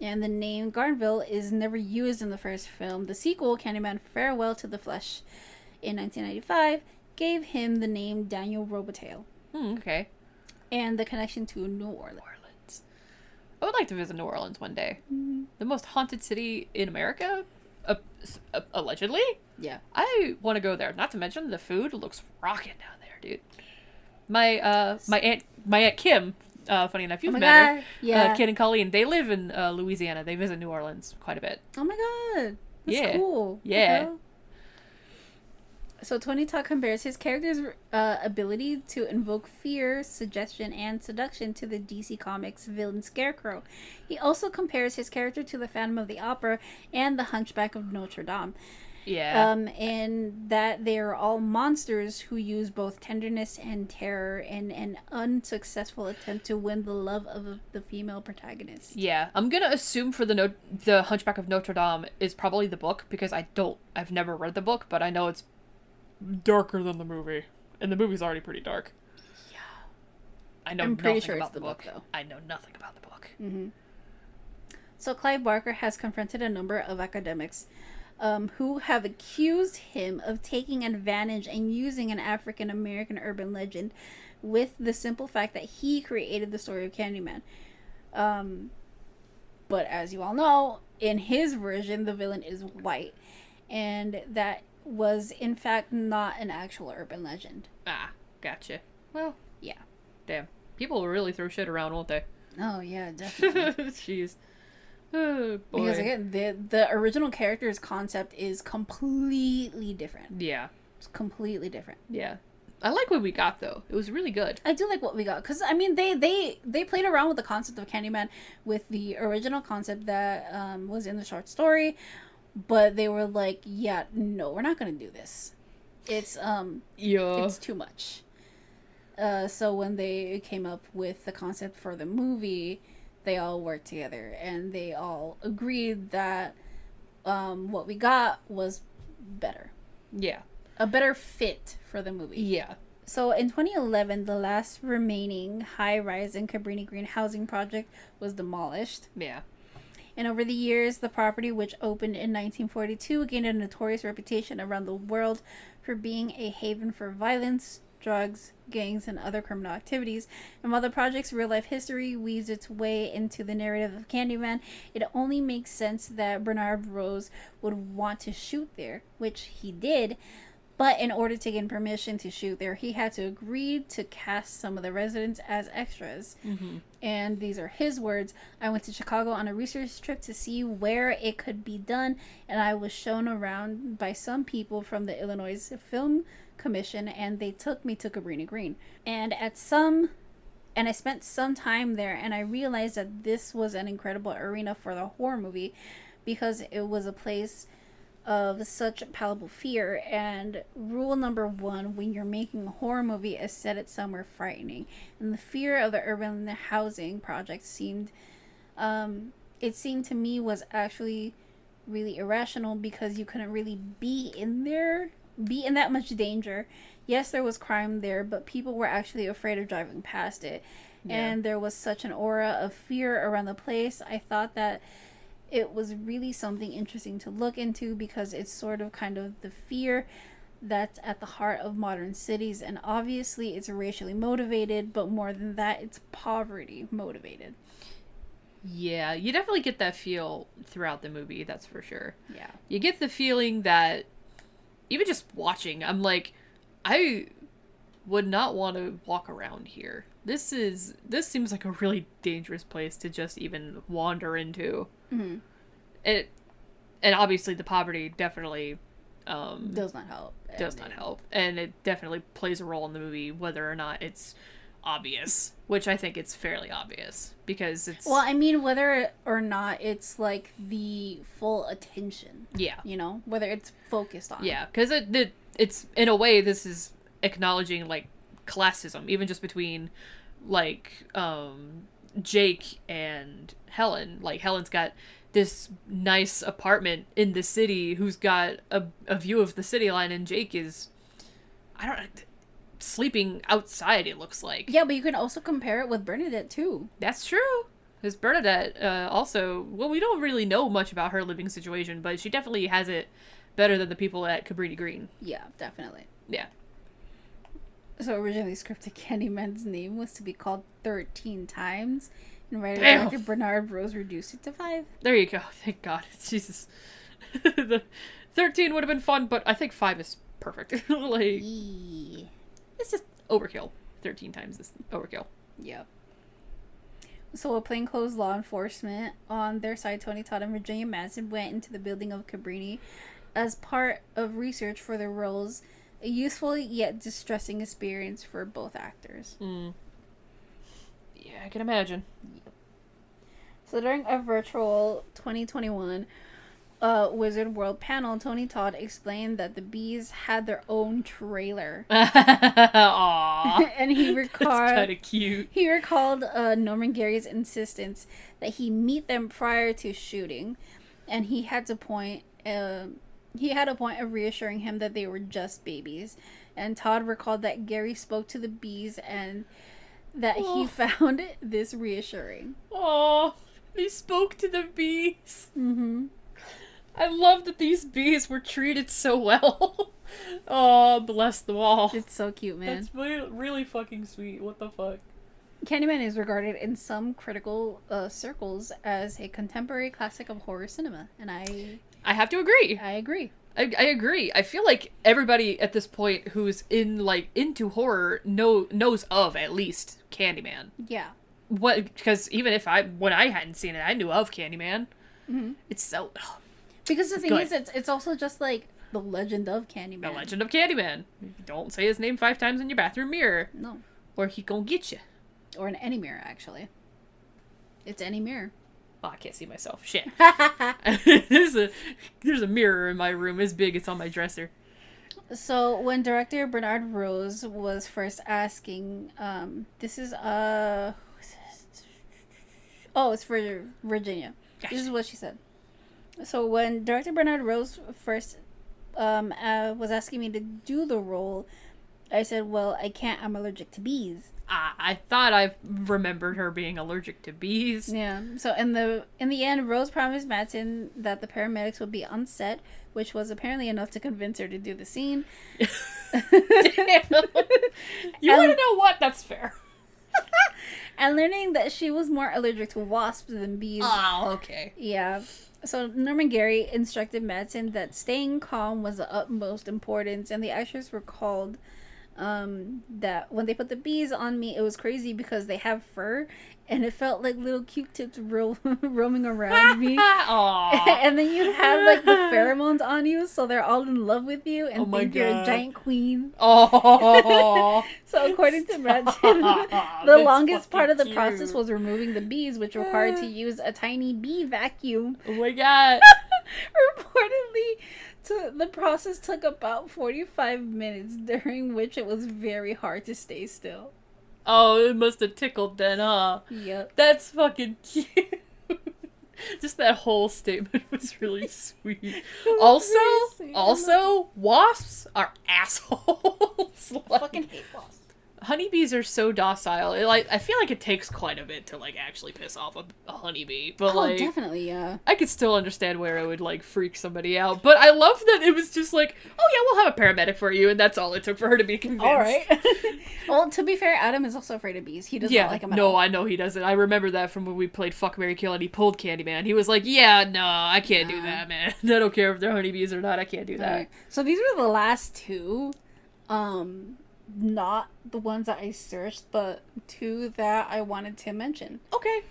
Speaker 2: And the name Garnville is never used in the first film. The sequel, Candyman Farewell to the Flesh, in 1995, gave him the name Daniel Robotail
Speaker 1: Hmm, okay.
Speaker 2: and the connection to New Orleans.
Speaker 1: New Orleans. I would like to visit New Orleans one day.
Speaker 2: Mm-hmm.
Speaker 1: The most haunted city in America, uh, s- uh, allegedly.
Speaker 2: Yeah.
Speaker 1: I want to go there. Not to mention the food looks rocking down there, dude. My uh, my aunt, my aunt Kim. Uh, funny enough, you've
Speaker 2: Oh my
Speaker 1: met her.
Speaker 2: God, yeah.
Speaker 1: Uh, Kid and Colleen. They live in uh, Louisiana. They visit New Orleans quite a bit.
Speaker 2: Oh my god. That's
Speaker 1: Yeah.
Speaker 2: cool. What the
Speaker 1: Yeah.
Speaker 2: hell? So Tony Todd compares his character's uh, ability to invoke fear, suggestion, and seduction to the DC Comics villain Scarecrow. He also compares his character to the Phantom of the Opera and the Hunchback of Notre Dame,
Speaker 1: Yeah.
Speaker 2: um, in that they are all monsters who use both tenderness and terror in an unsuccessful attempt to win the love of the female protagonist.
Speaker 1: yeah. I'm gonna assume for the no- the Hunchback of Notre Dame is probably the book because I don't. I've never read the book, but I know it's darker than the movie, and the movie's already pretty dark. Yeah. I know
Speaker 2: I'm pretty
Speaker 1: nothing
Speaker 2: sure
Speaker 1: about
Speaker 2: it's the book, though.
Speaker 1: Mm. I know nothing about the book.
Speaker 2: Mm-hmm. So Clive Barker has confronted a number of academics um, who have accused him of taking advantage and using an African American urban legend with the simple fact that he created the story of Candyman. Um, but as you all know, in his version, the villain is white, and that was in fact not an actual urban legend.
Speaker 1: Ah, gotcha. Well,
Speaker 2: Yeah.
Speaker 1: damn. People will really throw shit around, won't they?
Speaker 2: Oh yeah, definitely.
Speaker 1: Mm-hmm. Jeez. Oh, boy.
Speaker 2: because again, the the original character's concept is completely different.
Speaker 1: yeah,
Speaker 2: It's completely different.
Speaker 1: yeah. I like what we got though. It was really good.
Speaker 2: I do like what we got because I mean they they they played around with the concept of Candyman with the original concept that um, was in the short story, but they were like, yeah, no, we're not gonna do this. It's um
Speaker 1: Yeah.
Speaker 2: it's too much. Uh, so when they came up with the concept for the movie, they all worked together and they all agreed that um, what we got was better,
Speaker 1: yeah.
Speaker 2: a better fit for the movie.
Speaker 1: Yeah.
Speaker 2: So in 2011, the last remaining high rise in Cabrini Green housing project was demolished.
Speaker 1: Yeah.
Speaker 2: And over the years, the property, which opened in 1942, gained a notorious reputation around the world for being a haven for violence, drugs, gangs, and other criminal activities. And while the project's real life history weaves its way into the narrative of Candyman, it only makes sense that Bernard Rose would want to shoot there, which he did. But in order to gain permission to shoot there, he had to agree to cast some of the residents as extras
Speaker 1: Mm-hmm.
Speaker 2: and these are his words i went to chicago on a research trip to see where it could be done and i was shown around by some people from the illinois film commission and they took me to cabrini green and at some and i spent some time there and i realized that this was an incredible arena for the horror movie because it was a place of such palpable fear and rule number one when you're making a horror movie is set it somewhere frightening and the fear of the urban housing project seemed um it seemed to me was actually really irrational because you couldn't really be in there be in that much danger yes there was crime there but people were actually afraid of driving past it
Speaker 1: Yeah.
Speaker 2: and there was such an aura of fear around the place i thought that it was really something interesting to look into because it's sort of kind of the fear that's at the heart of modern cities and obviously it's racially motivated but more than that it's poverty motivated
Speaker 1: Yeah. You definitely get that feel throughout the movie. That's for sure.
Speaker 2: yeah
Speaker 1: you get the feeling that even just watching, I'm like, I would not want to walk around here. This is this seems like a really dangerous place to just even wander into.
Speaker 2: hmm
Speaker 1: It and obviously the poverty definitely um,
Speaker 2: does not help
Speaker 1: does not help, and it definitely plays a role in the movie whether or not it's obvious, which I think it's fairly obvious because it's
Speaker 2: well i mean whether or not it's like the full attention
Speaker 1: yeah
Speaker 2: you know whether it's focused on
Speaker 1: Yeah, because it, it it's in a way this is acknowledging like classism, even just between like um Jake and Helen. Like Helen's got this nice apartment in the city, who's got a a view of the city line, and Jake is I don't sleeping outside. It looks like
Speaker 2: yeah but you can also compare it with bernadette too
Speaker 1: that's true. Because Bernadette uh, also, well, we don't really know much about her living situation, but she definitely has it better than the people at Cabrini Green.
Speaker 2: yeah definitely
Speaker 1: Yeah.
Speaker 2: So originally scripted Candyman's name was to be called 13 times, and writer
Speaker 1: Damn.
Speaker 2: director Bernard Rose reduced it to five.
Speaker 1: There you go. Thank God. Jesus. the 13 would have been fun, but I think 5 is perfect. like,
Speaker 2: Yee.
Speaker 1: it's just overkill. 13 times is overkill.
Speaker 2: Yep. So a plainclothes law enforcement on their side, Tony Todd and Virginia Madsen went into the building of Cabrini as part of research for their roles, a useful yet distressing experience for both actors.
Speaker 1: Yeah, I can imagine.
Speaker 2: So during a virtual 2021 uh, Wizard World panel, Tony Todd explained that the bees had their own trailer,
Speaker 1: Aww.
Speaker 2: and he
Speaker 1: That's kind
Speaker 2: recalled
Speaker 1: of cute.
Speaker 2: he recalled uh, Norman Gary's insistence that he meet them prior to shooting, and he had to point. um he had a point of reassuring him that they were just babies, and Todd recalled that Gary spoke to the bees and that
Speaker 1: Oh.
Speaker 2: he found this reassuring.
Speaker 1: Aww. They spoke to the bees.
Speaker 2: Mm-hmm.
Speaker 1: I love that these bees were treated so well. oh, bless them all.
Speaker 2: It's so cute, man.
Speaker 1: That's really, really fucking sweet. What the fuck?
Speaker 2: Candyman is regarded in some critical uh, circles as a contemporary classic of horror cinema, and I
Speaker 1: I have to agree.
Speaker 2: I agree.
Speaker 1: I, I agree. I feel like everybody at this point who's in like into horror know knows of at least Candyman.
Speaker 2: Yeah.
Speaker 1: What? Because even if I when I hadn't seen it, I knew of Candyman.
Speaker 2: Mhm.
Speaker 1: It's so
Speaker 2: Because the thing
Speaker 1: Good.
Speaker 2: is, it's it's also just like the legend of Candyman.
Speaker 1: the Legend of Candyman. Don't say his name five times in your bathroom mirror,
Speaker 2: No,
Speaker 1: or he gonna get you.
Speaker 2: or in any mirror actually. It's any mirror.
Speaker 1: Oh, I can't see myself. Shit.
Speaker 2: so
Speaker 1: there's a there's a mirror in my room as big. It's on my dresser.
Speaker 2: when director Bernard Rose was first asking, um, this is uh, oh, it's for Virginia. This is what she said. So when director Bernard Rose first um, uh, was asking me to do the role, I said, "Well, I can't. I'm allergic to bees."
Speaker 1: I, I thought I remembered her being allergic to bees.
Speaker 2: Yeah. So in the in the end, Rose promised Matson that the paramedics would be on set, which was apparently enough to convince her to do the scene.
Speaker 1: You want to know what? That's fair.
Speaker 2: and learning that she was more allergic to wasps than bees.
Speaker 1: Oh, okay.
Speaker 2: Yeah. So Norman Gary instructed Madsen that staying calm was the utmost importance, and the actors recalled um, that when they put the bees on me, it was crazy because they have fur, and it felt like little Q-tips ro- roaming around me.
Speaker 1: Aw.
Speaker 2: and then you have like the pheromones on you, so they're all in love with you and
Speaker 1: Oh my
Speaker 2: think you're a
Speaker 1: God.
Speaker 2: giant queen.
Speaker 1: Oh.
Speaker 2: So according to Madsen,
Speaker 1: Stop.
Speaker 2: the
Speaker 1: That's
Speaker 2: longest part
Speaker 1: fucking
Speaker 2: of the
Speaker 1: cute.
Speaker 2: process was removing the bees, which required to use a tiny bee vacuum.
Speaker 1: Oh my god.
Speaker 2: Reportedly, to, the process took about 45 minutes, during which it was very hard to stay still.
Speaker 1: Oh, it must have tickled then, huh?
Speaker 2: Yep.
Speaker 1: That's fucking cute. Just that whole statement was really sweet. Also,
Speaker 2: sweet.
Speaker 1: also, wasps are assholes. like,
Speaker 2: fucking hate wasps.
Speaker 1: honeybees are so docile. It, like, I feel like it takes quite a bit to like actually piss off a, a honeybee, but
Speaker 2: Oh,
Speaker 1: like,
Speaker 2: definitely, yeah.
Speaker 1: I could still understand where it would like freak somebody out. But I love that it was just like, oh yeah, we'll have a paramedic for you, and that's all it took for her to be convinced.
Speaker 2: All right. well, to be fair, Adam is also afraid of bees. He does
Speaker 1: Yeah,
Speaker 2: not like them at
Speaker 1: no,
Speaker 2: all.
Speaker 1: I know he doesn't. I remember that from when we played Fuck Mary Kill and he pulled Candyman. He was like, "Yeah, no, I can't do
Speaker 2: Nah.
Speaker 1: that, man. I don't care if they're honeybees or not. I can't do that."
Speaker 2: Alright. So these were the last two. Um, not the ones that I searched, but two that I wanted to mention.
Speaker 1: Okay.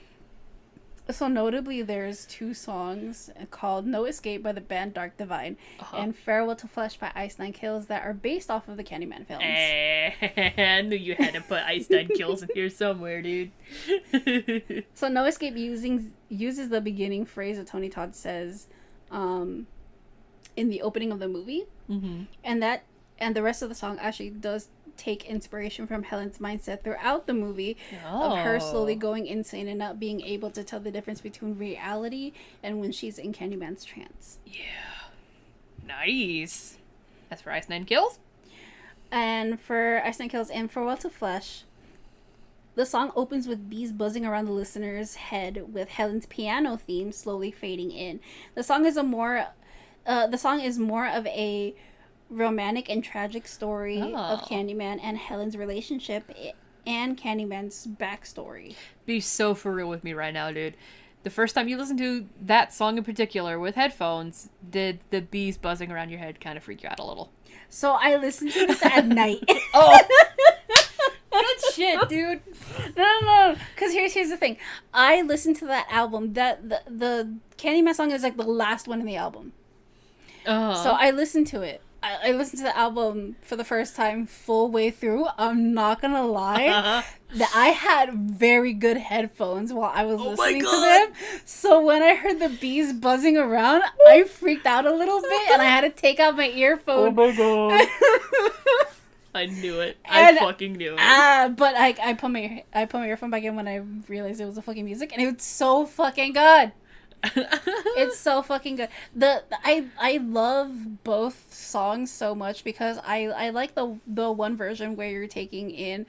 Speaker 2: So notably, there's two songs called "No Escape" by the band Dark Divine
Speaker 1: Uh-huh.
Speaker 2: and "Farewell to Flesh" by Ice Nine Kills that are based off of the Candyman films.
Speaker 1: Eh, I knew you had to put Ice Dead Kills in here somewhere, dude.
Speaker 2: So "No Escape" using uses the beginning phrase that Tony Todd says um, in the opening of the movie,
Speaker 1: hmm
Speaker 2: and that and the rest of the song actually does take inspiration from Helen's mindset throughout the movie of her slowly
Speaker 1: Oh.
Speaker 2: going insane and not being able to tell the difference between reality and when she's in Candyman's trance.
Speaker 1: Yeah. Nice. That's for Ice Nine Kills.
Speaker 2: and for Ice Nine Kills and Farewell to Flesh. The song opens with bees buzzing around the listener's head, with Helen's piano theme slowly fading in. The song is a more, uh, the song is more of a romantic and tragic story of
Speaker 1: Oh.
Speaker 2: Candyman and Helen's relationship i- and Candyman's backstory.
Speaker 1: be so for real with me right now, dude. The first time you listened to that song in particular with headphones, did the bees buzzing around your head kind of freak you out a little?
Speaker 2: So I listened to this at night.
Speaker 1: Oh, good shit, dude.
Speaker 2: No, no, because here's here's the thing. I listened to that album. That the the Candyman song is like the last one in the album.
Speaker 1: Uh,
Speaker 2: So I listened to it. I, I listened to the album for the first time full way through. I'm not gonna lie,
Speaker 1: uh,
Speaker 2: that I had very good headphones while I was
Speaker 1: Oh my
Speaker 2: listening to
Speaker 1: God.
Speaker 2: them. So when I heard the bees buzzing around, I freaked out a little bit, and I had to take out my earphone.
Speaker 1: Oh my god, I knew it. I
Speaker 2: And-
Speaker 1: fucking knew it.
Speaker 2: Ah, but I, I put my I put my earphone back in when I realized it was a fucking music, and it's so fucking good. It's so fucking good. The, the- I I love both songs so much because I I like the the one version where you're taking in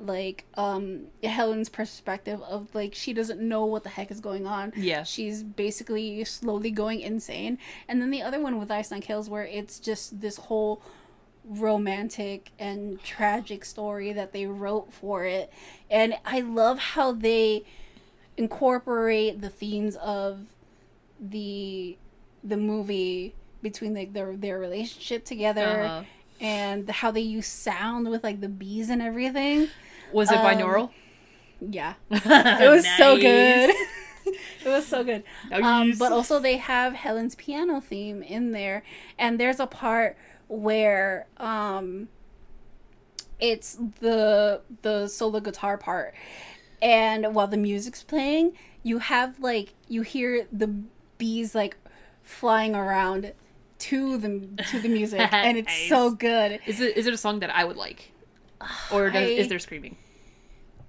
Speaker 2: like um Helen's perspective of like she doesn't know what the heck is going on.
Speaker 1: Yeah.
Speaker 2: She's basically slowly going insane. And then the other one with Ice on Kills where it's just this whole romantic and tragic story that they wrote for it. And I love how they incorporate the themes of the the movie between like their their relationship together
Speaker 1: Uh-huh.
Speaker 2: and how they use sound with like the bees and everything.
Speaker 1: Was it
Speaker 2: Um,
Speaker 1: binaural?
Speaker 2: Yeah. It was so good.
Speaker 1: Nice. Oh,
Speaker 2: it was so good. Um,
Speaker 1: Nice.
Speaker 2: but also they have Helen's piano theme in there, and there's a part where um, it's the the solo guitar part, and while the music's playing, you have like you hear the bees like flying around to the to the music, and it's so
Speaker 1: Nice.
Speaker 2: good.
Speaker 1: is it is it a song that I would like, or does,
Speaker 2: I-
Speaker 1: is there screaming?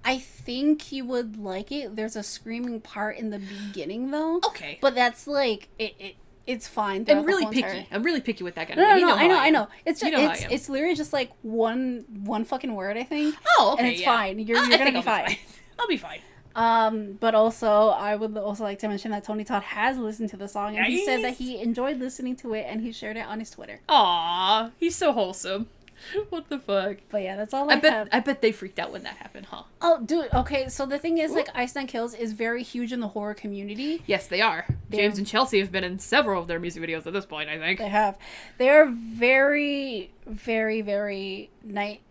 Speaker 2: I think you would like it. There's a screaming part in the beginning though.
Speaker 1: Okay,
Speaker 2: But that's like it, it it's fine. throughout
Speaker 1: I'm Oh.
Speaker 2: the
Speaker 1: really
Speaker 2: whole
Speaker 1: picky.
Speaker 2: entire-
Speaker 1: I'm really picky with that kind
Speaker 2: No,
Speaker 1: of.
Speaker 2: no,
Speaker 1: thing. You
Speaker 2: no, I
Speaker 1: how
Speaker 2: know,
Speaker 1: am.
Speaker 2: I know. It's
Speaker 1: You
Speaker 2: just,
Speaker 1: know how I
Speaker 2: it's,
Speaker 1: am.
Speaker 2: it's literally just like one one fucking word, I think,
Speaker 1: Oh, okay,
Speaker 2: and it's
Speaker 1: yeah.
Speaker 2: fine. You're,
Speaker 1: I-
Speaker 2: you're
Speaker 1: I
Speaker 2: gonna
Speaker 1: think
Speaker 2: be
Speaker 1: I'll
Speaker 2: fine.
Speaker 1: I'll be fine.
Speaker 2: Um, but also, I would also like to mention that Tony Todd has listened to the song, and he said that
Speaker 1: Nice.
Speaker 2: he enjoyed listening to it, and he shared it on his Twitter.
Speaker 1: Aw, he's so wholesome. What the fuck?
Speaker 2: But yeah, that's all I,
Speaker 1: I bet
Speaker 2: have.
Speaker 1: I bet they freaked out when that happened, huh?
Speaker 2: oh, dude. Okay, so the thing is, like, Iceland Kills is very huge in the horror community.
Speaker 1: Yes, they are.
Speaker 2: They
Speaker 1: James
Speaker 2: have-
Speaker 1: and Chelsea have been in several of their music videos at this point, I think.
Speaker 2: They have. They are very, very, very night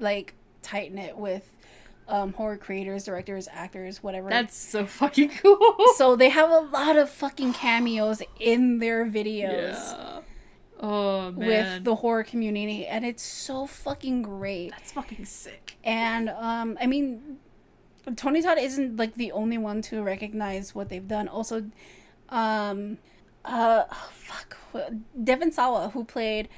Speaker 2: like tight knit with um horror creators, directors, actors, whatever.
Speaker 1: That's so fucking cool.
Speaker 2: so they have a lot of fucking cameos in their videos
Speaker 1: yeah. Oh man.
Speaker 2: with the horror community and it's so fucking great.
Speaker 1: That's fucking sick.
Speaker 2: And um I mean Tony Todd isn't like the only one to recognize what they've done. Also um uh oh, fuck wh- Devin Sawa who played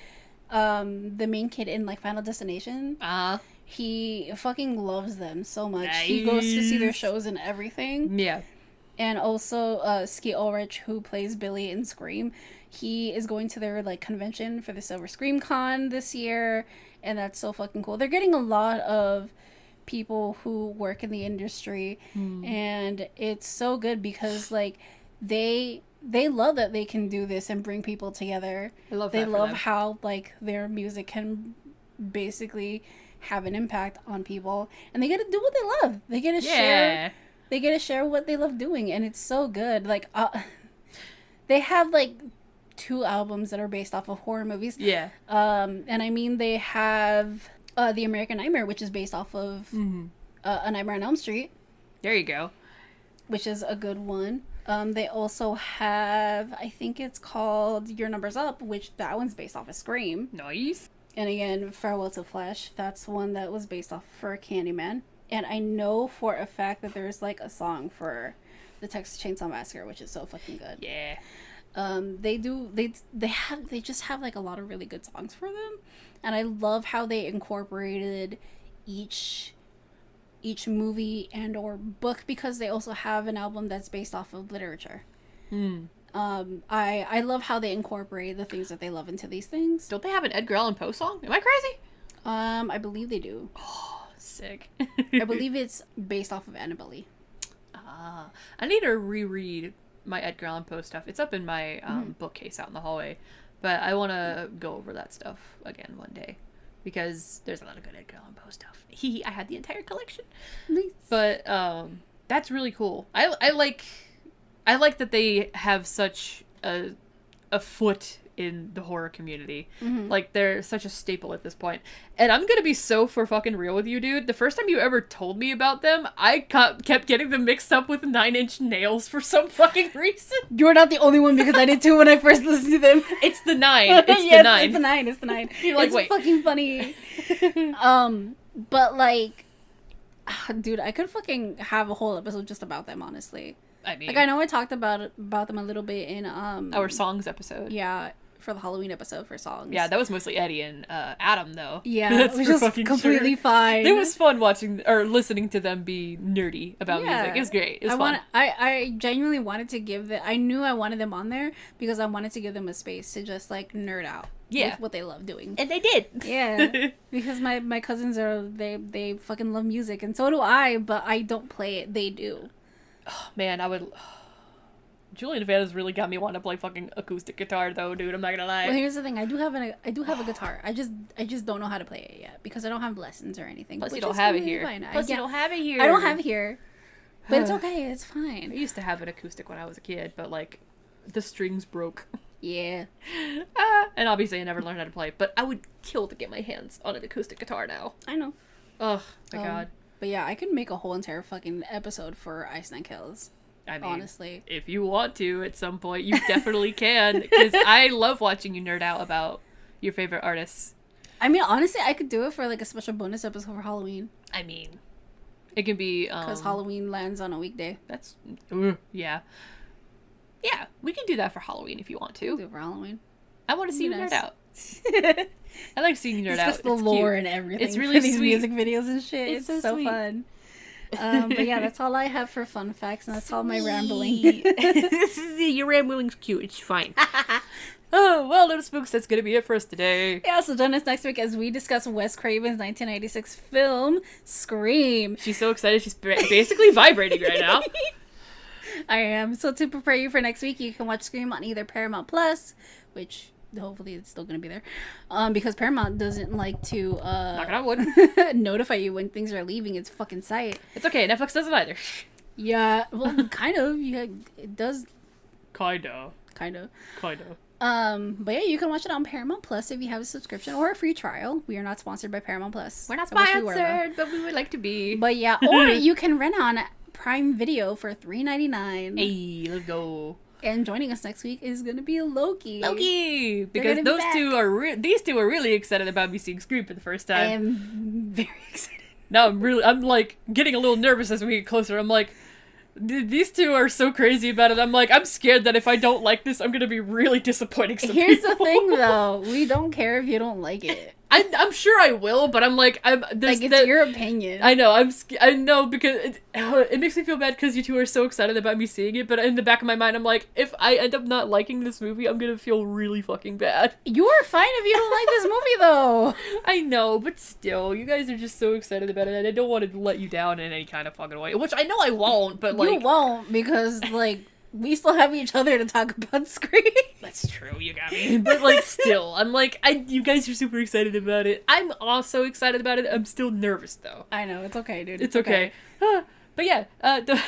Speaker 2: um the main kid in like Final Destination.
Speaker 1: Ah,
Speaker 2: He fucking loves them so much. He goes to see their
Speaker 1: Nice.
Speaker 2: shows and everything.
Speaker 1: yeah.
Speaker 2: And also uh Ski Ulrich who plays Billy in Scream. He is going to their like convention for the Silver Scream Con this year and that's so fucking cool. They're getting a lot of people who work in the industry
Speaker 1: Hmm.
Speaker 2: and it's so good because like they they love that they can do this and bring people together
Speaker 1: I love
Speaker 2: they
Speaker 1: that. for
Speaker 2: love
Speaker 1: them.
Speaker 2: how like their music can basically have an impact on people and they get to do what they love they get to share
Speaker 1: Yeah.
Speaker 2: they get to share what they love doing and it's so good like uh, they have like two albums that are based off of horror movies
Speaker 1: Yeah.
Speaker 2: um and i mean they have uh the american nightmare which is based off of uh, a nightmare on elm street
Speaker 1: There you go.
Speaker 2: which is a good one um they also have i think it's called your numbers up which that one's based off of scream
Speaker 1: Nice.
Speaker 2: And again, Farewell to Flesh, that's one that was based off for Candyman. And I know for a fact that there's like a song for the Texas Chainsaw Massacre, which is so fucking good.
Speaker 1: Yeah.
Speaker 2: Um, they do they they have they just have like a lot of really good songs for them, and I love how they incorporated each each movie and or book because they also have an album that's based off of literature. Um, I I love how they incorporate the things that they love into these things.
Speaker 1: Don't they have an Edgar Allan Poe song? Am I crazy?
Speaker 2: Um, I believe they do.
Speaker 1: Sick.
Speaker 2: I believe it's based off of Annabelle.
Speaker 1: Ah, I need to reread my Edgar Allan Poe stuff. It's up in my um, bookcase out in the hallway, but I want to go over that stuff again one day because there's a lot of good Edgar Allan Poe stuff. He, I had the entire collection, but um, that's really cool. I, I like, I like that they have such a, a foot in the horror community. Like they're such a staple at this point. And I'm gonna be so for fucking real with you, dude. The first time you ever told me about them, I ca- kept getting them mixed up with Nine Inch Nails for some fucking reason.
Speaker 2: You're not the only one because I did too when I first listened to them.
Speaker 1: It's the nine. It's
Speaker 2: Yeah,
Speaker 1: the
Speaker 2: It's the
Speaker 1: nine.
Speaker 2: nine. It's the nine.
Speaker 1: You're like,
Speaker 2: it's
Speaker 1: wait.
Speaker 2: fucking funny. um, but like, ah, dude, I could fucking have a whole episode just about them. Honestly,
Speaker 1: I mean,
Speaker 2: like I know I talked about about them a little bit in um
Speaker 1: our songs episode.
Speaker 2: yeah for the Halloween episode for songs.
Speaker 1: Yeah, that was mostly Eddie and uh, Adam though.
Speaker 2: yeah,
Speaker 1: That's
Speaker 2: which
Speaker 1: for
Speaker 2: is
Speaker 1: fucking sure.
Speaker 2: completely fine.
Speaker 1: It was fun watching or listening to them be nerdy about
Speaker 2: Yeah.
Speaker 1: music. It was great. It was
Speaker 2: I
Speaker 1: fun.
Speaker 2: want. I I genuinely wanted to give the. I knew I wanted them on there because I wanted to give them a space to just like nerd out.
Speaker 1: Yeah.
Speaker 2: with what they love doing.
Speaker 1: and they did.
Speaker 2: yeah, because my my cousins are they they fucking love music and so do I, but I don't play it. They do.
Speaker 1: Man, I would. Julian Vanna's really got me wanting to play fucking acoustic guitar though, dude. I'm not gonna lie.
Speaker 2: Well, here's the thing. I do have an I do have a guitar. I just I just don't know how to play it yet because I don't have lessons or anything.
Speaker 1: Plus, you
Speaker 2: which
Speaker 1: don't
Speaker 2: is
Speaker 1: have it
Speaker 2: completely
Speaker 1: here.
Speaker 2: fine. I,
Speaker 1: Plus, you
Speaker 2: yeah,
Speaker 1: don't have it here.
Speaker 2: I don't have it here, but it's
Speaker 1: Huh.
Speaker 2: okay. It's
Speaker 1: I
Speaker 2: fine.
Speaker 1: used to have an acoustic when I was a kid, but like, the strings broke.
Speaker 2: Yeah.
Speaker 1: ah, and obviously, I never learned how to play. But I would kill to get my hands on an acoustic guitar now.
Speaker 2: I know.
Speaker 1: Oh my
Speaker 2: Um,
Speaker 1: god.
Speaker 2: But yeah, I could make a whole entire fucking episode for Iceland Kills.
Speaker 1: I mean,
Speaker 2: honestly.
Speaker 1: if you want to at some point, you definitely can because I love watching you nerd out about your favorite artists.
Speaker 2: I mean, honestly, I could do it for like a special bonus episode for Halloween
Speaker 1: I mean, it can be um,
Speaker 2: because Halloween lands on a weekday.
Speaker 1: That's Ugh, yeah, yeah. We can do that for Halloween if you want
Speaker 2: We'll
Speaker 1: to.
Speaker 2: do it for Halloween.
Speaker 1: I want to see you nerd
Speaker 2: Nice.
Speaker 1: out.
Speaker 2: it's
Speaker 1: I like seeing you nerd out.
Speaker 2: just the
Speaker 1: It's cute.
Speaker 2: lore and everything.
Speaker 1: It's
Speaker 2: for
Speaker 1: really
Speaker 2: these
Speaker 1: sweet.
Speaker 2: music videos and shit.
Speaker 1: It's so
Speaker 2: It's, so,
Speaker 1: sweet.
Speaker 2: fun. Um, but yeah, that's all I have for fun facts, and that's all my rambling.
Speaker 1: Sweet. Your rambling's cute. It's fine. oh well, little spooks. That's gonna be it for us today.
Speaker 2: yeah, so join us next week as we discuss Wes Craven's 1996 film Scream.
Speaker 1: She's so excited. She's ba- basically vibrating right now.
Speaker 2: I am. So to prepare you for next week, you can watch Scream on either Paramount Plus, which hopefully it's still going to be there, um, because Paramount doesn't like to
Speaker 1: Knock
Speaker 2: uh,
Speaker 1: it on wood.
Speaker 2: notify you when things are leaving its fucking site.
Speaker 1: It's okay. Netflix doesn't either.
Speaker 2: Yeah, well, kind of. Yeah, it does
Speaker 1: Kinda.
Speaker 2: kind of.
Speaker 1: Kinda.
Speaker 2: Um, but yeah, you can watch it on Paramount Plus if you have a subscription or a free trial. We are not sponsored by Paramount Plus.
Speaker 1: We're not
Speaker 2: I wish we were, though.
Speaker 1: sponsored, but we would like to be.
Speaker 2: but yeah, or you can rent on Prime Video for three ninety nine.
Speaker 1: hey, let's go.
Speaker 2: And joining us next week is gonna be Loki.
Speaker 1: Loki,
Speaker 2: gonna
Speaker 1: because
Speaker 2: be
Speaker 1: those
Speaker 2: back.
Speaker 1: two are re- these two are really excited about me seeing Scream for the first
Speaker 2: I
Speaker 1: time.
Speaker 2: am very excited.
Speaker 1: now I'm really I'm like getting a little nervous as we get closer. I'm like, "Th- these two are so crazy about it. I'm like I'm scared that if I don't like this, I'm gonna be really disappointing. Some
Speaker 2: Here's the
Speaker 1: people.
Speaker 2: thing, though. We don't care if you don't like it.
Speaker 1: I, I'm sure I will, but I'm like I'm there's
Speaker 2: Like, it's
Speaker 1: that-
Speaker 2: your opinion.
Speaker 1: I know I'm sc- I know because it, it makes me feel bad because you two are so excited about me seeing it, but in the back of my mind, I'm like, if I end up not liking this movie, I'm gonna feel really fucking bad.
Speaker 2: You're fine if you don't like this movie, though.
Speaker 1: I know, but still, you guys are just so excited about it, and I don't want to let you down in any kind of fucking way. Which I know I won't, but like
Speaker 2: you won't, because, like, we still have each other to talk about Scream.
Speaker 1: that's true, you got me. But like still, I'm like, I you guys are super excited about it. I'm also excited about it. I'm still nervous though.
Speaker 2: I know, it's okay, dude.
Speaker 1: It's okay. Ah, But yeah, uh, don't-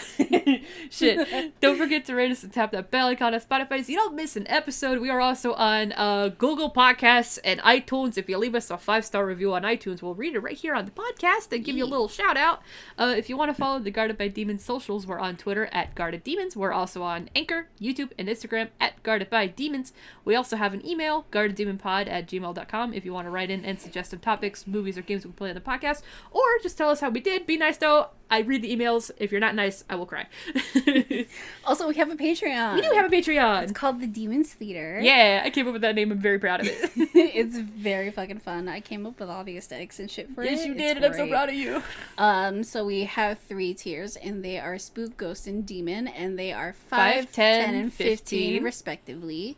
Speaker 1: shit. Don't forget to rate us and tap that bell icon on Spotify so you don't miss an episode. We are also on uh, Google Podcasts and iTunes. If you leave us a five star review on iTunes, we'll read it right here on the podcast and give you a
Speaker 2: Yee.
Speaker 1: little shout out. Uh, if you want to follow the Guarded by Demons socials, we're on Twitter at Guarded Demons. We're also on Anchor, YouTube, and Instagram at Guarded by Demons. We also have an email, guardeddemonpod at gmail.com, if you want to write in and suggest some topics, movies, or games we can play on the podcast, or just tell us how we did. Be nice, though. I read the emails. If you're not nice, I will cry. we
Speaker 2: Also, we have a Patreon.
Speaker 1: do have a Patreon.
Speaker 2: It's called The Demons Theater.
Speaker 1: Yeah, I came up with that name. I'm very proud of it.
Speaker 2: it's very fucking fun. I came up with all the aesthetics and shit for it.
Speaker 1: yes, you
Speaker 2: It's
Speaker 1: did, and I'm so
Speaker 2: great.
Speaker 1: proud of you.
Speaker 2: Um, so we have three tiers, and they are spook, ghost, and demon, and they are
Speaker 1: Five,
Speaker 2: 5,
Speaker 1: 10,
Speaker 2: 10, and 15,
Speaker 1: 15.
Speaker 2: respectively.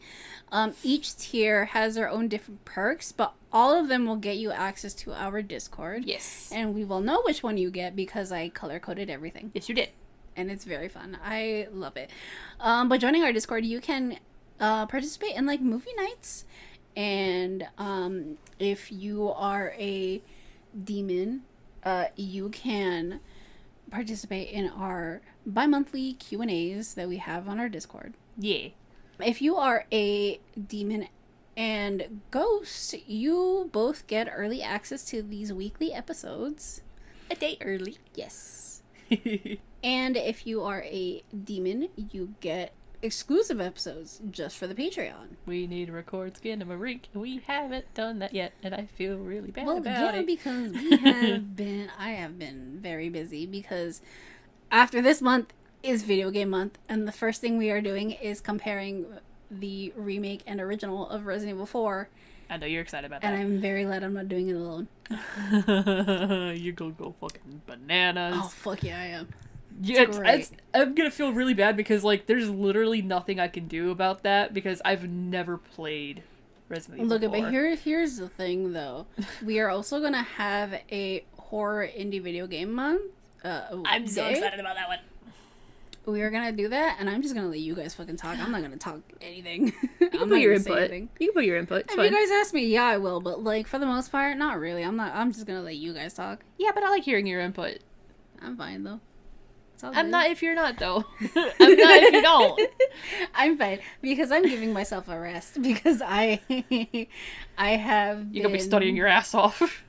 Speaker 2: Um, each tier has their own different perks, but all of them will get you access to our Discord.
Speaker 1: Yes.
Speaker 2: And we will know which one you get because I color coded everything
Speaker 1: Yes, you did.
Speaker 2: and it's very fun. I love it. Um, but joining our Discord, you can uh, participate in like movie nights, and um, if you are a demon, uh, you can participate in our bi-monthly Q and A's that we have on our Discord.
Speaker 1: Yeah.
Speaker 2: If you are a demon and ghost, you both get early access to these weekly episodes.
Speaker 1: A day early.
Speaker 2: Yes. And if you are a demon, you get exclusive episodes just for the Patreon.
Speaker 1: We need to record Skin of a Rink, and we haven't done that yet, and I feel really bad
Speaker 2: Well,
Speaker 1: about
Speaker 2: yeah,
Speaker 1: it.
Speaker 2: because we have been, I have been very busy because after this month is video game month, and the first thing we are doing is comparing the remake and original of Resident Evil 4,
Speaker 1: I know you're excited about
Speaker 2: and I'm very glad I'm not doing it alone.
Speaker 1: that. you're gonna go fucking bananas.
Speaker 2: Oh, fuck yeah, I am.
Speaker 1: yeah, it's,
Speaker 2: great.
Speaker 1: it's- I'm gonna feel really bad because like there's literally nothing I can do about that because I've never played Resident Evil.
Speaker 2: Look, but
Speaker 1: 4.
Speaker 2: here, here's the thing though. We are also gonna have a horror indie video game month. Uh,
Speaker 1: I'm so
Speaker 2: day.
Speaker 1: excited about that one.
Speaker 2: We are gonna do that, and I'm just gonna let you guys fucking talk. I'm not gonna talk anything.
Speaker 1: You can
Speaker 2: I'm not
Speaker 1: put your
Speaker 2: gonna say
Speaker 1: input.
Speaker 2: anything.
Speaker 1: You can put your input. It's
Speaker 2: If
Speaker 1: fine.
Speaker 2: you guys ask me, yeah, I will. But like for the most part, not really. I'm not. I'm just gonna let you guys talk.
Speaker 1: yeah, but I like hearing your input.
Speaker 2: I'm fine though. It's all
Speaker 1: I'm
Speaker 2: good.
Speaker 1: not if you're not though. I'm not if you don't.
Speaker 2: I'm fine because I'm giving myself a rest because I, I have.
Speaker 1: You're gonna be
Speaker 2: been-
Speaker 1: studying your ass off.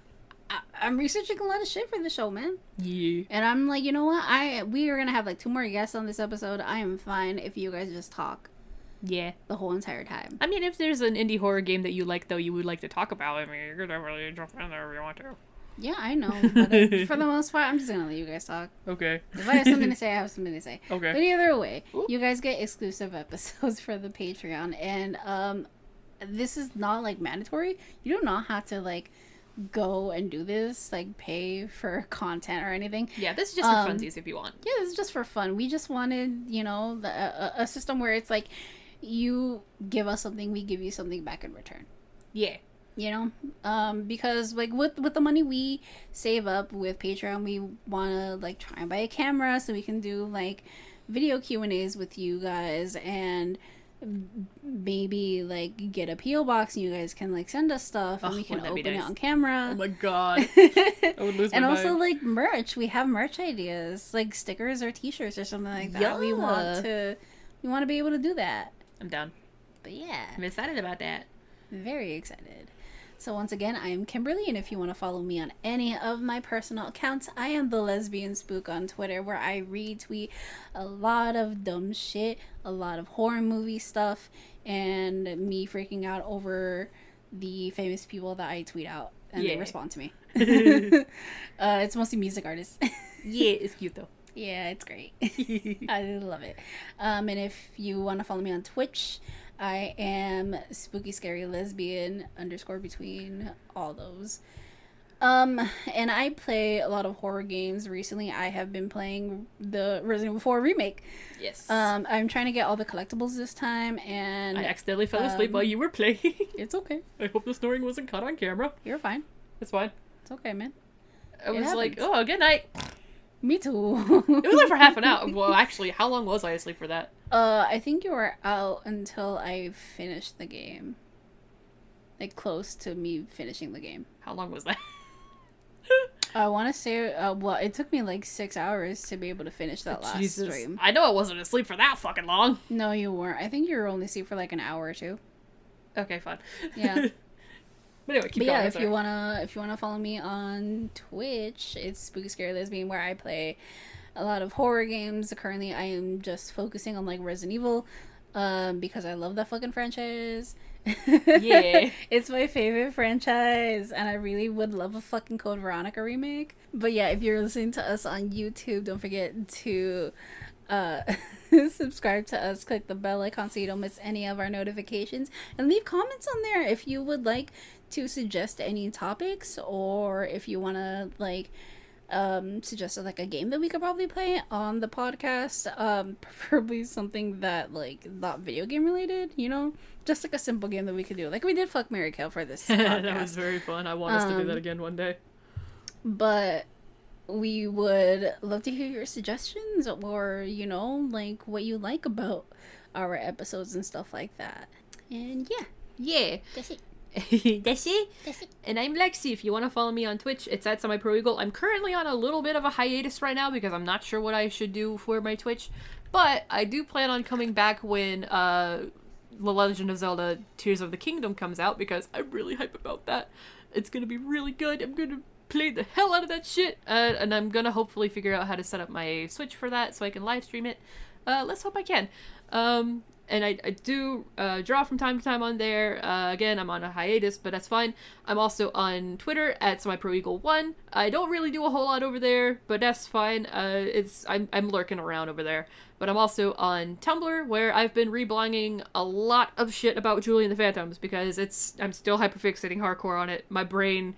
Speaker 2: I, I'm researching a lot of shit for the show, man.
Speaker 1: Yeah.
Speaker 2: And I'm like, you know what? I we are gonna have like two more guests on this episode. I am fine if you guys just talk
Speaker 1: Yeah.
Speaker 2: the whole entire time.
Speaker 1: I mean, if there's an indie horror game that you like, though, you would like to talk about, I mean, you could definitely jump in there if you want to.
Speaker 2: Yeah, I know. But uh, for the most part, I'm just gonna let you guys talk.
Speaker 1: Okay.
Speaker 2: If I have something to say, I have something to say. But
Speaker 1: okay.
Speaker 2: either way,
Speaker 1: Oop.
Speaker 2: you guys get exclusive episodes for the Patreon, and um, this is not like mandatory. You do not have to like go and do this, like pay for content or anything.
Speaker 1: Yeah, this is just for
Speaker 2: Um,
Speaker 1: funsies if you want.
Speaker 2: yeah, this is just for fun. We just wanted, you know, the, a, a- a system where it's like you give us something, we give you something back in return.
Speaker 1: Yeah.
Speaker 2: You know, um, because like with with the money we save up with Patreon, we want to like try and buy a camera so we can do like video Q and A's with you guys and m- maybe like get a PO box and you guys can like send us stuff and
Speaker 1: Oh,
Speaker 2: we can
Speaker 1: wouldn't that
Speaker 2: open
Speaker 1: be
Speaker 2: it
Speaker 1: nice?
Speaker 2: on camera.
Speaker 1: my god. I would lose
Speaker 2: and
Speaker 1: Oh my
Speaker 2: also
Speaker 1: mind.
Speaker 2: like merch we have merch ideas like stickers or t-shirts or something like that we
Speaker 1: Yeah.
Speaker 2: want to we want to be able to do that
Speaker 1: I'm down.
Speaker 2: but yeah
Speaker 1: I'm excited about that.
Speaker 2: very excited so once again i am kimberly and if you want to follow me on any of my personal accounts i am the lesbian spook on twitter where i retweet a lot of dumb shit a lot of horror movie stuff and me freaking out over the famous people that i tweet out and they
Speaker 1: Yeah.
Speaker 2: respond to me uh, it's mostly music artists
Speaker 1: Yeah, it's cute though.
Speaker 2: Yeah, it's great. I love it. Um, and if you want to follow me on Twitch, I am spooky scary lesbian underscore between all those. Um, and I play a lot of horror games. Recently, I have been playing the Resident Evil 4 remake.
Speaker 1: yes.
Speaker 2: Um, I'm trying to get all the collectibles this time, and
Speaker 1: I accidentally fell asleep
Speaker 2: um,
Speaker 1: while you were playing.
Speaker 2: it's okay.
Speaker 1: I hope the snoring wasn't caught on camera.
Speaker 2: You're fine.
Speaker 1: It's fine.
Speaker 2: It's okay, man.
Speaker 1: I
Speaker 2: It
Speaker 1: was like,
Speaker 2: happens.
Speaker 1: oh, good night.
Speaker 2: Me too.
Speaker 1: It was like for half an hour. Well, actually, how long was I asleep for that?
Speaker 2: Uh, I think you were out until I finished the game. Like close to me finishing the game.
Speaker 1: How long was that?
Speaker 2: I want to say, uh, well, it took me like six hours to be able to finish that last stream.
Speaker 1: I know I wasn't asleep for that fucking long.
Speaker 2: No, you weren't. I think you were only asleep for like an hour or two.
Speaker 1: Okay, fine.
Speaker 2: Yeah.
Speaker 1: but anyway, keep
Speaker 2: but
Speaker 1: going.
Speaker 2: yeah,
Speaker 1: I'm
Speaker 2: if
Speaker 1: sorry.
Speaker 2: you wanna, if you wanna follow me on Twitch, it's Spooky Scary Lesbian, where I play a lot of horror games. Currently, I am just focusing on like Resident Evil, um, because I love that fucking franchise.
Speaker 1: Yeah.
Speaker 2: it's my favorite franchise, and I really would love a fucking Code Veronica remake. But yeah, if you're listening to us on YouTube, don't forget to uh subscribe to us click the bell icon so you don't miss any of our notifications and leave comments on there if you would like to suggest any topics or if you want to like um suggest like a game that we could probably play on the podcast um preferably something that like not video game related you know just like a simple game that we could do like we did fuck mary kill for this
Speaker 1: that was
Speaker 2: podcast
Speaker 1: very fun. I want us to do
Speaker 2: Um,
Speaker 1: that again one day.
Speaker 2: but we would love to hear your suggestions or you know like what you like about our episodes and stuff like that and yeah
Speaker 1: Yeah.
Speaker 2: that's it
Speaker 1: That's it.
Speaker 2: that's it
Speaker 1: And I'm Lexi. If you want to follow me on Twitch, it's at semi-pro-eagle. I'm currently on a little bit of a hiatus right now because I'm not sure what I should do for my Twitch. But I do plan on coming back when uh, The Legend of Zelda Tears of the Kingdom comes out because I'm really hype about that. It's going to be really good. I'm going to play the hell out of that shit. Uh, and I'm going to hopefully figure out how to set up my Switch for that so I can live stream it. Uh, let's hope I can. Um, and I, I do uh, draw from time to time on there. Uh, again, I'm on a hiatus, but that's fine. I'm also on Twitter at SemiProEagle1. I don't really do a whole lot over there, but that's fine. Uh, it's I'm, I'm lurking around over there. But I'm also on Tumblr, where I've been reblogging a lot of shit about Julian the Phantoms because it's I'm still hyperfixating hardcore on it. My brain.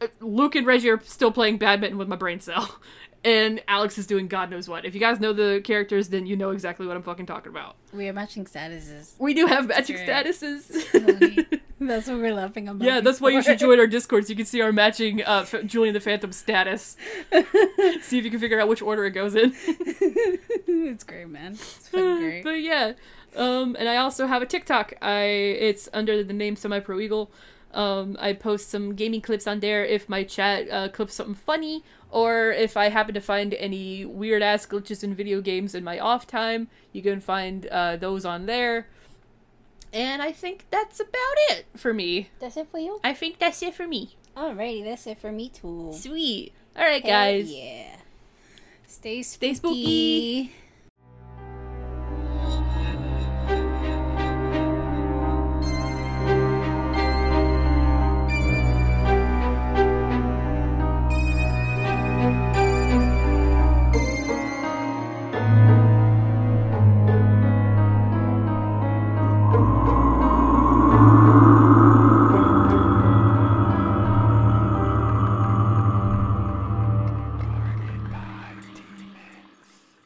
Speaker 1: uh, Luke and Reggie are still playing badminton with my brain cell. And Alex is doing God knows what. If you guys know the characters, then you know exactly what I'm fucking talking about.
Speaker 2: We are matching statuses.
Speaker 1: We do have matching
Speaker 2: Sure.
Speaker 1: statuses.
Speaker 2: That's what we're laughing about.
Speaker 1: yeah, that's why you should
Speaker 2: before.
Speaker 1: join our Discord so you can see our matching uh, F- Julian the Phantom status. See if you can figure out which order it goes in.
Speaker 2: it's great, man. It's fucking great.
Speaker 1: but yeah, um, and I also have a TikTok. I it's under the name Semi Pro Eagle. Um, I post some gaming clips on there if my chat uh, clips something funny, or if I happen to find any weird ass glitches in video games in my off time. You can find uh, those on there. And I think that's about it for me.
Speaker 2: That's it for you.
Speaker 1: I think that's it for me.
Speaker 2: Alrighty, that's it for me too.
Speaker 1: Sweet. All right, guys.
Speaker 2: yeah. Stay spooky.
Speaker 1: spooky.